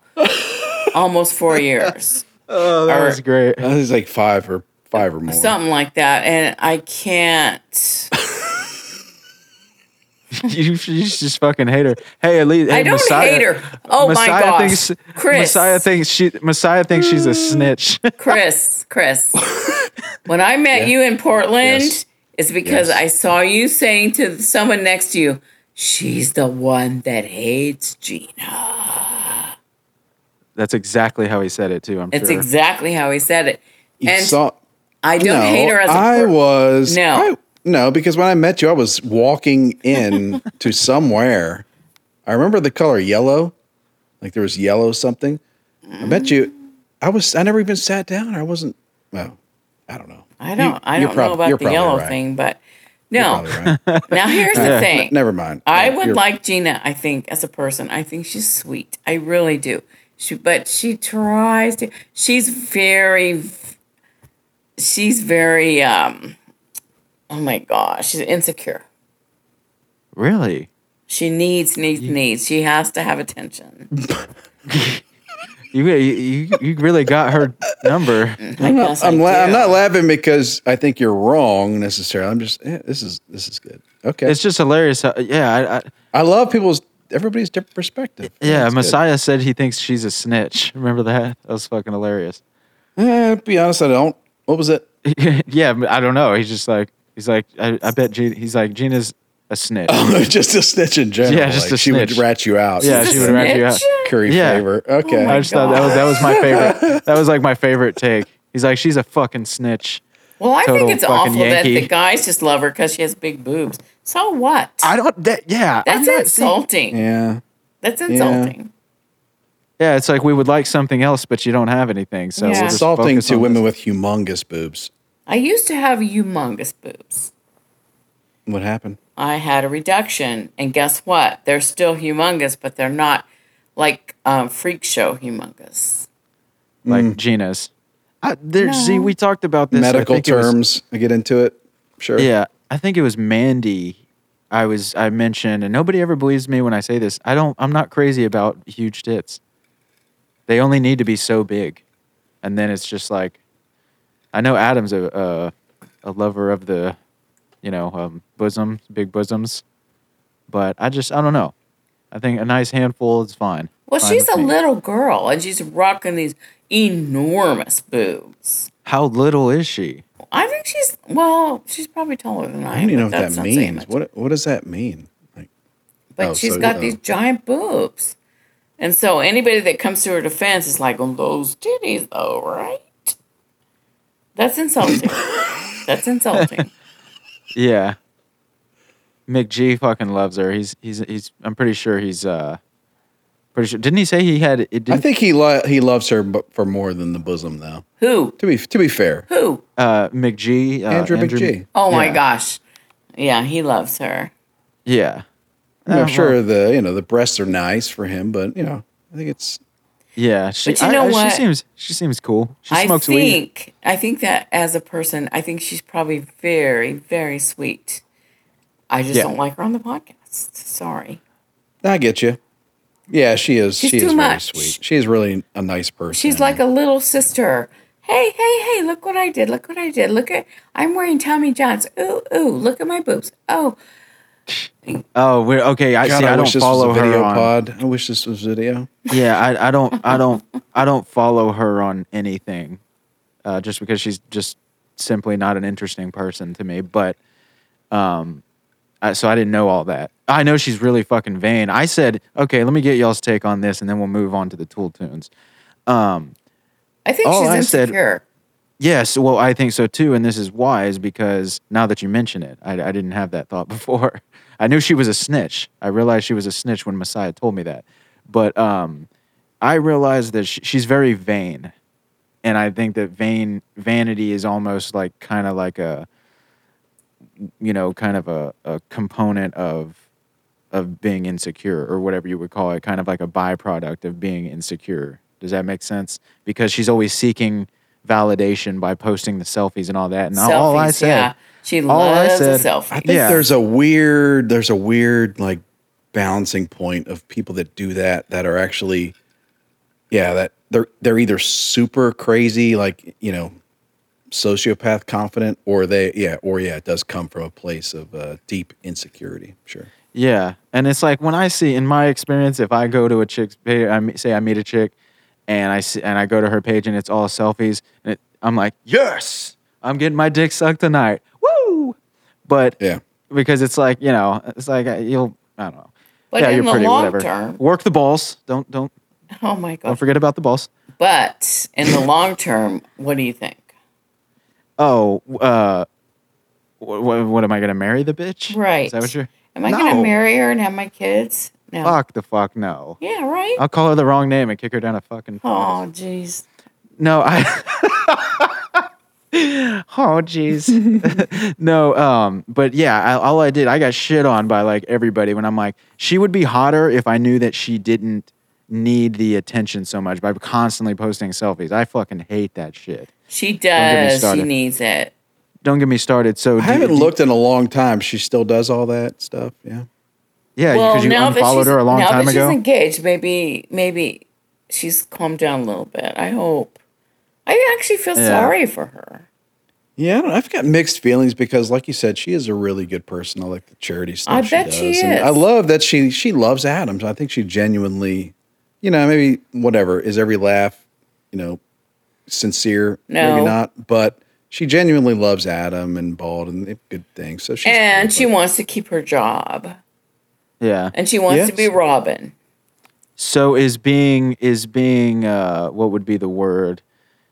S1: almost four years.
S6: Oh, that was great.
S5: I was like five or five or more.
S1: Something like that. And I can't.
S6: you, you just fucking hate her. Hey, at least hey,
S1: I don't
S6: Messiah,
S1: hate her. Oh my
S6: Messiah
S1: gosh.
S6: thinks
S1: Chris.
S6: Messiah thinks she Messiah thinks she's a snitch.
S1: Chris, Chris. when I met you in Portland,
S5: Yes.
S1: it's because
S5: Yes.
S1: I saw you saying to someone next to you, "She's the one that hates Gina."
S6: That's exactly how he said it too. I'm
S1: That's
S6: sure.
S1: exactly how he said it.
S5: You
S1: and
S5: saw-
S1: I don't
S5: no,
S1: hate her as a
S5: I
S1: per-
S5: was
S1: No.
S5: I- no, because when I met you, I was walking in to somewhere. I remember the color yellow, like there was yellow something. I
S1: Mm.
S5: met you. I was. I never even sat down. I wasn't. Well, I don't know.
S1: I don't. I
S5: you're
S1: don't
S5: prob-
S1: know about
S5: you're
S1: the
S5: probably
S1: yellow
S5: right.
S1: thing, but
S5: You're
S1: no.
S5: probably right.
S1: Now here's the thing.
S5: Never mind.
S1: I
S5: Yeah,
S1: would
S5: you're-
S1: like Gina, I think, as a person. I think she's sweet. I really do. She but she tries to she's very she's very um oh my gosh, she's insecure.
S6: Really?
S1: She needs, needs, needs. She has to have attention.
S6: You, you you- you really got her number.
S1: I
S5: I'm
S1: guess
S5: not, I'm,
S1: I
S5: la- I'm
S1: do.
S5: not laughing because I think you're wrong necessarily. I'm just eh, this is this is good. Okay,
S6: It's just hilarious. How, yeah, I, I,
S5: I love people's everybody's different perspective.
S6: Yeah,
S5: That's good.
S6: Messiah said he thinks she's a snitch. Remember that? That was fucking hilarious.
S5: Eh, to be honest, I don't. What was it?
S6: yeah, but I don't know. He's just like he's like I, I bet Gina, he's like Gina's a snitch.
S5: Oh just a snitch in general.
S6: Yeah, just
S5: like,
S6: a
S5: she would
S6: snitch.
S5: rat you out.
S6: Yeah,
S1: Is
S6: she
S1: this
S6: would
S1: an
S6: rat you
S1: itch?
S5: curry
S6: Yeah.
S5: flavor.
S1: Oh
S5: Okay.
S1: my
S6: I just thought that was that was my favorite. That was like my favorite take. He's like she's a fucking snitch.
S1: Well, I
S6: Total
S1: think it's
S6: fucking
S1: awful
S6: Yankee.
S1: that the guys just love her because she has big boobs. So what?
S6: I don't. That, yeah, I'm
S1: That's
S6: not seeing-
S1: insulting.
S5: yeah.
S1: That's insulting.
S6: Yeah, it's like we would like something else, but you don't have anything. So
S1: Yeah.
S6: we'll just
S5: Insulting
S6: focus
S5: to
S6: on
S5: women
S6: this.
S5: with humongous boobs.
S1: I used to have humongous boobs.
S5: What happened?
S1: I had a reduction, and guess what? They're still humongous, but they're not like um, freak show humongous.
S6: like Gina's. I, there, See, we talked about this I
S5: Medical
S6: think it was-
S5: terms. I get into it. Sure.
S6: Yeah, I think it was Mandy. I was I mentioned, and nobody ever believes me when I say this. I don't. I'm not crazy about huge tits. They only need to be so big, and then it's just like, I know Adam's a a, a lover of the, you know, um, bosoms, big bosoms, but I just I don't know. I think a nice handful is fine.
S1: Well,
S6: Fine
S1: she's
S6: with
S1: a
S6: me.
S1: little girl, and she's rocking these enormous boobs.
S6: How little is she?
S1: I think she's well. She's probably taller than I
S5: I
S1: am.
S5: don't even know
S1: but
S5: what that
S1: that's not saying
S5: means.
S1: much.
S5: What What does that mean? Like,
S1: But
S5: Oh,
S1: she's
S5: so,
S1: got
S5: uh,
S1: these giant boobs. And so anybody that comes to her defense is like, well, those titties, though, right? That's insulting. That's insulting.
S6: Yeah. McG fucking loves her. He's he's he's. I'm pretty sure he's uh, pretty sure. Didn't he say he had? It didn't,
S5: I think he lo- he loves her bu- for more than the bosom, though.
S1: Who?
S5: To be to be fair,
S1: Who?
S6: uh, McG. Uh,
S5: Andrew McG.
S1: Oh my
S6: Yeah.
S1: gosh. Yeah, he loves her.
S6: Yeah.
S5: I mean, I'm
S6: Uh,
S5: sure the you know the breasts are nice for him, but you know I think it's
S6: Yeah. She,
S1: But you
S6: I-
S1: know
S6: I-
S1: what?
S6: She seems she seems cool. She
S1: I
S6: smokes weed.
S1: think I think that as a person, I think she's probably very, very sweet. I just
S6: Yeah.
S1: don't like her on the podcast. Sorry.
S5: I get you. Yeah, she is.
S1: She's
S5: she is
S1: too
S5: really
S1: much.
S5: sweet. She is really a nice person.
S1: She's like a little sister. Hey, hey, hey, look what I did. Look what I did. Look at I'm wearing Tommy John's. Ooh, ooh, look at my boobs. Oh,
S6: Oh, we're okay. I
S5: God,
S6: see. I,
S5: I,
S6: don't
S5: wish this
S6: follow
S5: was a
S6: her
S5: video
S6: on.
S5: pod. I wish this was video.
S6: Yeah. I, I don't I don't I don't follow her on anything, uh, just because she's just simply not an interesting person to me. But um, I, so I didn't know all that. I know she's really fucking vain. I said, okay, let me get y'all's take on this, and then we'll move on to the Tool tunes.
S1: I think
S6: All
S1: she's
S6: I said-
S1: insecure.
S6: Yes, well, I think so too, and this is why is because now that you mention it, I, I didn't have that thought before. I knew she was a snitch. I realized she was a snitch when Messiah told me that, but um, I realized that she, she's very vain, and I think that vain vanity is almost like kind of like a, you know, kind of a, a component of of being insecure or whatever you would call it, kind of like a byproduct of being insecure. Does that make sense? Because she's always seeking validation by posting the selfies and all that. And all I
S1: Selfies,
S6: said,
S1: yeah. She
S6: all I
S1: loves a
S6: said-
S5: I
S1: selfie.
S5: think
S6: Yeah.
S5: there's a weird there's a weird like balancing point of people that do that that are actually yeah, that they're they're either super crazy like, you know, sociopath confident or they yeah, or yeah, it does come from a place of uh, deep insecurity, sure.
S6: Yeah, and it's like when I see, in my experience, if I go to a chick's, page, I me- say I meet a chick, and I see, and I go to her page, and it's all selfies, and it, I'm like, yes, I'm getting my dick sucked tonight, woo! But
S5: Yeah.
S6: because it's like you know, it's like uh, you'll, I don't know.
S1: But
S6: yeah,
S1: in
S6: you're
S1: the
S6: pretty,
S1: long
S6: whatever.
S1: term-
S6: work the balls. Don't don't
S1: oh my
S6: don't
S1: gosh.
S6: forget about the balls.
S1: But in the long term, what do you think?
S6: Oh, uh, wh- wh- what am I gonna marry the bitch?
S1: Right.
S6: Is that what you're?
S1: Am I going
S6: No.
S1: to marry her and have my kids? No.
S6: Fuck the fuck no.
S1: Yeah, right?
S6: I'll call her the wrong name and kick her down a fucking.
S1: Oh, jeez.
S6: No, I. oh, jeez. no, um, but yeah, I, all I did, I got shit on by like everybody when I'm like, she would be hotter if I knew that she didn't need the attention so much by constantly posting selfies. I fucking hate that shit.
S1: She
S6: get me
S1: does. She
S6: started.
S1: needs it.
S6: Don't get me started. So
S5: I haven't looked in a long time. She still does all that stuff, yeah.
S6: Yeah,
S1: Well,
S6: because you
S1: now that
S6: unfollowed
S1: she's
S6: her a long
S1: now
S6: time
S1: that
S6: ago.
S1: she's engaged, maybe maybe she's calmed down a little bit. I hope. I actually feel
S6: Yeah.
S1: sorry for her.
S5: Yeah, I don't know. I've got mixed feelings because, like you said, she is a really good person. I like the charity stuff.
S1: I bet
S5: does.
S1: she
S5: And
S1: is.
S5: I love that she she loves Adams. I think she genuinely, you know, maybe whatever is every laugh, you know, sincere.
S1: No.
S5: maybe not, but she genuinely loves Adam and Bald and they're good things. So she's
S1: And
S5: cool,
S1: she
S5: but-
S1: wants to keep her job.
S6: Yeah.
S1: And she wants to be
S5: Yes.
S1: Robin.
S6: So is being is being uh, what would be the word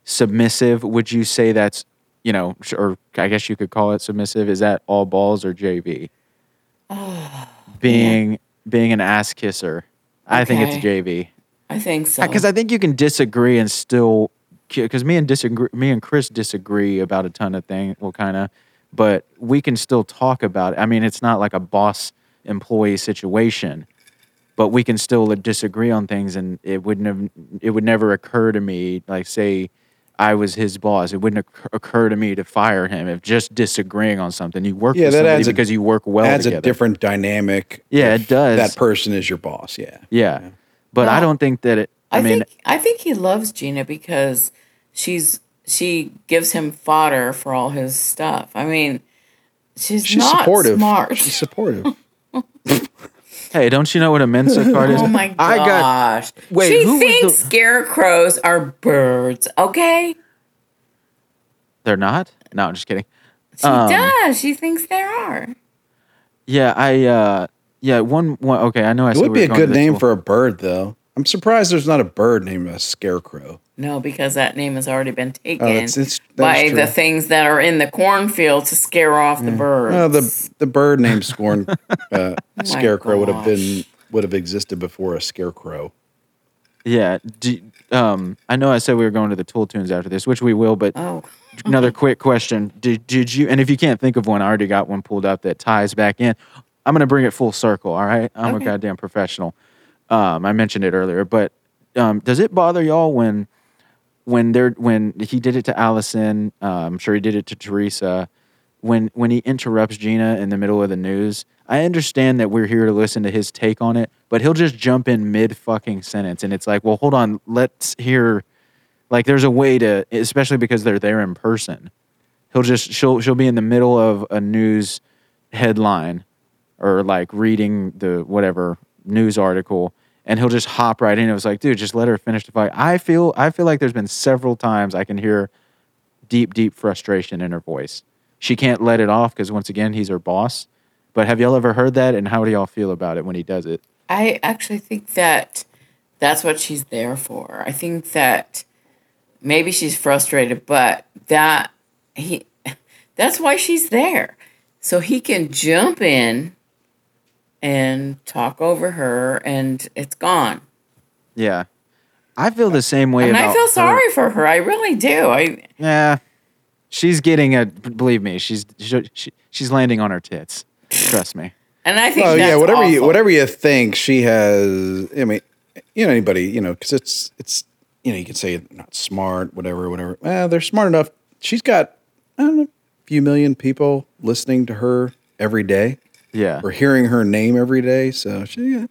S6: submissive? Would you say that's you know, sh- or I guess you could call it submissive? Is that all balls or JV? being being an ass kisser, I think it's
S1: Okay.
S6: JV
S1: I think so.
S6: because Uh, I think you can disagree and still because me and disagree me and Chris disagree about a ton of things. Well, kind of, but we can still talk about it. I mean, it's not like a boss employee situation, but we can still disagree on things, and it wouldn't have it would never occur to me like say. I was his boss. It wouldn't occ- occur to me to fire him if just disagreeing on something. You work
S5: Yeah,
S6: with
S5: that
S6: somebody
S5: adds a-
S6: because you work well
S5: adds
S6: together.
S5: a different dynamic.
S6: Yeah,
S5: if
S6: it does.
S5: That person is your boss. Yeah,
S6: yeah. but I
S1: Well,
S6: don't think that it. I,
S1: I,
S6: mean,
S1: think I think he loves Gina because she's she gives him fodder for all his stuff. I mean, she's,
S5: she's
S1: not
S5: supportive.
S1: smart.
S5: She's supportive.
S6: hey, don't you know what a Mensa card is?
S1: Oh my gosh.
S6: I got Wait,
S1: she
S6: who was
S1: thinks
S6: the-
S1: scarecrows are birds, okay?
S6: They're not? No, I'm just kidding.
S1: She does. She thinks there are.
S6: Yeah, I uh yeah, one one okay, I know I
S5: it
S6: said
S5: would
S6: we
S5: be
S6: were
S5: a
S6: going to
S5: good
S6: this
S5: name
S6: one.
S5: for a bird, though. I'm surprised there's not a bird named a scarecrow.
S1: No, because that name has already been taken
S5: it's- it's- that's
S1: by
S5: true.
S1: the things that are in the cornfield to scare off the birds.
S5: Well, Oh, the the bird named Scorn
S1: Oh
S5: uh, Scarecrow would have been would have existed before a scarecrow.
S6: Yeah. Do, um I know I said we were going to the tool tunes after this, which we will, but
S1: oh,
S6: another quick question. Did did you and if you can't think of one, I already got one pulled up that ties back in. I'm gonna bring it full circle, all right? I'm a goddamn professional. Um I mentioned it earlier, but um does it bother y'all when when they're when he did it to Allison, uh, I'm sure he did it to Teresa. When when he interrupts Gina in the middle of the news, I understand that we're here to listen to his take on it, but he'll just jump in mid fucking sentence, and it's like, well, hold on, let's hear. Like, there's a way to, especially because they're there in person. He'll just she'll she'll be in the middle of a news headline, or like reading the whatever news article and he'll just hop right in. It was like, dude, just let her finish the fight. I feel I feel like there's been several times I can hear deep, deep frustration in her voice. She can't let it off because once again, he's her boss. But have y'all ever heard that? And how do y'all feel about it when he does it?
S1: I actually think that that's what she's there for. I think that maybe she's frustrated, but that he that's why she's there. So he can jump in and talk over her and it's gone.
S6: Yeah. I feel the same way.
S1: And
S6: about
S1: I feel
S6: her.
S1: sorry for her. I really do. I
S6: Yeah. She's getting a believe me, she's she, she, she's landing on her tits. Trust me.
S1: and I think
S5: Oh
S1: that's
S5: yeah, whatever you
S1: awful.
S5: whatever you think, she has. I mean, you know anybody, you know, because it's it's you know you can say they're not smart, whatever, whatever. Well, they're smart enough. She's got I don't know, a few million people listening to her every day
S6: Yeah.
S5: or hearing her name every day. So she yeah,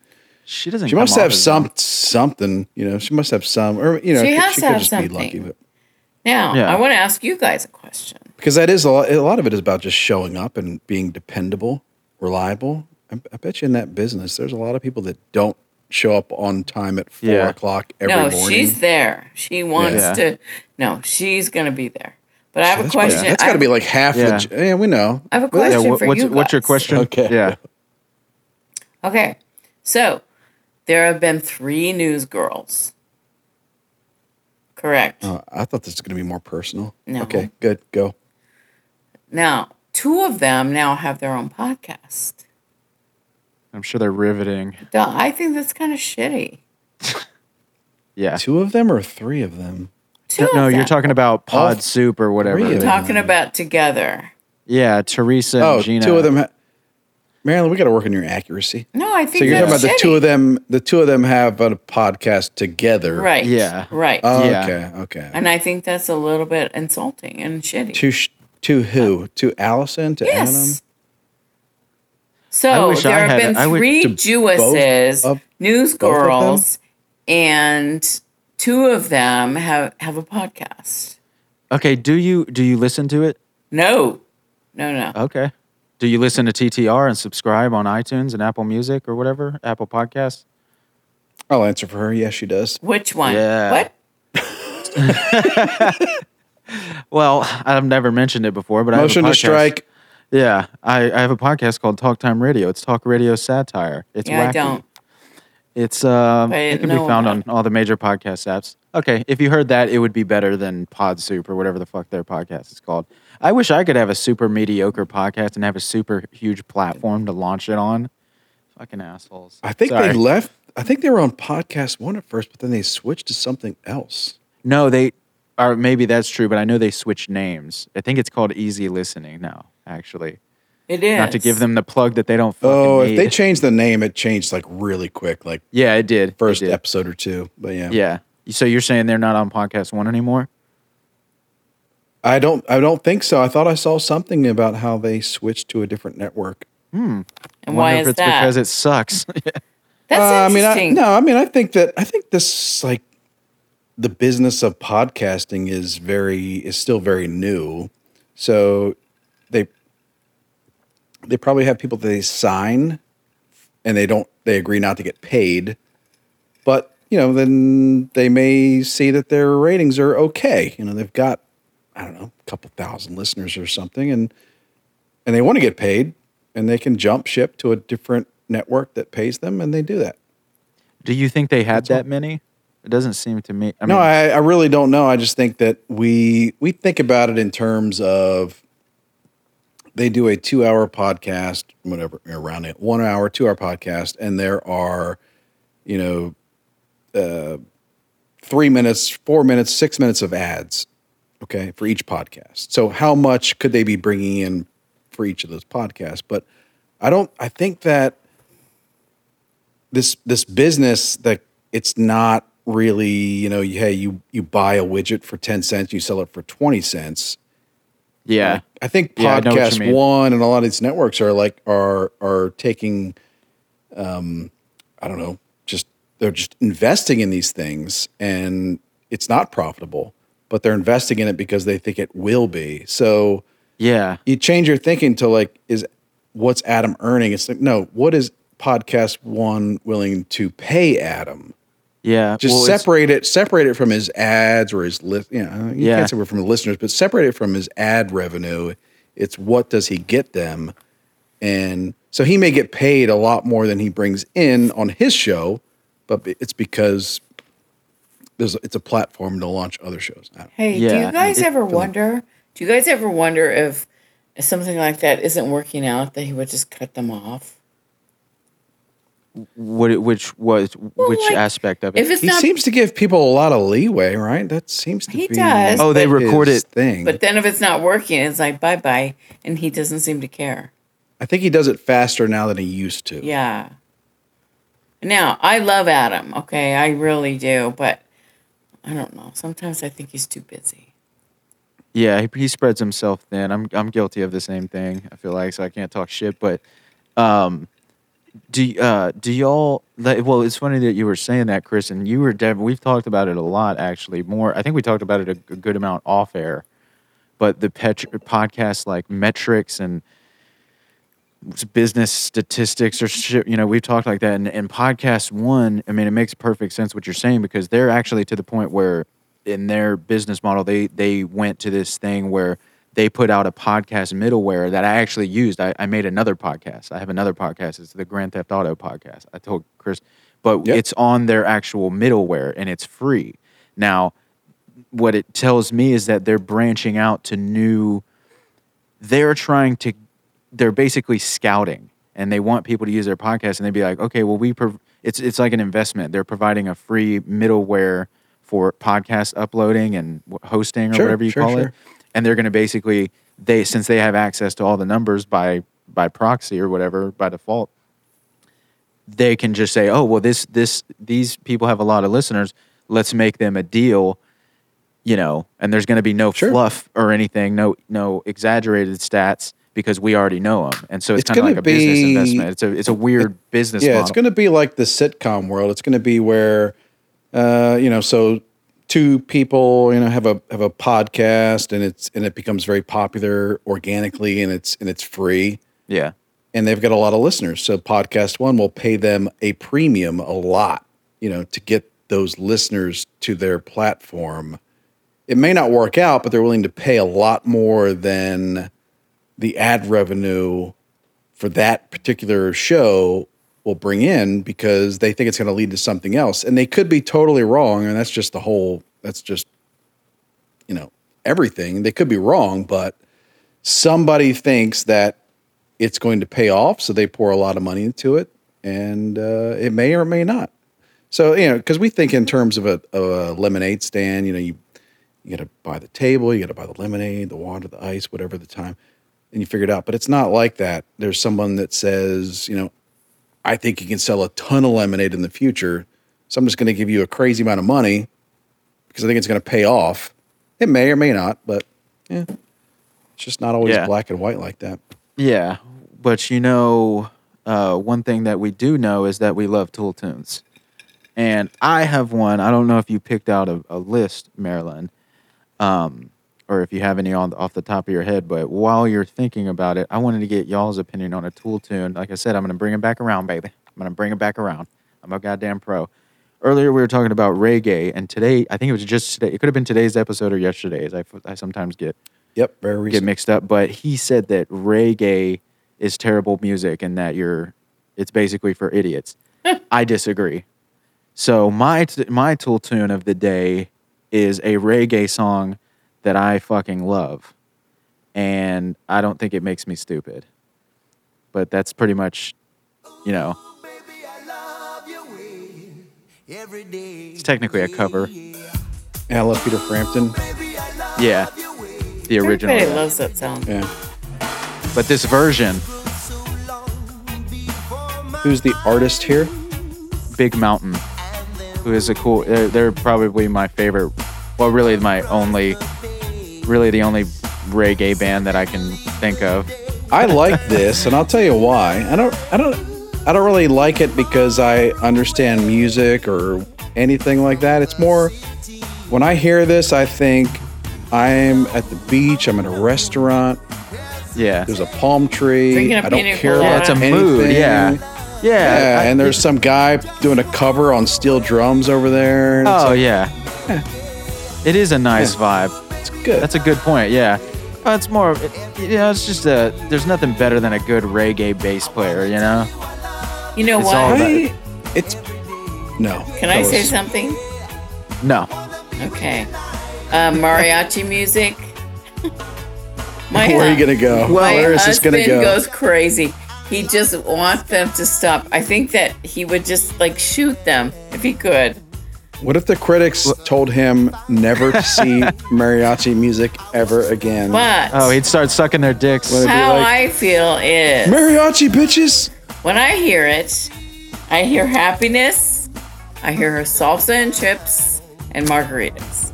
S6: She doesn't
S5: she
S6: come
S5: must
S6: off
S5: have
S6: as-
S5: some something. You know, she must have some, or you know,
S1: She has to
S5: could
S1: have
S5: just be lucky.
S1: something.
S5: But
S1: Now,
S6: Yeah.
S1: I want to ask you guys a question.
S5: because that is a lot, a lot of it is about just showing up and being dependable, reliable. I, I bet you in that business, there's a lot of people that don't show up on time at four
S6: Yeah.
S5: o'clock every
S1: no,
S5: morning.
S1: she's there. She wants
S6: Yeah.
S1: to No, she's going to be there. But I have a
S5: That's probably-
S1: question.
S5: That's
S1: I-
S5: got to be like half.
S6: Yeah.
S5: The, yeah, we know.
S1: I have a
S5: Well,
S1: question
S6: wha-
S1: for
S6: what's,
S1: you
S6: what's your
S1: guys.
S6: question?
S5: Okay.
S6: Yeah.
S1: Okay. So there have been three news girls. Correct.
S5: Uh, I thought this was going to be more personal.
S1: No.
S5: Okay, good. Go.
S1: Now, two of them now have their own podcast.
S6: I'm sure they're riveting.
S1: Duh, I think that's kind of shitty.
S6: Yeah.
S5: Two of them or three of them?
S1: Two
S6: No,
S1: of
S6: you're
S1: them.
S6: talking about pod
S5: Oh,
S6: soup or whatever.
S5: three of them.
S1: talking about together.
S6: Yeah, Teresa and
S5: Oh, two
S6: Gina.
S5: of them. Ha- Marilyn, we got to work on your accuracy.
S1: No, I think
S5: So you're talking about
S1: that's
S5: the
S1: shitty.
S5: two of them. The two of them have a podcast together.
S1: Right.
S6: Yeah.
S1: Right.
S5: Oh,
S6: Yeah.
S5: Okay. Okay.
S1: and I think that's a little bit insulting and shitty.
S5: To sh- to who? to Allison? To
S1: Yes.
S6: I
S1: So
S6: wish I
S1: there have
S6: had
S1: been
S6: it. I would-
S1: three
S5: to
S1: Jewesses,
S5: of-
S1: news
S5: both of them?
S1: girls, and two of them have have a podcast.
S6: Okay, do you do you listen to it?
S1: No, no, no.
S6: Okay. Do you listen to TTR and subscribe on iTunes and Apple Music or whatever? Apple Podcasts?
S5: I'll answer for her. Yes, she does.
S1: Which one?
S6: Yeah.
S1: What?
S6: Well, I've never mentioned it before, but
S5: Motion to
S6: I have a podcast.
S5: strike.
S6: Yeah, I, I have a podcast called Talk Time Radio. It's talk radio satire. It's
S1: Yeah, I
S6: wacky.
S1: don't.
S6: It's um,
S1: I
S6: it
S1: didn't
S6: can be
S1: know
S6: found on
S1: about
S6: all the major podcast apps. Okay, if you heard that, it would be better than Pod Soup or whatever the fuck their podcast is called. I wish I could have a super mediocre podcast and have a super huge platform to launch it on. Fucking assholes.
S5: I think
S6: Sorry.
S5: they left. I think they were on podcast one at first, but then they switched to something else.
S6: no, they or maybe that's true, but I know they switched names. I think it's called Easy Listening now. Actually,
S1: It is.
S6: not to give them the plug that they don't. Fucking
S5: Oh,
S6: need.
S5: if they changed the name, it changed like really quick, like
S6: yeah, it did. It
S5: first
S6: did.
S5: episode or two. But yeah,
S6: Yeah. So you're saying they're not on podcast one anymore?
S5: I don't. I don't think so. I thought I saw something about how they switched to a different network.
S1: And why
S6: if
S1: is
S6: it's
S1: that?
S6: because it sucks.
S5: Uh, I
S1: That's
S5: mean, I,
S1: interesting.
S5: no, I mean, I think that I think this like the business of podcasting is very is still very new, so they they probably have people that they sign, and they don't they agree not to get paid, but you know then they may see that their ratings are okay. You know they've got I don't know a couple thousand listeners or something, and and they want to get paid, and they can jump ship to a different network that pays them, and they do that.
S6: Do you think they had that many? It doesn't seem to me. I mean,
S5: No, I, I really don't know. I just think that we we think about it in terms of they do a two hour podcast, whatever around it, one hour, two hour podcast, and there are, you know, uh, three minutes, four minutes, six minutes of ads, okay, for each podcast. So how much could they be bringing in for each of those podcasts? But I don't. I think that this this business that it's not really you know you- hey you you buy a widget for 10 cents you sell it for 20 cents
S6: yeah.
S5: i think
S6: Yeah, I know what you
S5: podcast
S6: mean.
S5: one and a lot of these networks are like are are taking um i don't know just they're just investing in these things and it's not profitable but they're investing in it because they think it will be so
S6: yeah.
S5: you change your thinking to like is what's adam earning it's like no what is podcast one willing to pay adam
S6: Yeah.
S5: just
S6: Well, it's-
S5: separate it separate it from his ads or his list you know you
S6: Yeah.
S5: can't separate it from the listeners but separate it from his ad revenue it's what does he get them and so he may get paid a lot more than he brings in on his show but it's because there's it's a platform to launch other shows I don't know.
S1: Hey, do
S6: Yeah,
S1: you guys
S6: it-
S1: ever wonder? Do you guys ever wonder if something like that isn't working out that he would just cut them off?
S6: What, which was which
S1: like,
S6: aspect of it?
S1: If it's
S5: he
S1: not,
S5: seems to give people a lot of leeway right that seems to
S1: He
S5: be
S1: does,
S6: Oh, they
S5: his
S6: record it.
S5: thing
S1: but then if it's not working, it's like bye bye, and he doesn't seem to care.
S5: I think he does it faster now than he used to.
S1: Yeah. Now I love Adam. Okay, I really do, but I don't know. Sometimes I think he's too busy.
S6: yeah, he, he spreads himself thin. I'm I'm guilty of the same thing. I feel like so I can't talk shit. But um, do y- uh do y'all? like, Well, it's funny that you were saying that, Chris, and you were Devin. We've talked about it a lot, actually. More, I think we talked about it a, g- good amount off air. But the pet podcast like metrics and business statistics or shit. You know, we've talked like that. And, and podcast one, I mean, it makes perfect sense what you're saying because they're actually to the point where in their business model, they they went to this thing where they put out a podcast middleware that I actually used. I, I made another podcast. I have another podcast. It's the Grand Theft Auto podcast. I told Chris, but
S5: Yep.
S6: it's on their actual middleware and it's free. Now, what it tells me is that they're branching out to new they're trying to they're basically scouting and they want people to use their podcast and they'd be like okay well we prov- it's it's like an investment they're providing a free middleware for podcast uploading and wh- hosting or
S5: Sure,
S6: whatever you
S5: sure,
S6: call it
S5: sure.
S6: and they're going to basically they since they have access to all the numbers by by proxy or whatever by default they can just say oh well this this these people have a lot of listeners let's make them a deal you know, and there's going to be no
S5: Sure.
S6: fluff or anything, no no exaggerated stats because we already know them, and so it's,
S5: It's
S6: kind of
S5: gonna
S6: like a business
S5: be-
S6: investment. It's a it's a weird business
S5: Yeah,
S6: model.
S5: it's going to be like the sitcom world. It's going to be where, uh, you know, so two people, you know, have a have a podcast and it's and it becomes very popular organically and it's and it's free
S6: Yeah.
S5: and they've got a lot of listeners. So Podcast One will pay them a premium a lot, you know, to get those listeners to their platform. It may not work out, but they're willing to pay a lot more than the ad revenue for that particular show will bring in because they think it's going to lead to something else. And they could be totally wrong. And that's just the whole, that's just, you know, everything. They could be wrong, but somebody thinks that it's going to pay off. So they pour a lot of money into it, and uh, it may or may not. So you know, because we think in terms of a, of a lemonade stand, you know, you you got to buy the table, you got to buy the lemonade, the water, the ice, whatever the time, and you figure it out. But it's not like that. There's someone that says, you know, I think you can sell a ton of lemonade in the future, so I'm just going to give you a crazy amount of money because I think it's going to pay off. It may or may not, but yeah, it's just not always
S6: Yeah.
S5: black and white like that.
S6: Yeah. But you know, uh, one thing that we do know is that we love Tool tunes. And I have one. I don't know if you picked out a, a list, Marilyn, um, or if you have any on, off the top of your head. But while you're thinking about it, I wanted to get y'all's opinion on a Tool tune. Like I said, I'm going to bring it back around, baby. I'm going to bring it back around. I'm a goddamn pro. Earlier, we were talking about reggae, and today, I think it was just today. It could have been today's episode or yesterday's. I, I sometimes get
S5: Yep, very
S6: get
S5: recent.
S6: mixed up, but he said that reggae is terrible music and that you're it's basically for idiots. I disagree. So my t- my tool tune of the day is a reggae song that I fucking love. And I don't think it makes me stupid. But that's pretty much, you know,
S2: Baby, I love your way every day.
S6: it's technically a cover.
S5: Yeah, I love Peter Frampton.
S2: Baby, I love
S6: Yeah.
S2: your way.
S6: The original.
S1: Everybody loves that song.
S5: Yeah.
S6: But this version,
S2: So long before my
S5: Who's the artist here?
S6: Big Mountain, who is a cool. They're, they're probably my favorite. Well, really, my only, really the only reggae band that I can think of.
S5: I like this, and I'll tell you why. I don't, I don't, I don't really like it because I understand music or anything like that. It's more when I hear this, I think I'm at the beach, I'm in a restaurant,
S6: Yeah,
S5: there's a palm tree,
S1: Drinking a
S5: I don't
S1: pina
S5: care
S1: colada.
S5: about
S1: Yeah, it's a
S6: mood,
S5: anything.
S6: yeah. yeah,
S5: Yeah,
S6: I-
S5: and there's some guy doing a cover on steel drums over there. And
S6: Oh yeah. It is a nice vibe.
S5: it's, it's good.
S6: That's a good point. Yeah. Uh, it's more, of- it, you know, it's just a, there's nothing better than a good reggae bass player, you know?
S1: You know
S6: It's
S1: what?
S6: all about-
S5: I, it's no.
S1: Can I say
S5: fellas.
S1: something?
S6: No.
S1: Okay. Uh, mariachi music. My,
S5: Where are you
S1: hu-
S5: gonna go?
S1: my
S5: Where is this gonna
S1: husband
S5: go?
S1: goes crazy. He just wants them to stop. I think that he would just like shoot them if he could.
S5: What if the critics told him never to see mariachi music ever again?
S1: But
S6: Oh, he'd start sucking their dicks.
S5: What- be
S1: how
S5: like-
S1: I feel is
S5: Mariachi bitches.
S1: when I hear it, I hear happiness, I hear her salsa and chips and margaritas.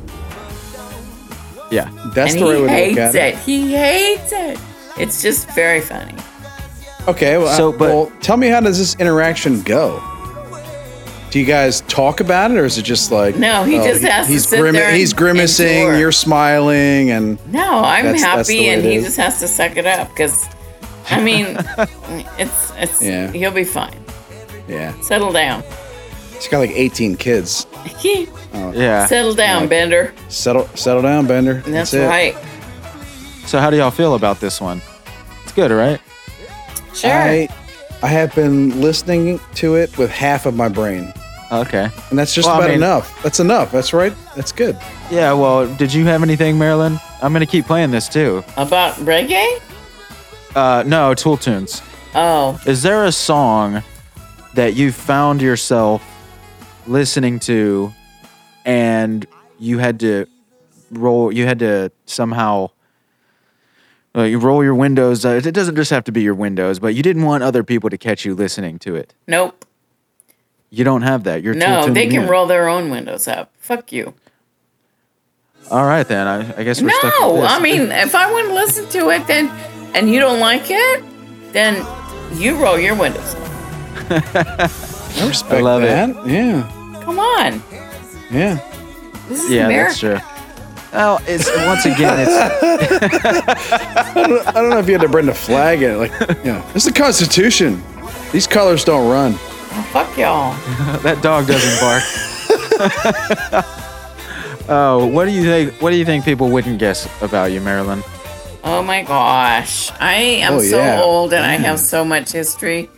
S6: Yeah.
S5: That's
S1: and
S5: the
S1: he
S5: right way to
S1: hates
S5: look at
S1: it. He hates it. It's just very funny.
S5: Okay, well,
S6: So,
S5: I-
S6: but-
S5: well, tell me how does this interaction go? Do you guys talk about it, or is it just like oh,
S1: No, he just has to
S5: he's
S1: sit there and
S5: he's grimacing,
S1: endure.
S5: you're smiling, and
S1: No, I'm
S5: That's-
S1: happy,
S5: that's the way
S1: and
S5: it
S1: he
S5: is.
S1: just has to suck it up because, I mean, it's it's
S5: Yeah.
S1: he'll be fine.
S5: yeah,
S1: Settle down.
S5: he's got like 18 kids. Ah,
S6: Yeah.
S1: Settle down,
S5: Like-
S1: Bender.
S5: Settle, settle down, Bender.
S1: And that's,
S5: it.
S1: right.
S6: So how do y'all feel about this one? It's good, right?
S1: Sure.
S5: I, I have been listening to it with half of my brain,
S6: Okay.
S5: and that's just
S6: Well, I
S5: about
S6: mean-
S5: enough. That's enough. That's right. That's good.
S6: Yeah, well, did you have anything, Marilyn? I'm gonna keep playing this too.
S1: About reggae?
S6: Uh, no, Tool Tunes.
S1: Oh,
S6: Is there a song that you found yourself listening to, and you had to roll? You had to somehow. uh, you roll your windows. Uh, it doesn't just have to be your windows, but you didn't want other people to catch you listening to it.
S1: nope.
S6: You don't have that. You're Tool
S1: No,
S6: Tune
S1: they can
S6: immune.
S1: roll their own windows up. Fuck you.
S6: All right, then. I, I guess we're stuck. with
S1: No,
S6: this.
S1: I mean, if I want to listen to it, then and you don't like it, then you roll your windows. up.
S5: I respect
S6: love it.
S5: that. Yeah,
S1: Come on.
S5: yeah.
S1: This is
S6: Yeah,
S1: America.
S6: that's true. Oh, it's once again, it's
S5: I don't know if you had to bring the flag in. Like, you know, it's the Constitution. These colors don't run.
S1: Fuck y'all.
S6: that dog doesn't bark. oh, what do you think? What do you think people wouldn't guess about you, Marilyn?
S1: Oh my gosh. I am
S5: Oh,
S1: so
S5: yeah.
S1: old and I have so much history.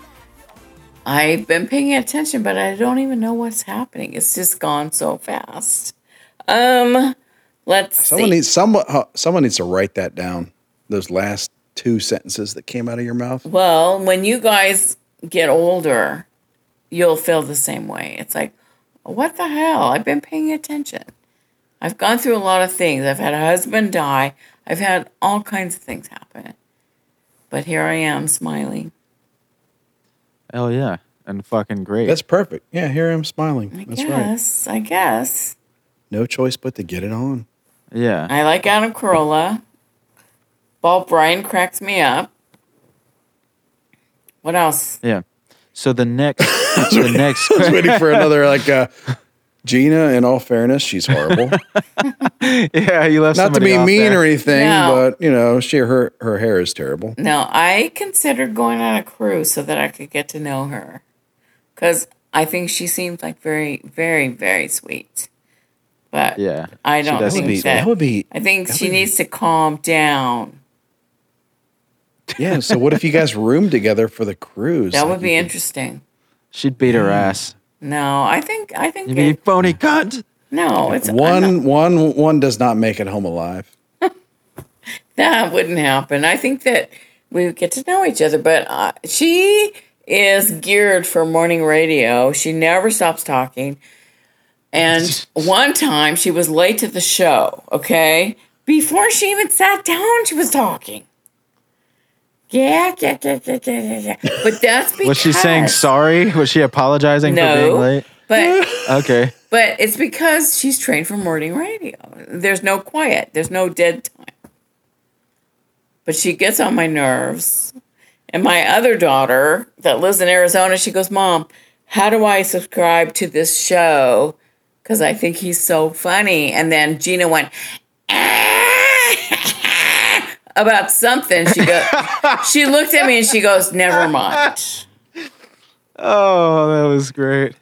S1: I've been paying attention, but I don't even know what's happening. It's just gone so fast. Um, let's
S5: Someone
S1: see.
S5: needs someone. huh, Someone needs to write that down. Those last two sentences that came out of your mouth.
S1: well, when you guys get older, you'll feel the same way. It's like, what the hell? I've been paying attention. I've gone through a lot of things. I've had a husband die. I've had all kinds of things happen. But here I am smiling.
S6: Hell yeah, and fucking great.
S5: That's perfect. Yeah, here I'm smiling. That's right.
S1: yes, I guess.
S5: No choice but to get it on.
S6: yeah.
S1: I like Adam Carolla. Bob Bryan cracks me up. What else?
S6: Yeah. So the next, the next,
S5: I was waiting for another like uh, Gina. In all fairness, she's horrible.
S6: yeah, you left.
S5: Not to be mean or anything,
S1: No.
S5: but you know, she her her hair is terrible.
S1: No, I considered going on a cruise so that I could get to know her. Because I think she seemed like very, very, very sweet. But
S6: Yeah,
S1: I
S6: she
S1: don't
S6: does
S5: That would
S1: think
S5: be.
S1: that.
S5: That would be.
S1: I think
S5: that
S1: she
S5: would be-
S1: needs to calm down.
S5: Yeah. So what if you guys roomed together for the cruise?
S1: That
S5: Like,
S1: would be
S5: you could-
S1: interesting.
S6: She'd beat her ass.
S1: No, I think, I think,
S6: You mean
S1: it,
S6: phony cunt?
S1: no, it's I'm not-
S5: One one one does not make it home alive.
S1: That wouldn't happen. I think that we would get to know each other, but uh, she is geared for morning radio. She never stops talking. And one time she was late to the show, okay? Before she even sat down, she was talking. Yeah, yeah, yeah, yeah, yeah, yeah. yeah. But that's because
S6: Was she saying sorry? Was she apologizing for being
S1: No,
S6: late?
S1: but
S6: Okay.
S1: but it's because she's trained for morning radio. There's no quiet, there's no dead time. But she gets on my nerves. And my other daughter that lives in Arizona, she goes, Mom, how do I subscribe to this show? Because I think he's so funny. And then Gina went, "Ah," about something. She goes, she looked at me and she goes, Never mind.
S6: Oh, that was great.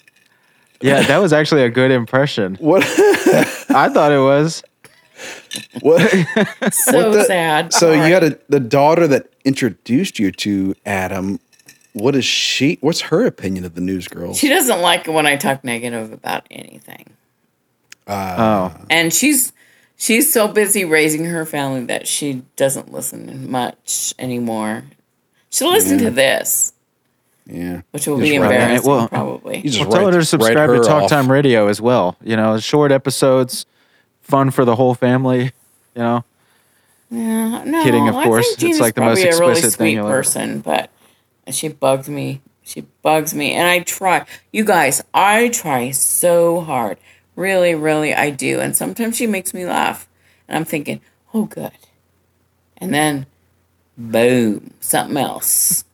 S6: Yeah, that was actually a good impression.
S5: What
S6: I thought it was.
S5: what?
S1: So
S5: the-
S1: sad.
S5: So you had a, the daughter that introduced you to Adam. What is she? What's her opinion of the news girl?
S1: She doesn't like it when I talk negative about anything.
S6: Oh,
S1: And she's she's so busy raising her family that she doesn't listen much anymore. She'll listen to this,
S5: Yeah,
S1: which will
S5: Just
S1: be
S5: rub it in.
S1: embarrassing
S6: Well,
S1: probably.
S5: you just
S6: well, tell her
S5: write-
S6: to
S5: write
S6: subscribe
S5: her
S6: to Talk
S5: off.
S6: Time Radio as well. You know, short episodes, fun for the whole family. You know,
S1: Uh, no,
S6: kidding, of
S1: I
S6: course.
S1: think
S6: It's
S1: Gina's
S6: like the most
S1: probably a really
S6: explicit thing
S1: sweet
S6: you'll ever-
S1: person, but she bugs me. She bugs me, and I try. You guys, I try so hard. Really, really, I do. And sometimes she makes me laugh, and I'm thinking, "Oh, good." And then, boom, something else.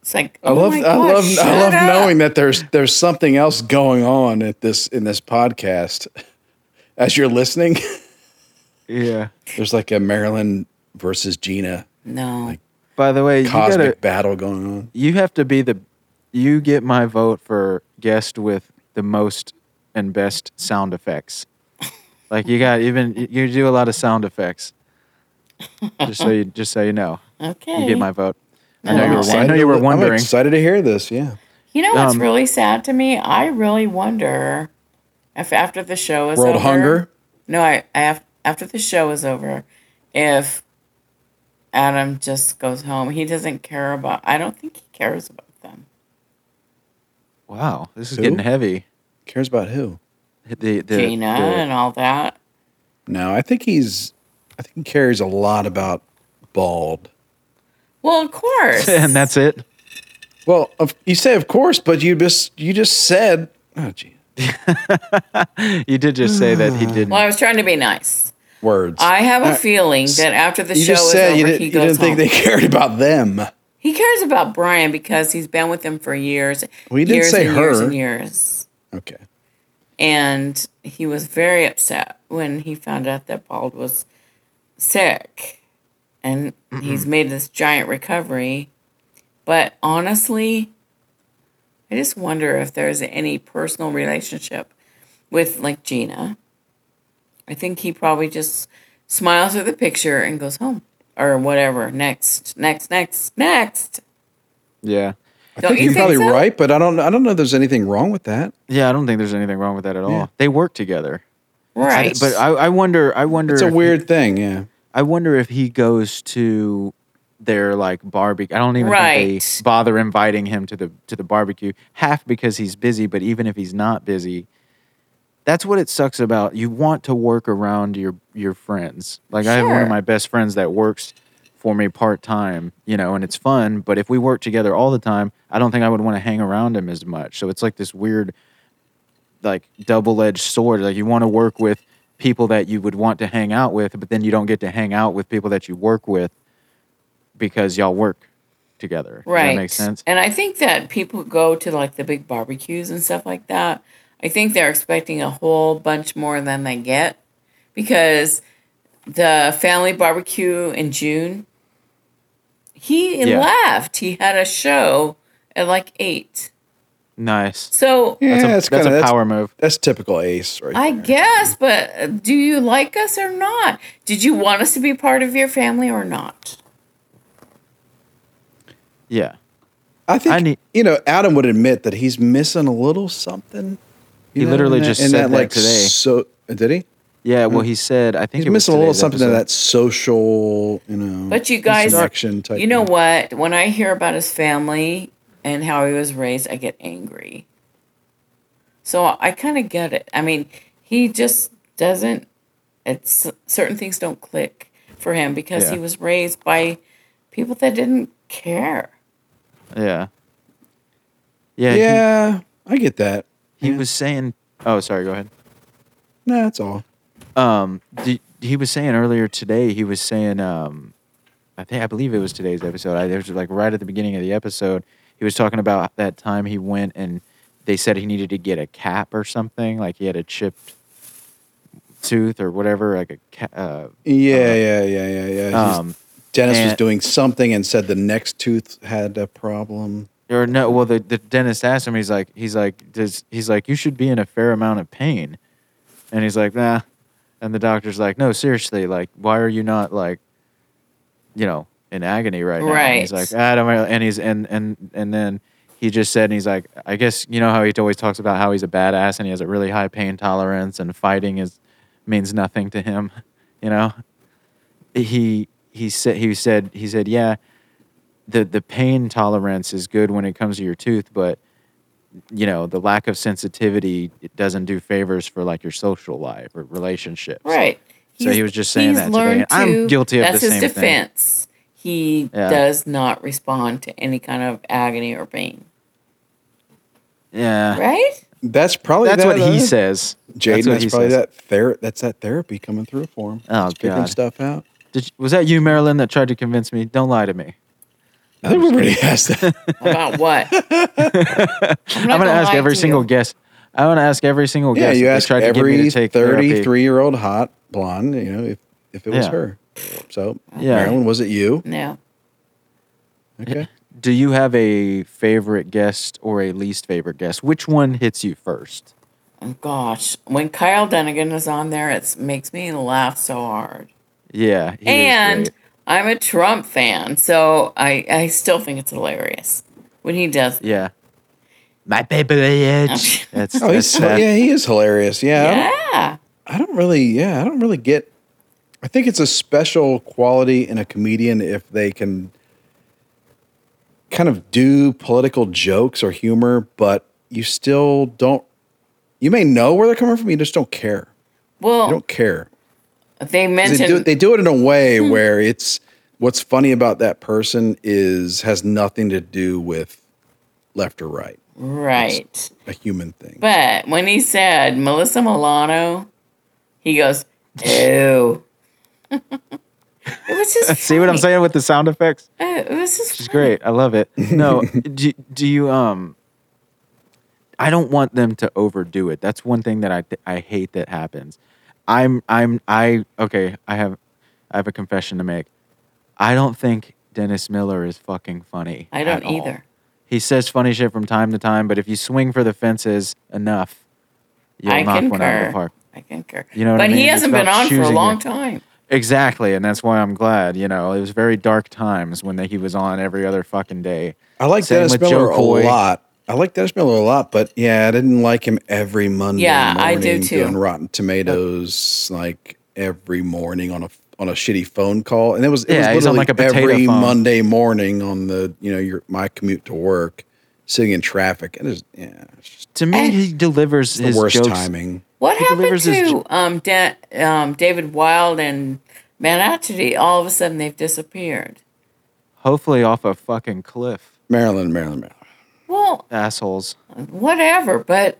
S1: it's like,
S5: I
S1: oh
S5: love,
S1: my
S5: I
S1: gosh,
S5: love,
S1: shut
S5: I love
S1: up.
S5: knowing that there's there's something else going on at this in this podcast. As you're listening,
S6: yeah.
S5: there's like a Marilyn versus Gina
S1: No,
S6: By the way, you
S5: cosmic
S6: gotta
S5: battle going on.
S6: you have to be the you get my vote for guest with the most and best sound effects. Like you got even you do a lot of sound effects. Just so you just so you know.
S1: okay.
S6: You get my vote. I
S1: No,
S6: know
S1: I'm
S6: you were I know
S5: Excited
S6: you
S5: to-
S6: were
S5: I'm
S6: wondering.
S5: excited to hear this. Yeah,
S1: You know what's
S6: Um,
S1: really sad to me? I really wonder if after the show is
S5: world
S1: over,
S5: hunger.
S1: No, I, I have, after the show is over, if Adam just goes home, he doesn't care about. I don't think he cares about them.
S6: Wow, this is
S5: Who?
S6: getting heavy.
S5: Cares about who?
S6: The the,
S1: Gina
S6: the
S1: and all that.
S5: No, I think he's. I think he cares a lot about bald.
S1: Well, of course.
S6: and that's it.
S5: Well, of, you say of course, but you just you just said. Oh, gee,
S6: You did just say that he didn't.
S1: well, I was trying to be nice.
S5: words.
S1: I have a feeling that after the
S5: you
S1: show
S5: just
S1: is
S5: said
S1: over,
S5: you didn't,
S1: he
S5: you
S1: goes
S5: didn't
S1: home.
S5: think they cared about them.
S1: he cares about Brian because he's been with him for years.
S5: Well, he didn't
S1: years
S5: say
S1: and Years
S5: her.
S1: and years.
S5: Okay.
S1: and he was very upset when he found out that Bald was sick, and
S5: Mm-hmm.
S1: he's made this giant recovery. But honestly, I just wonder if there's any personal relationship with like Gina. I think he probably just smiles at the picture and goes home or whatever. Next, next, next, next.
S6: Yeah.
S1: Don't you
S5: You're
S1: think
S5: probably
S1: so?
S5: right, but I don't. I don't know. if There's anything wrong with that.
S6: Yeah, I don't think there's anything wrong with that at all.
S5: Yeah.
S6: They work together. I-
S1: Right.
S6: but I, I wonder I wonder
S5: It's a
S6: if-
S5: weird thing. Yeah.
S6: I wonder if he goes to their like barbecue. I don't even think
S1: Right.
S6: they bother inviting him to the to the barbecue. Half because he's busy, but even if he's not busy, that's what it sucks about. You want to work around your your friends. Like I have one
S1: Sure.
S6: of my best friends that works for me part time, you know, and it's fun. But if we work together all the time, I don't think I would want to hang around him as much. So it's like this weird like double edged sword. Like you want to work with people that you would want to hang out with, but then you don't get to hang out with people that you work with because y'all work together. Does
S1: right.
S6: that makes sense.
S1: And I think that people who go to like the big barbecues and stuff like that. I think they're expecting a whole bunch more than they get because the family barbecue in June, he
S6: Yeah.
S1: left. He had a show at like eight.
S6: Nice.
S1: So
S5: Yeah,
S6: That's a,
S5: that's,
S6: that's
S5: kinda,
S6: a
S5: that's,
S6: power move.
S5: that's typical Ace, right?
S1: I guess, but do you like us or not? Did you want us to be part of your family or not?
S6: Yeah.
S5: I think
S6: I need-
S5: you know Adam would admit that he's missing a little something. you
S6: He
S5: know,
S6: literally
S5: in
S6: just
S5: in
S6: said that today.
S5: So did he?
S6: Yeah. Well, he said, I think
S5: Mm. He's
S6: it was
S5: missing a little
S6: today's
S5: something
S6: episode.
S5: to that social, you know.
S1: But you guys,
S5: interaction type.
S1: you know
S5: thing.
S1: what? When I hear about his family and how he was raised, I get angry. So I kind of get it. I mean, he just doesn't. It's certain things don't click for him because
S6: Yeah.
S1: he was raised by people that didn't care.
S6: Yeah. Yeah. he-
S5: Yeah, I get that.
S6: He, was saying, oh, sorry. Go ahead.
S5: Nah, that's all.
S6: um d he was saying earlier today he was saying um i think i believe it was today's episode i it was like right at the beginning of the episode he was talking about that time he went and they said he needed to get a cap or something like he had a chipped tooth or whatever like a ca- uh,
S5: Yeah, yeah, yeah, yeah, yeah. He's-
S6: um
S5: Dennis was
S6: and-
S5: doing something and said the next tooth had a problem.
S6: or no well the, the dentist asked him he's like he's like does he's like you should be in a fair amount of pain and he's like nah and the doctor's like no seriously like why are you not like you know in agony right now and he's
S1: Right.
S6: like i don't really and he's and and and then he just said and he's like i guess you know how he always talks about how he's a badass and he has a really high pain tolerance and fighting is means nothing to him you know he he said he said he said yeah the the pain tolerance is good when it comes to your tooth, but you know the lack of sensitivity it doesn't do favors for like your social life or relationships.
S1: Right.
S6: So he was just saying
S1: he's
S6: that today,
S1: learned
S6: and I'm
S1: to-
S6: guilty of the
S1: that's
S6: same
S1: his
S6: thing.
S1: defense. He
S6: Yeah.
S1: does not respond to any kind of agony or pain.
S6: Yeah.
S1: Right?
S5: That's probably
S6: That's
S5: that,
S6: what he
S5: uh,
S6: says.
S5: Jaden,
S6: what
S5: that's,
S6: he
S5: probably
S6: says.
S5: that ther- That's that therapy coming through for him.
S6: Oh,
S5: He's figuring
S6: God.
S5: stuff out.
S6: Did, was that you, Marilyn, that tried to convince me? Don't lie to me.
S5: I think everybody has that.
S1: About what? I'm,
S6: I'm gonna ask every single
S1: guy.
S6: guest. I'm gonna ask every single
S5: yeah,
S6: guest.
S5: you
S6: if they
S5: asked
S6: tried to get me
S5: every
S6: to take therapy.
S5: thirty-three-year-old hot blonde, you know, if, if it was
S6: Yeah.
S5: her. So,
S6: Yeah.
S5: Marilyn, was it you?
S1: No.
S5: Okay.
S6: Do you have a favorite guest or a least favorite guest? Which one hits you first?
S1: Oh, gosh. When Kyle Dunnigan is on there, it makes me laugh so hard.
S6: Yeah. he is
S1: and
S6: great.
S1: I'm a Trump fan, so I, I still think it's hilarious when he does.
S6: Yeah. My baby edge. That's,
S5: Oh, he's
S6: that's that.
S5: yeah, he is hilarious. Yeah, I don't-
S1: Yeah.
S5: I don't really, yeah, I don't really get. I think it's a special quality in a comedian if they can kind of do political jokes or humor, but you still don't. You may know where they're coming from, you just don't care. You
S1: Well,
S5: don't care.
S1: they
S5: 'Cause
S1: mentioned
S5: They do, it- they do it in a way where it's what's funny about that person is has nothing to do with left or right,
S1: right.
S5: a human thing.
S1: But when he said Melissa Milano, he goes, "Ew." it was just
S6: See what I'm
S1: funny.
S6: saying with the sound effects?
S1: Uh, it was just
S6: It's great. I love it. No, do, do you um I don't want them to overdo it. That's one thing that I th- I hate that happens. I'm I'm I okay. I have I have a confession to make. I don't think Dennis Miller is fucking funny.
S1: I don't
S6: at all.
S1: either.
S6: He says funny shit from time to time, but if you swing for the fences enough, you'll
S1: I
S6: knock one out of
S1: concur.
S6: the park.
S1: I concur.
S6: You know what
S1: but
S6: I mean?
S1: he
S6: It's
S1: hasn't been
S6: about
S1: on for a
S6: choosing
S1: long
S6: it.
S1: time.
S6: Exactly, and that's why I'm glad. You know, it was very dark times when he was on every other fucking day.
S5: I like
S6: Same
S5: Dennis
S6: with
S5: Miller
S6: Joe
S5: a
S6: Coy.
S5: lot. I like Dennis Miller a lot, but yeah, I didn't like him every Monday.
S1: Yeah, I do
S5: morning
S1: too.
S5: Doing Rotten Tomatoes like every morning on a on a shitty phone call, and it was it
S6: Yeah,
S5: was
S6: he's on,
S5: literally
S6: like, a potato
S5: every
S6: phone.
S5: Monday morning on the you know your my commute to work, sitting in traffic, and it's yeah, it's just
S6: To me, he delivers
S5: the
S6: his
S5: worst
S6: jokes.
S5: timing.
S1: What happened
S6: delivers
S1: to
S6: his
S1: um, Dan, um, David Wilde and Manatee? All of a sudden, they've disappeared.
S6: Hopefully, off a fucking cliff,
S5: Maryland, Maryland, Maryland.
S1: Well,
S6: assholes.
S1: whatever, but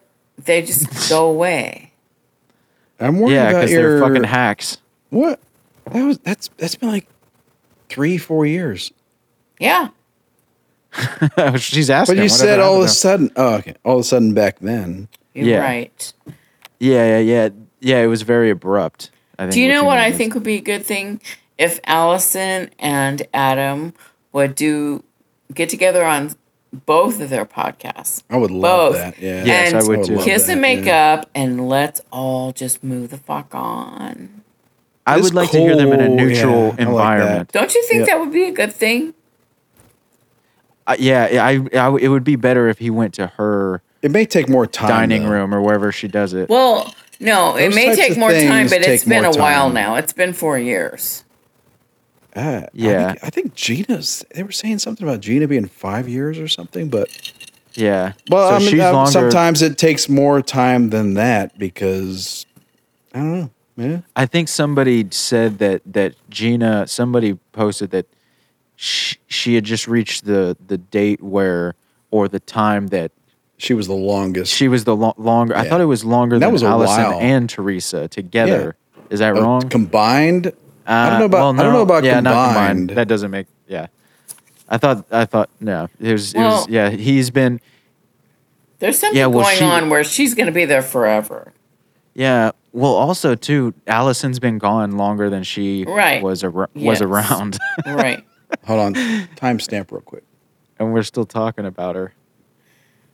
S1: they just go away.
S5: I'm worried
S6: Yeah,
S5: about
S6: because
S5: your
S6: they're fucking hacks.
S5: what that was. That's that's been like three four years.
S1: Yeah.
S6: She's asking.
S5: But you
S6: whatever
S5: said all of a
S6: happened to-
S5: sudden. Oh, okay. All of a sudden back then.
S1: You're
S6: Yeah.
S1: right.
S6: Yeah, yeah, yeah, yeah. It was very abrupt. I think,
S1: Do you know what I
S6: mean is-
S1: think would be a good thing if Allison and Adam would do get together on both of their podcasts?
S5: I would love
S1: Both.
S5: that. Yeah.
S6: Yes,
S1: and
S6: I would too.
S5: Oh, love
S1: Kiss
S5: that,
S1: and make
S5: yeah.
S1: up, and let's all just move the fuck on.
S6: I
S5: It's
S6: would like to hear them in a
S5: cool, yeah, I
S6: neutral
S5: like that.
S6: environment.
S1: Don't you think
S5: Yeah.
S1: that would be a good thing?
S6: I- yeah, yeah, I, I, it would be better if he went to her
S5: It may take more time.
S6: dining
S5: though.
S6: room or wherever she does it.
S1: Well, no, it
S5: Those
S1: may
S5: types
S1: take
S5: of
S1: more time,
S5: things
S1: but it's
S5: take more
S1: been a while
S5: time.
S1: now. It's been four years.
S5: Ah, I
S6: Yeah.
S5: think- I think, Gina's. They were saying something about Gina being five years or something, but
S6: yeah.
S5: well,
S6: So
S5: I mean,
S6: she's
S5: uh,
S6: longer-
S5: sometimes it takes more time than that because I don't know. Yeah.
S6: I think somebody said that that Gina. Somebody posted that she, she had just reached the the date where or the time that
S5: She was the longest.
S6: she was the lo- longer. I
S5: Yeah.
S6: thought it was longer
S5: That
S6: than
S5: was a
S6: Allison
S5: while.
S6: and Teresa together. Is that
S5: uh,
S6: wrong?
S5: Combined. I
S6: Uh,
S5: don't know about.
S6: well,
S5: I don't know
S6: no.
S5: about
S6: yeah, not
S5: combined.
S6: That doesn't make. Yeah, I thought. I thought. No, it was. It
S1: Well-
S6: was yeah, he's been.
S1: There's something
S6: Yeah, well,
S1: going
S6: she-
S1: on where she's going to be there forever.
S6: Yeah. Well, also too, Allison's been gone longer than she
S1: Right.
S6: was ar-
S1: Yes.
S6: was around,
S1: Right.
S5: Hold on. Timestamp real quick.
S6: and we're still talking about her.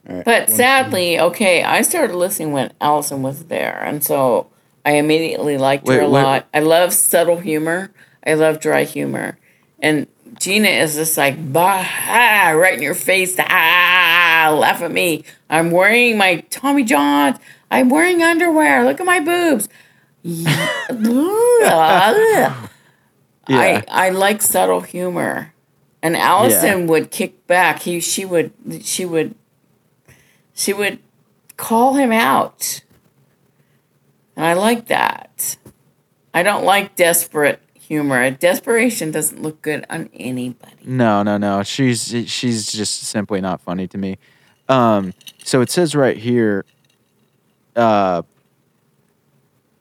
S1: But sadly, okay, I started listening when Allison was there, and so I immediately liked
S6: Wait,
S1: her a
S6: what-
S1: lot. I love subtle humor. I love dry humor, and Gina is just like bah, ah, right in your face, ah, laugh at me. I'm wearing my Tommy Johns. I'm wearing underwear. Look at my boobs. I
S6: Yeah.
S1: I like subtle humor. And Allison would kick back. He she would she would she would call him out. And I like that. I don't like desperate humor. Desperation doesn't look good on anybody.
S6: No, no, no. She's she's just simply not funny to me. Um, so it says right here. Uh,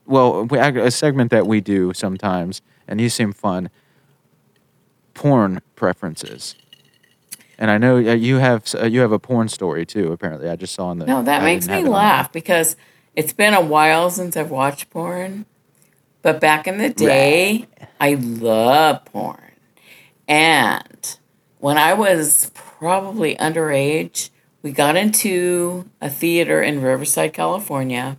S6: well, we, a segment that we do sometimes, and you seem fun. Porn preferences, and I know uh, you have s- uh, you have a porn story too. Apparently, I just saw in the.
S1: No, that
S6: I
S1: makes
S6: didn't have
S1: me
S6: it on-
S1: laugh because it's been a while since I've watched porn. But back in the day, I love porn. And when I was probably underage, we got into a theater in Riverside, California.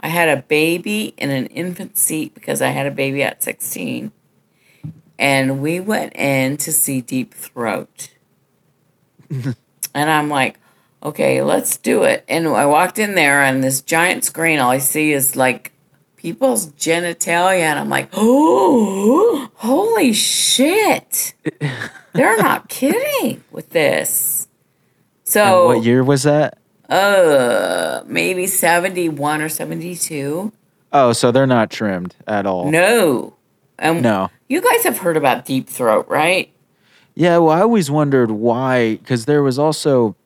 S1: I had a baby in an infant seat because I had a baby at 16. And we went in to see Deep Throat. And I'm like, okay, let's do it. And I walked in there on this giant screen. All I see is like people's genitalia. And I'm like, oh, holy shit. They're not kidding with this.
S6: And
S1: So,
S6: what year was that?
S1: uh, maybe 71 or 72.
S6: Oh, so they're not trimmed at all.
S1: No. Um,
S6: Oh. No.
S1: You guys have heard about Deep Throat, right?
S6: Yeah, well, I always wondered why, because there was also,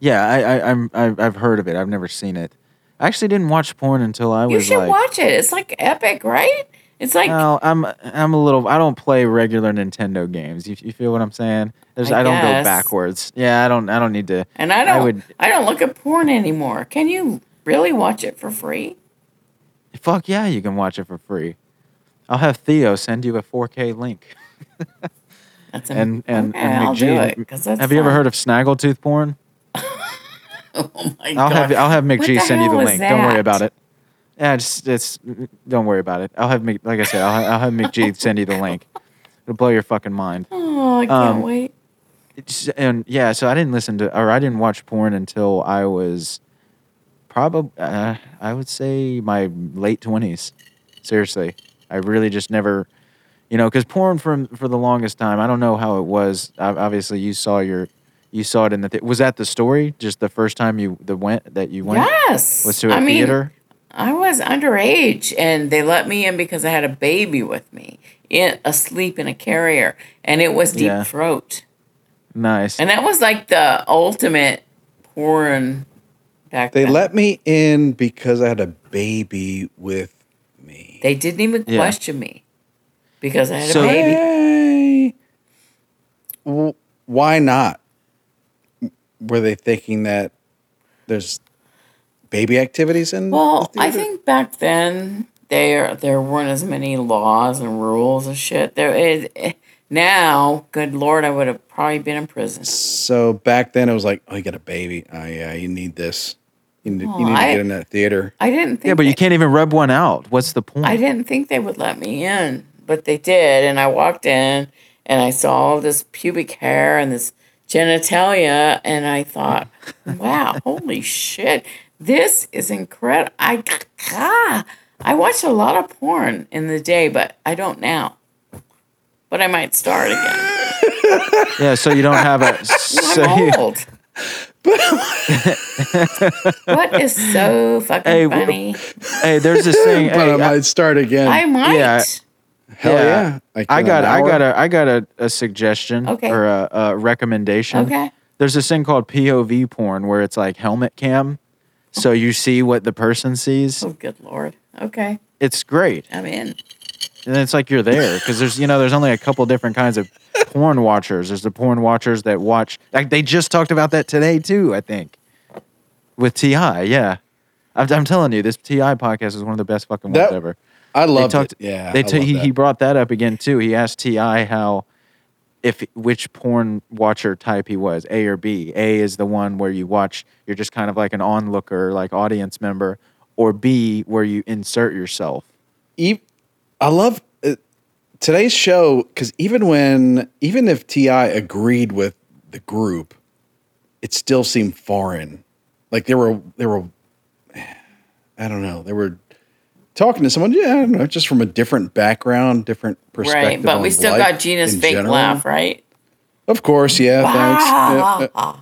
S6: yeah, I, I, I'm, I've, I've heard of it. I've never seen it. I actually didn't watch porn until I
S1: You
S6: was
S1: should
S6: like,
S1: watch it. It's like epic, right? It's like
S6: No, I'm I'm a little. I don't play regular Nintendo games. You, you feel what I'm saying? There's,
S1: I
S6: I, don't go
S1: guess.
S6: backwards. Yeah, I don't. I don't need to.
S1: and I don't I,
S6: I would.
S1: don't look at porn anymore. Can you really watch it for free?
S6: Fuck yeah, you can watch it for free. I'll have Theo send you a 4K link.
S1: That's a,
S6: And and,
S1: okay,
S6: and
S1: I'll do
S6: McGee-
S1: it 'cause that's
S6: have you ever
S1: fun.
S6: heard of Snaggletooth porn?
S1: Oh my
S6: I'll
S1: God.
S6: have I'll have
S1: What
S6: McGee
S1: the
S6: send you the
S1: hell is
S6: link. Don't worry
S1: that?
S6: about it. Yeah, just it's don't worry about it. I'll have Mc, like I said, I'll, have- I'll have McGee send you the link. It'll blow your fucking mind.
S1: Oh, I can't
S6: Um,
S1: wait.
S6: It's- and yeah, so I didn't listen to or I didn't watch porn until I was probably uh, I would say my late twenties. Seriously, I really just never, you know, because porn from for the longest time. I don't know how it was. Ob- Obviously, you saw your you saw it in the th- was that the story just the first time you the went that you went
S1: Yes.
S6: was to a
S1: I mean,
S6: theater.
S1: I was underage and they let me in because I had a baby with me, in, asleep in a carrier, and it was deep
S6: Yeah.
S1: throat.
S6: Nice.
S1: And that was like the ultimate porn back
S5: They
S1: then.
S5: let me in because I had a baby with me.
S1: they didn't even
S6: Yeah.
S1: question me because I had
S6: So-
S1: a baby.
S5: Hey. W- Why not? Were they thinking that there's baby activities in?
S1: Well,
S5: the
S1: I
S5: theater?
S1: think back then there there weren't as many laws and rules and shit. There is eh, now, good lord, I would have probably been in prison.
S5: so. Back then, it was like, oh, you got a baby. Oh yeah, you need this. You need, you need
S1: I-
S5: to get in that theater.
S1: I didn't think
S6: yeah, but
S1: they-
S6: you can't even rub one out. What's the point?
S1: I didn't think they would let me in, but they did. And I walked in and I saw all this pubic hair and this genitalia. And I thought, wow, holy shit, this is incredible. I, ah, I watched a lot of porn in the day, but I don't now. But I might start again.
S6: Yeah, so you don't have a.
S1: I'm
S6: so you-
S1: old. what is so fucking
S6: Hey, w-
S1: funny?
S6: hey, there's this thing.
S5: But
S6: hey,
S5: I might start again.
S1: I might.
S6: yeah. um,
S5: Hell yeah! Like
S6: I
S5: in
S6: got
S5: an
S6: I
S5: hour?
S6: got a I got a, a suggestion
S1: Okay.
S6: or a, a recommendation.
S1: Okay.
S6: There's this thing called POV porn where it's like helmet cam. So you see what the person sees.
S1: Oh, good lord. Okay,
S6: It's great.
S1: I'm in.
S6: And it's like you're there because there's you know, there's only a couple different kinds of porn watchers. There's the porn watchers that watch like they just talked about that today too, I think. With TI, yeah. I'm, I'm telling you, this TI podcast is one of the best fucking ones
S5: That-
S6: ever.
S5: I
S6: They
S5: loved
S6: talked.
S5: it. Yeah,
S6: they
S5: I
S6: ta-
S5: loved
S6: he,
S5: that.
S6: he brought that up again too. He asked Ti how if which porn watcher type he was, A or B. A is the one where you watch, you're just kind of like an onlooker, like audience member, or B where you insert yourself.
S5: ev- E, I love uh, today's show because even when, even if Ti agreed with the group, it still seemed foreign. Like there were, there were, I don't know, they were talking to someone. Yeah, I don't know, just from a different background, different perspective.
S1: Right, but we
S5: on
S1: still
S5: life
S1: got Gina's
S5: in
S1: fake
S5: general.
S1: laugh, right?
S5: Of course, yeah. Thanks. Yeah, uh,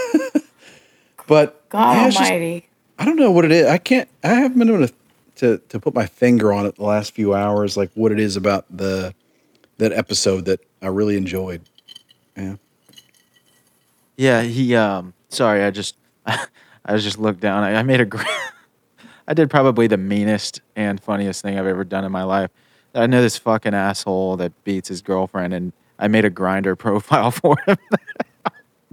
S5: but
S1: God
S5: yeah, it's just-
S1: Almighty.
S5: I don't know what it is. I can't. I haven't been able to to to put my finger on it the last few hours, like what it is about the that episode that I really enjoyed. Yeah,
S6: Yeah, he. Um, sorry, I just, I was just looked down. I, I made a, gr- I did probably the meanest and funniest thing I've ever done in my life. I know this fucking asshole that beats his girlfriend, and I made a grinder profile for him.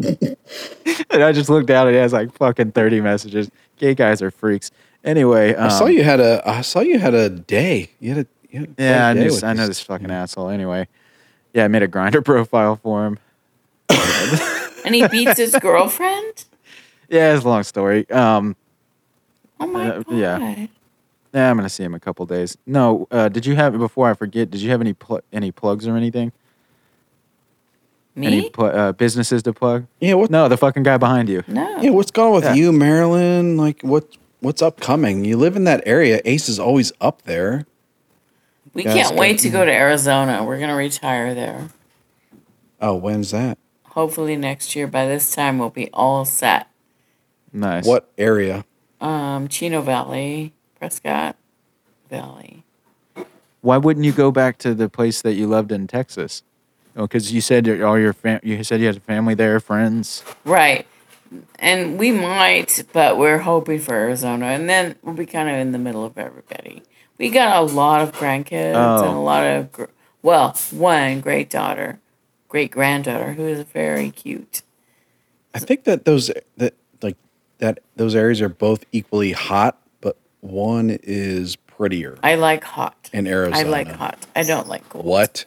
S6: and I just looked down, and he has like fucking thirty messages. Gay guys are freaks. Anyway, um,
S5: I saw you had a. I saw you had a day. You had a. You had a
S6: Yeah, I,
S5: day
S6: knew,
S5: with
S6: I know this fucking asshole. Anyway, yeah, I made a grinder profile for him.
S1: And he beats his girlfriend?
S6: Yeah, it's a long story. Um,
S1: Oh my
S6: Uh,
S1: God.
S6: yeah. Yeah, I'm gonna see him a couple days. No, uh, did you have before I forget? Did you have any pl- any plugs or anything? Any
S1: Me?
S6: pl- uh, businesses to plug?
S5: Yeah, what?
S6: No, the fucking guy behind you.
S1: No.
S5: Yeah, what's going on with
S6: Yeah.
S5: you, Marilyn? Like what? What's upcoming? You live in that area. Ace is always up there.
S1: we
S5: guys
S1: can't
S5: go-
S1: wait to go to Arizona. We're going to retire there.
S5: Oh, when's that?
S1: Hopefully next year. By this time, we'll be all set.
S6: Nice.
S5: What area?
S1: Um, Chino Valley, Prescott Valley.
S6: Why wouldn't you go back to the place that you loved in Texas? Oh, because you said that all your fam- you said you had family there, friends.
S1: Right. and we might, but we're hoping for Arizona, and then we'll be kind of in the middle of everybody. We got a lot of grandkids and a
S5: Oh.
S1: lot of gr- well, one great daughter, great granddaughter who is very cute.
S5: I think that those that like that those areas are both equally hot, but one is prettier.
S1: I like hot.
S5: In
S1: I
S5: Arizona.
S1: like hot. I don't like cold.
S5: What?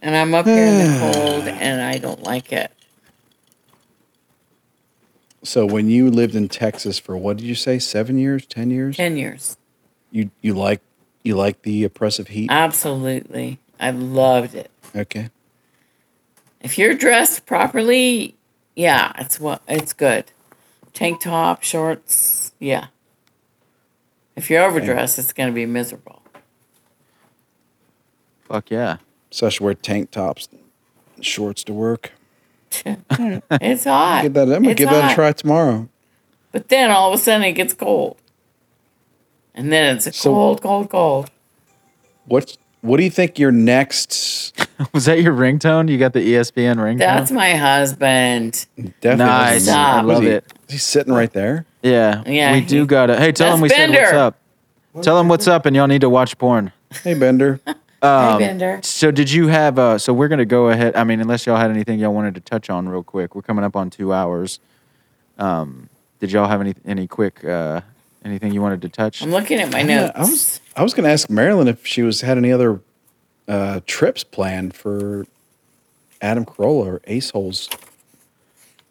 S1: And I'm up here in the cold, and I don't like it.
S5: So when you lived in Texas for what did you say? Seven years? Ten years?
S1: Ten years,
S5: You you like you like the oppressive heat?
S1: absolutely. I loved it.
S5: Okay.
S1: if you're dressed properly, yeah, it's what it's good. Tank top, shorts, yeah. If you're overdressed, it's gonna be miserable.
S6: Fuck yeah.
S5: So I should wear tank tops, and shorts to work.
S1: It's hot.
S5: Give that. I'm gonna
S1: It's
S5: give that
S1: hot.
S5: a try tomorrow.
S1: But then all of a sudden it gets cold, and then it's
S5: So-
S1: cold, cold, cold.
S5: What's what do you think your next?
S6: Was that your ringtone? You got the E ESPN ringtone?
S1: That's my husband.
S5: Definitely
S6: nice. I
S1: Stop.
S5: What is
S6: love
S5: he-
S6: it.
S5: Is he sitting right there?
S6: Yeah.
S1: Yeah,
S6: We
S1: he-
S6: do got to Hey, tell
S1: That's
S6: him we said what's
S1: Bender.
S6: up. Tell him what's up and y'all need to watch porn.
S5: Hey Bender.
S1: hey, Bender.
S6: So did you have uh so we're gonna go ahead I mean, unless y'all had anything y'all wanted to touch on real quick. We're coming up on two hours. Um did y'all have any any quick uh anything you wanted to touch?
S1: I'm looking at my
S5: Yeah,
S1: notes.
S5: I was I was gonna ask Marilyn if she was had any other uh, trips planned for Adam Carolla or Ace Holes.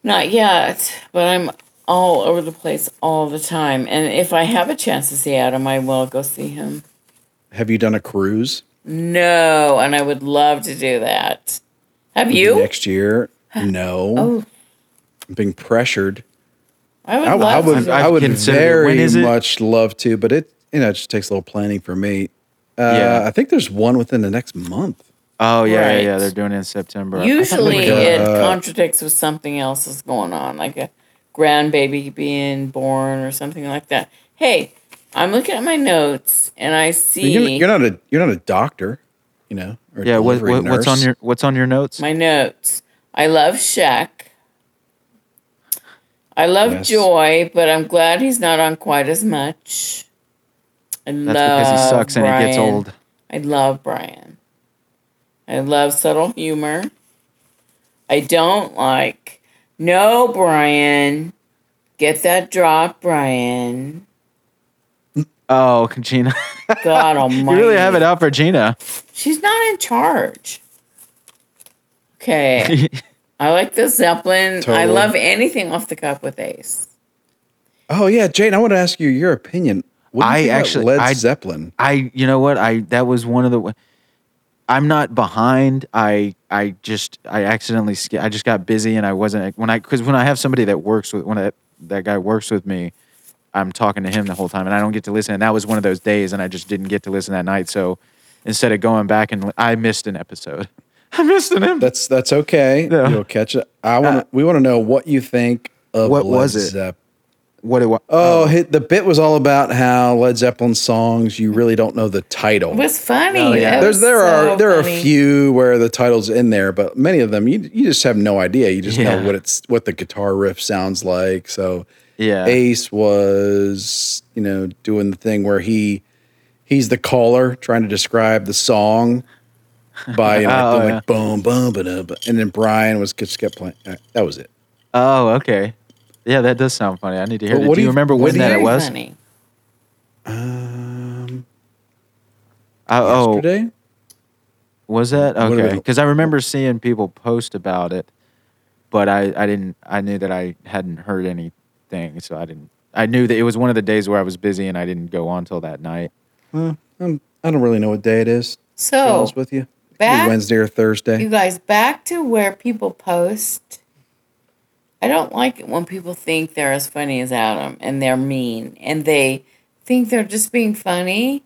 S1: Not yet, but I'm all over the place all the time. And if I have a chance to see Adam, I will go see him.
S5: Have you done a cruise
S1: No, and I would love to do that. Have you?
S5: next year? No. I'm being pressured.
S1: I would
S5: Oh. I,
S1: love
S5: I would
S1: to.
S5: I
S6: I've
S5: would
S6: considered it. When
S5: very
S6: is it?
S5: much love to, but it you know it just takes a little planning for me. Uh,
S6: Yeah.
S5: I think there's one within the next month.
S6: oh yeah, yeah,
S1: Right.
S6: yeah. They're doing it in September. I- I thought we were
S1: Usually
S6: doing-
S1: it
S5: uh,
S1: contradicts with something else that's going on, like a grandbaby being born or something like that. Hey, I'm looking at my notes and I see
S5: You're, you're not a you're not a doctor, you know. Or a
S6: Yeah, what,
S5: delivery
S6: what, what's on
S5: nurse.
S6: your what's on your notes?
S1: my notes. I love Shaq. I love
S5: Yes.
S1: Joy, but I'm glad he's not on quite as much. I
S6: That's because he
S1: love
S6: sucks and he gets
S1: Brian.
S6: old.
S1: I love Brian. I love subtle humor. I don't like, no, Brian. Get that drop, Brian.
S6: Oh, Gina.
S1: God almighty.
S6: you really have it out for Gina.
S1: She's not in charge. Okay. I like the Zeppelin. I
S5: Totally.
S1: love anything off the cup with Ace.
S5: Oh yeah, Jane, I want to ask you your opinion. What do you
S6: I
S5: think about
S6: actually-
S5: Led
S6: I-
S5: Zeppelin.
S6: I you know what I that was one of the I'm not behind I I just I accidentally sk- I just got busy and I wasn't when I cuz when I have somebody that works with when that that guy works with me I'm talking to him the whole time and I don't get to listen and that was one of those days and I just didn't get to listen that night so instead of going back and li- I missed an episode I missed an episode
S5: That's that's okay.
S6: No.
S5: You'll catch it. I want to we want to know what you think of
S6: Uh, What
S5: Led
S6: was it?
S5: Zepp-
S6: what it was
S5: Oh, hit, the bit was all about how Led Zeppelin songs you really don't know the title.
S1: It was funny.
S6: Oh, yeah.
S1: It
S5: There's
S1: was
S5: there
S1: so
S5: are there are
S1: funny.
S5: a few where the title's in there, but many of them you you just have no idea. You just
S6: Yeah.
S5: know what it's what the guitar riff sounds like. So
S6: yeah
S5: Ace was, you know, doing the thing where he he's the caller trying to describe the song by you know,
S6: Oh,
S5: doing like boom boom ba-dum, ba- and then Brian was just kept playing. Uh, That was it.
S6: oh okay yeah that does sound funny I need to hear
S5: But
S6: it.
S5: what do
S6: do you
S5: you-
S6: remember
S5: what
S6: when
S5: do
S6: that
S5: you-
S6: it
S1: Very
S6: was
S1: funny.
S6: I- oh
S5: Yesterday,
S6: Was that
S5: Would've
S6: okay?
S5: been-
S6: Because I remember seeing people post about it, but I, I didn't. I knew that I hadn't heard anything, so I didn't. I knew that it was one of the days where I was busy and I didn't go on till that night.
S5: I'm, Um, I don't really know what day it is. To be
S1: So,
S5: honest with you, It could be
S1: back-
S5: Wednesday or Thursday.
S1: You guys, back to where people post. I don't like it when people think they're as funny as Adam and they're mean and they think they're just being funny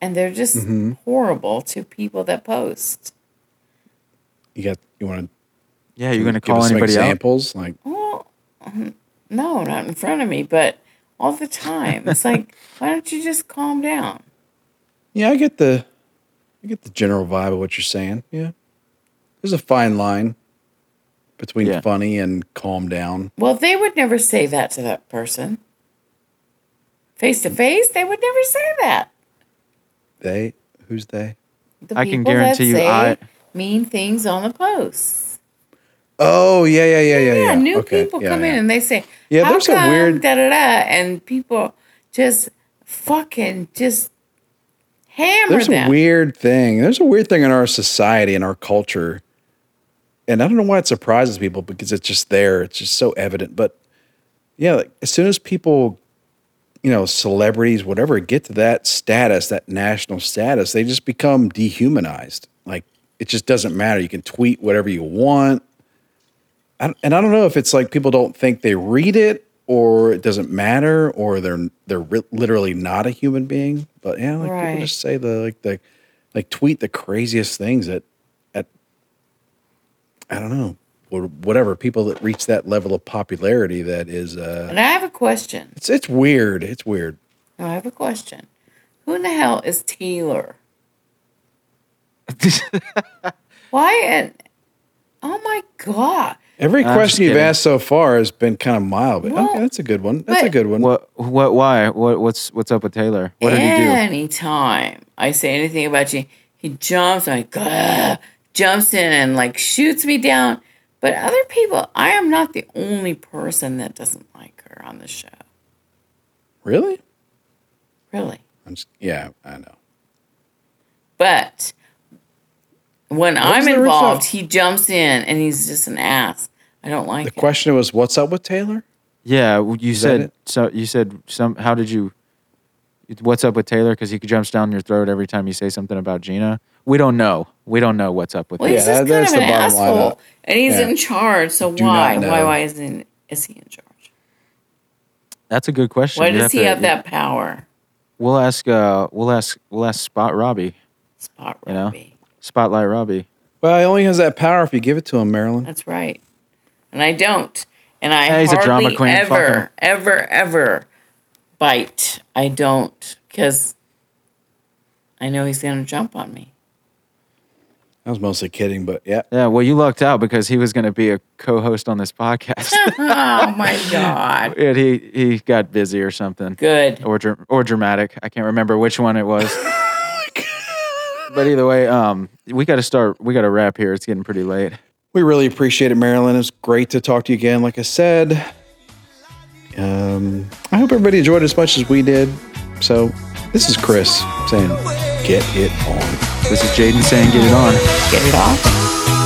S1: and they're just horrible to people that post.
S5: You got you want
S6: Yeah, you're
S5: to
S6: gonna call anybody out?
S5: examples like
S1: Well, um, no, not in front of me, but all the time. It's like, why don't you just calm down?
S5: yeah, I get the I get the general vibe of what you're saying. Yeah, there's a fine line, between
S6: Yeah.
S5: funny and calm down.
S1: Well, they would never say that to that person. Face to face, they would never say that.
S5: They who's they?
S1: The
S6: I can
S1: people that
S6: guarantee you
S1: say
S6: I-
S1: mean things on the posts.
S5: Oh yeah yeah yeah yeah yeah.
S1: Yeah, new
S5: Okay,
S1: people
S5: yeah,
S1: come in
S5: yeah.
S1: and they say,
S5: Yeah,
S1: "How
S5: there's a
S1: come
S5: weird-
S1: da da da," and people just fucking just hammer
S5: There's a
S1: them.
S5: weird thing. There's a weird thing in our society and our culture, and I don't know why it surprises people because it's just there. It's just so evident. But yeah, like, as soon as people, you know, celebrities, whatever, get to that status, that national status, they just become dehumanized. Like it just doesn't matter. You can tweet whatever you want. I, don't- and I don't know if it's like people don't think they read it or it doesn't matter or they're they're re- literally not a human being. But yeah, like
S1: Right.
S5: people just say the like the like tweet the craziest things at at I don't know wha- whatever people that reach that level of popularity that is uh
S1: and I have a question.
S5: it's it's weird. It's weird.
S1: I have a question. Who in the hell is Taylor? Why? And oh my god!
S5: Every
S6: I'm just
S5: question you've
S6: kidding.
S5: asked so far has been kind of mild, but
S1: Well,
S5: okay, that's a good one. That's a
S1: but-
S5: good one.
S6: what? What? Why? What? What's? What's up with Taylor? What did he do?
S1: Anytime I say anything about you, he jumps and like "Gah," jumps in and like shoots me down. But other people, I am not the only person that doesn't like her on the show.
S5: really?
S1: Really.
S5: I'm just, yeah, I know.
S1: But when I'm
S5: the result?
S1: involved, he jumps in and he's just an ass. I don't like
S5: The
S1: it.
S5: question was, what's up with Taylor?
S6: Yeah, well, you
S5: that
S6: said
S5: it?
S6: so. You said some. How did you? What's up with Taylor? Because he jumps down your throat every time you say something about Gina. We don't know. We don't know what's up with.
S1: Well,
S6: him.
S1: he's
S5: Yeah,
S1: just kind
S5: that's
S1: of an
S5: the bottom line of
S1: asshole,
S5: it.
S1: and he's
S5: Yeah.
S1: in charge. So
S5: do
S1: why,
S5: not
S1: why,
S5: know.
S1: why isn't is he in charge?
S6: That's a good question.
S1: Why
S6: You'd
S1: does he
S6: to-
S1: have that power?
S6: We'll ask. Uh, we'll ask. We'll ask Spot Robbie.
S1: Spot
S6: You know,
S1: Robbie.
S6: Spotlight Robbie.
S5: Well, he only has that power if you give it to him, Marilyn.
S1: That's right. And I don't. And I
S6: Yeah, he's a
S1: hardly
S6: drama queen, fuck him.
S1: ever, ever, ever bite. I don't because I know he's gonna jump on me.
S5: I was mostly kidding, but yeah.
S6: Yeah. Well, you lucked out because he was going to be a co-host on this podcast,
S1: Oh my god.
S6: and he he got busy or something,
S1: Good.
S6: or dr- or dramatic. I can't remember which one it was. but either way, um, we got to start. We got to wrap here. It's getting pretty late.
S5: We really appreciate it, Marilyn. It's great to talk to you again. Like I said, um, I hope everybody enjoyed as much as we did. So this is Chris saying, get it on.
S6: This is Jaden saying, "Get it on."
S1: Get it off.
S2: Get